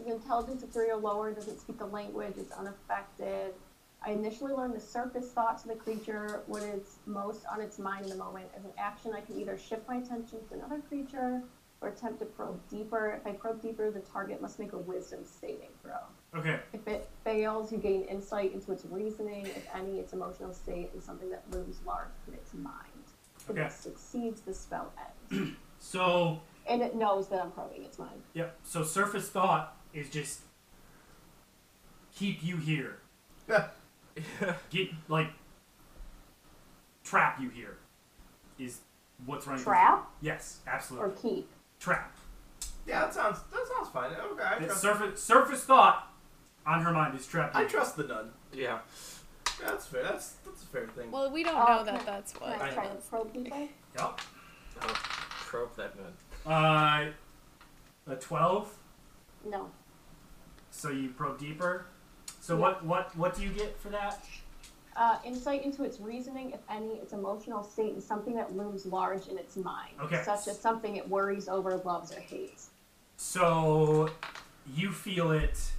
is intelligence of three or lower, doesn't speak the language, is unaffected. I initially learned the surface thoughts of the creature, what is most on its mind in the moment. As an action, I can either shift my attention to another creature or attempt to probe deeper. If I probe deeper, the target must make a wisdom saving throw.
okay,
If it fails, you gain insight into its reasoning, if any, its emotional state, and something that looms large in its mind. If
Okay.
it succeeds, the spell ends.
so
and it knows that I'm probing its mind.
yep, so surface thought is just keep you here, get like trap you here, is what's running. through-
Trap
Yes,
or
absolutely.
keep?
Trap.
yeah, that sounds that sounds fine. Okay, I
That
trust.
surface surface thought on her mind is trap.
I
you.
trust the nun.
Yeah.
That's fair. That's that's a fair thing.
Well, we don't
Oh,
know
can I-
that that's
Can
what.
I
Right.
try to probe people?
Yep.
Oh, probe that nun.
Uh, a twelve.
No.
So you probe deeper. So
Yeah.
what what what do you get for that?
Uh, insight into its reasoning, if any, its emotional state, and something that looms large in its mind,
Okay.
such as something it worries over, loves, or hates.
So you feel it.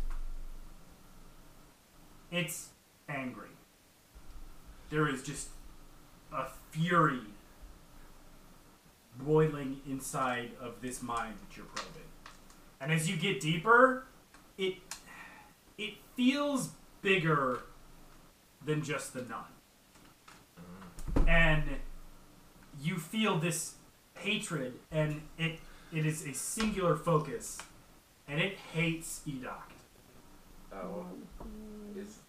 It's angry. There is just a fury boiling inside of this mind that you're probing. And as you get deeper, it it feels bigger than just the nun. And you feel this hatred and it it is a singular focus and it hates Edoc.
Oh. Is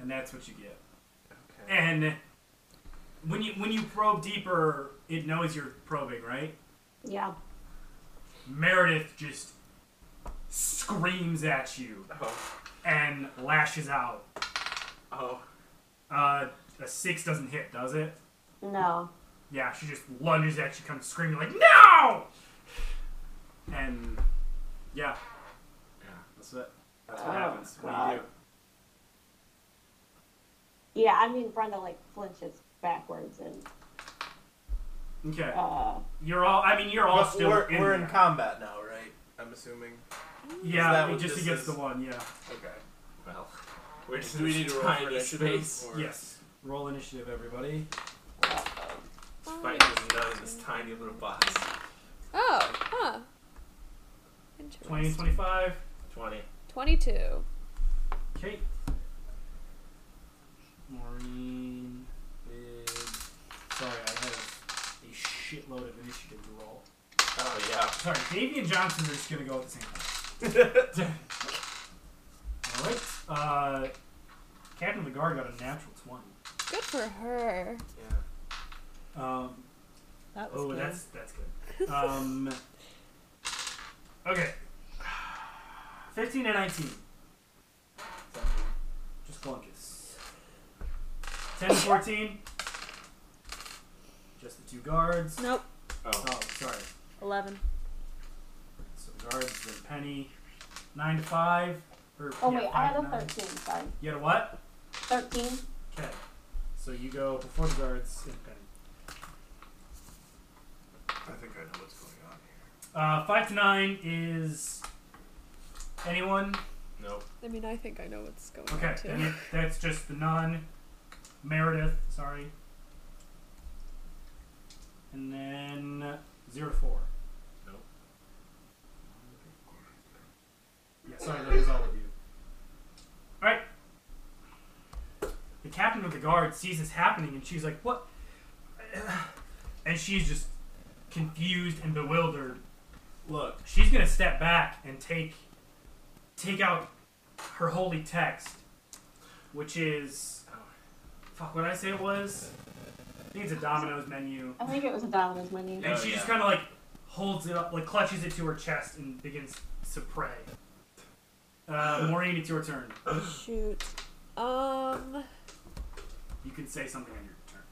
And that's what you get.
okay.
And when you when you probe deeper, it knows you're probing, right?
Yeah.
Meredith just screams at you
Oh.
and lashes out.
Oh.
Uh, a six doesn't hit, does it?
No.
Yeah, she just lunges at you, comes screaming like "No!" And yeah,
Yeah.
that's it. That's what
Oh,
happens. What do you do?
Yeah, I mean, Brenda, like, flinches backwards and,
Okay,
uh,
you're all. I mean, you're all
But
still.
we're
in
we're
there.
in combat now, right? I'm assuming. Is
Yeah,
that
it
what
just
this
against
is?
the one, yeah.
Okay.
Well. We're just
Do we need to roll for
tiny
initiative?
space.
or-
Yes. Roll initiative, everybody.
Fight this nun in this tiny little box.
Oh, huh.
20
Interesting.
25.
Twenty.
22.
Okay. Maureen. Big. Sorry, I have a shitload of initiative to roll.
Oh yeah.
Sorry, Davy and Johnson are just going to go at the same time. Alright. Uh, Captain of the Guard got a natural 20.
Good for her.
Yeah.
Um,
That was
oh,
good.
that's that's good. Um, okay. 15 and 19. Just Glunkus. 10 to 14. Just the two guards.
Nope.
Oh.
Oh, sorry.
Eleven.
So guards, then Penny. 9 to 5. Or,
oh,
yeah,
wait, I had
five to
a
nine.
13, sorry.
You had a what?
13?
Okay. So you go before the guards and Penny.
I think I know what's going on here.
Uh, five to nine is anyone.
Nope.
I mean, I think I know what's going
Okay,
on too.
then it, that's just the nun, Meredith. Sorry. And then zero to four.
Nope.
Yeah, sorry, that is all of you. Alright. The captain of the guard sees this happening and she's like, What? And she's just confused and bewildered. Look, she's gonna step back and take take out her holy text, which is fuck what did I say it was? I think it's a Domino's menu.
I think it was a Domino's menu.
And
Oh,
she
yeah.
just kind of like holds it up, like clutches it to her chest and begins to pray.
[LAUGHS]
Uh, Maureen, it's your turn.
Shoot. Um.
You can say something on your turn.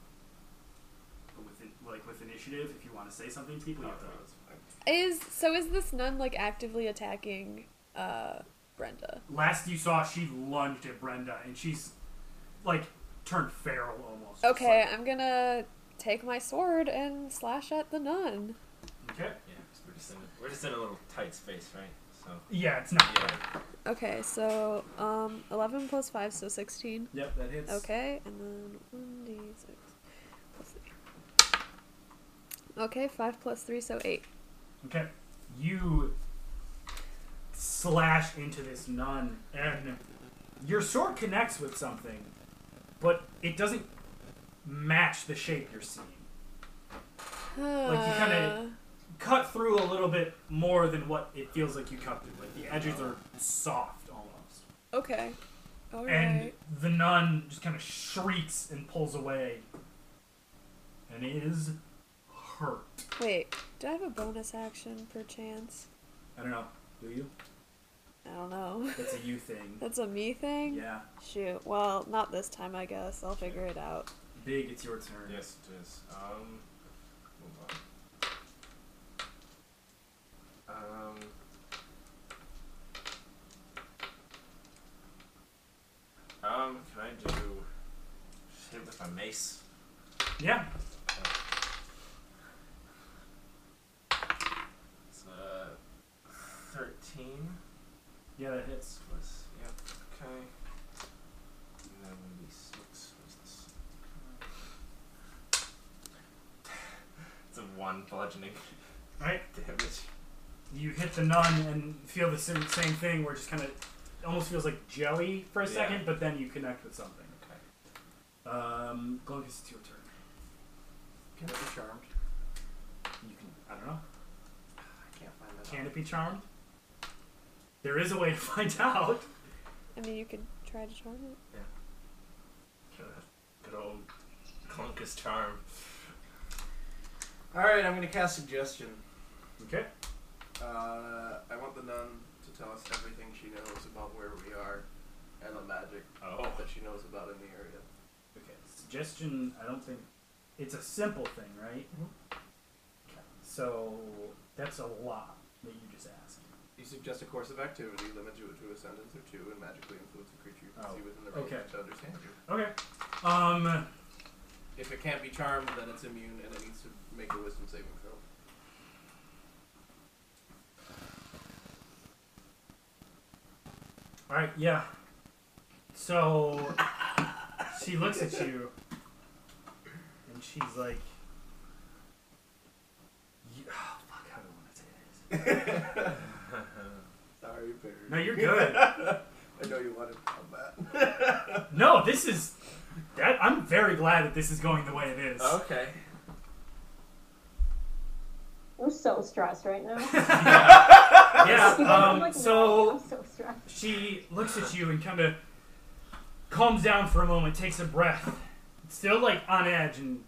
But with in- like with initiative, if you want to say something to people, you have to.
Is so is this nun like actively attacking uh Brenda?
Last you saw, she lunged at Brenda, and she's like turned feral almost. Just
Okay, I'm gonna take my sword and slash at the nun.
like- okay.
Yeah, 'cause we're just in a, we're just in a little tight space, right? So
Yeah, it's not.
yeah,
Okay, so um eleven plus five, so sixteen.
Yep, that hits.
Okay, and then one D six plus three. Okay, five plus three, so eight.
Okay. You slash into this nun, and your sword connects with something, but it doesn't match the shape you're seeing. you kinda- Cut through a little bit more than what it feels like you cut through. Like the edges are soft almost.
Uh, okay. All right.
And the nun just kind of shrieks and pulls away and is hurt.
Wait, do I have a bonus action perchance?
I don't know. Do you?
I don't know. [LAUGHS]
That's a you thing.
That's a me thing.
Yeah.
Shoot. Well, not this time, I guess. I'll figure it out.
Big, it's your turn.
yes, it is. Um, move on. Um, um, can I do just hit with my mace?
Yeah.
It's uh, thirteen.
Yeah, that hits.
was yep. Okay. And then one of these six was this. [LAUGHS] it's a one bludgeoning [LAUGHS]
Alright.
damage.
you hit the nun and feel the same, same thing where it just kind of almost feels like jelly for a
Yeah.
second, but then you connect with something.
Okay.
Um, Glunkus, it's your turn. Can it be charmed? You can. I don't know.
I can't find that.
Can it be charmed? There is a way to [LAUGHS] find out.
I mean, you could try to charm it.
Good, good old Clunkus charm.
All right, I'm gonna cast suggestion.
Okay.
Uh, I want the nun to tell us everything she knows about where we are and the magic
Oh.
that she knows about in the area.
Okay. Suggestion. I don't think it's a simple thing, right?
Mhm.
Okay. So that's a lot that you just asked.
You suggest a course of activity, limit you to a sentence or two, and magically influence a creature you can
Oh,
see within the range
okay.
to understand you.
Okay. Um.
If it can't be charmed, then it's immune and it needs to make a wisdom saving throw.
All right, yeah. So she looks at you and she's like, you, oh, "Fuck, how do I want to say this?"
Sorry, Barry.
No, you're good.
I know you wanted combat.
No, this is. That, I'm very glad that this is going the way it is.
Oh, Okay.
We're so stressed right now. [LAUGHS] I'm [LAUGHS]
Yeah. Um,
like,
so
I'm so stressed.
She looks at you and kind of calms down for a moment, takes a breath, still like on edge, and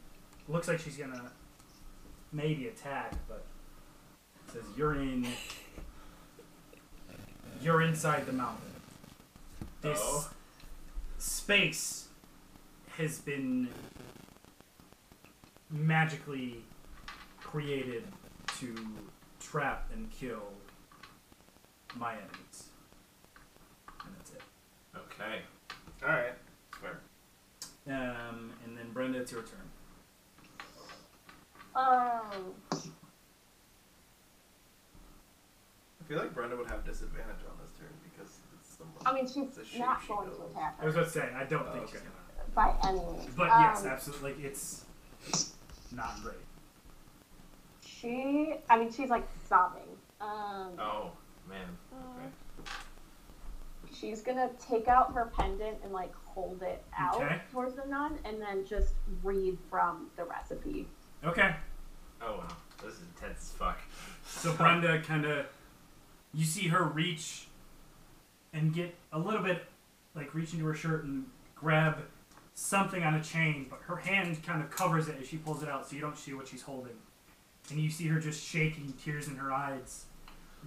looks like she's gonna maybe attack, but says you're in, you're inside the mountain. This
Oh.
space has been magically created to trap and kill my enemies. And that's it.
Okay.
Alright.
Swear.
Um, and then Brenda, it's your turn.
Um,
feel like Brenda would have disadvantage on this turn because it's someone.
I mean,
It's a
she's
shape
not
she
going
knows.
to attack
I was
her
about to say, I don't
Oh,
think she's
okay.
gonna.
by any means.
But
um,
yes, absolutely. Like it's not great.
She, I mean, she's like sobbing. Um,
Oh man. Okay.
She's gonna take out her pendant and like hold it out
Okay.
towards the nun, and then just read from the recipe.
Okay.
Oh wow. This is intense as fuck.
So Brenda kind of, you see her reach and get a little bit, like reach into her shirt and grab something on a chain, but her hand kind of covers it as she pulls it out, so you don't see what she's holding. And you see her just shaking, tears in her eyes.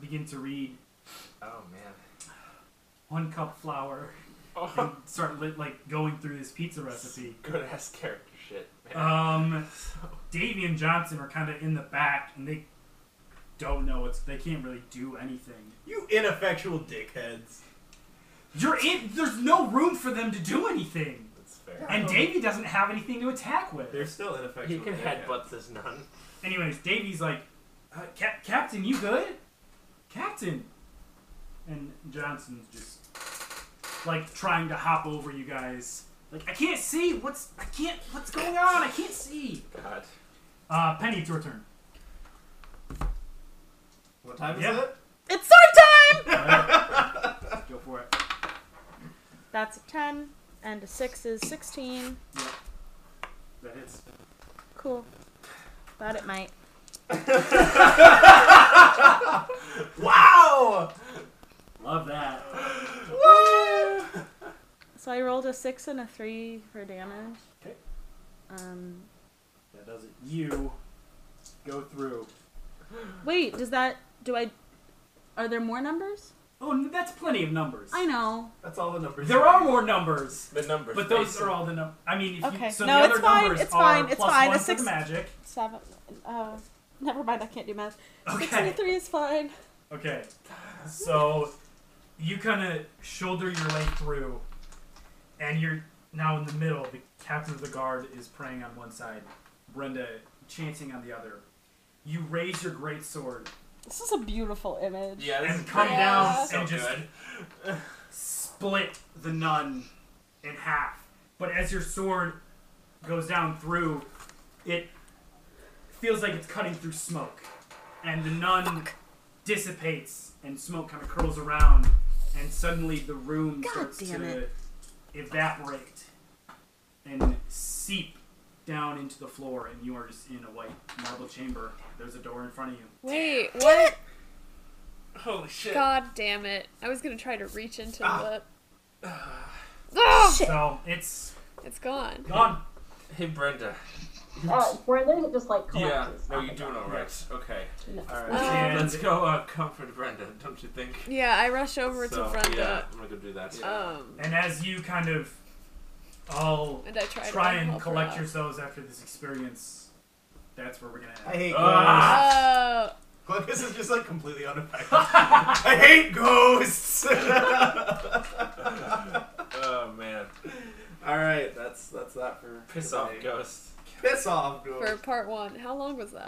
Begin to read
Oh man.
one cup flour and
[LAUGHS] Oh,
[LAUGHS] start li- like going through this pizza recipe.
good ass character shit. [LAUGHS] Man.
Um,
So-
Davy and Johnson are kind of in the back, and they don't know what's. They can't really do anything.
You ineffectual dickheads.
You're in. There's no room for them to do anything,
that's fair.
and Davy doesn't have anything to attack with.
They're still ineffectual.
You can
dickheads.
headbutt this nun.
Anyways, Davy's like, uh, Cap- "Captain, you good? Captain." And Johnson's just like trying to hop over you guys. Like, I can't see what's I can't what's going on. I can't see.
God.
Uh, Penny, it's your turn.
What time is
Yeah.
it?
It's sword time!
Go for it.
That's a 10, and a 6 is 16.
That hits.
Cool. Thought it might.
Wow.
Love that.
So I rolled a 6 and a 3 for damage.
Okay.
Um,
That does it. You go through.
wait, does that. Do I. Are there more numbers?
Oh, n- that's plenty of numbers.
I know.
That's all the numbers.
There are more numbers.
The numbers.
But those
Mason.
are all the num. I mean, if
Okay.
you, so
No,
the
it's
other
fine,
numbers
it's
are
fine, it's
plus
fine,
one
it's
for the
six-
magic.
7. Uh, never mind, I can't do math. 6 and a
Okay.
3 is fine.
Okay. So you kind of shoulder your way through, and you're now in the middle. The captain of the guard is praying on one side, Brenda chanting on the other. You raise your great sword
This is a beautiful image.
Yeah. This
and
is
come
great.
down
So
and just
good.
split the nun in half. But as your sword goes down through, it feels like it's cutting through smoke. And the nun dissipates, and smoke kind of curls around, and suddenly the room
God
starts
damn
to evaporate and seep down into the floor, and you are just in a white marble chamber. There's a door in front of you.
Wait, what?
Holy shit.
God damn it. I was gonna try to reach into
Ah. [SIGHS]
the. Ah!
So it's
It's gone.
gone.
Hey Brenda.
Uh, Brenda just like
Yeah.
collapses.
No, you're doing all right. Okay.
No.
All right.
Um,
let's go uh, comfort Brenda. Don't you think?
Yeah, I rush over
So,
to Brenda.
Yeah, I'm gonna go do that. [LAUGHS]
[LAUGHS]
Um,
And as you kind of all
and I try, to
try and
help her
collect
out.
yourselves after this experience, that's where we're gonna
I
end.
hate
Ah.
Oh,
ghosts. This is just like completely unaffected. [LAUGHS] I hate ghosts. [LAUGHS]
Oh man.
all right, that's that's that for
Piss
today.
off, ghost.
Piss off, ghost.
for part one. How long was that?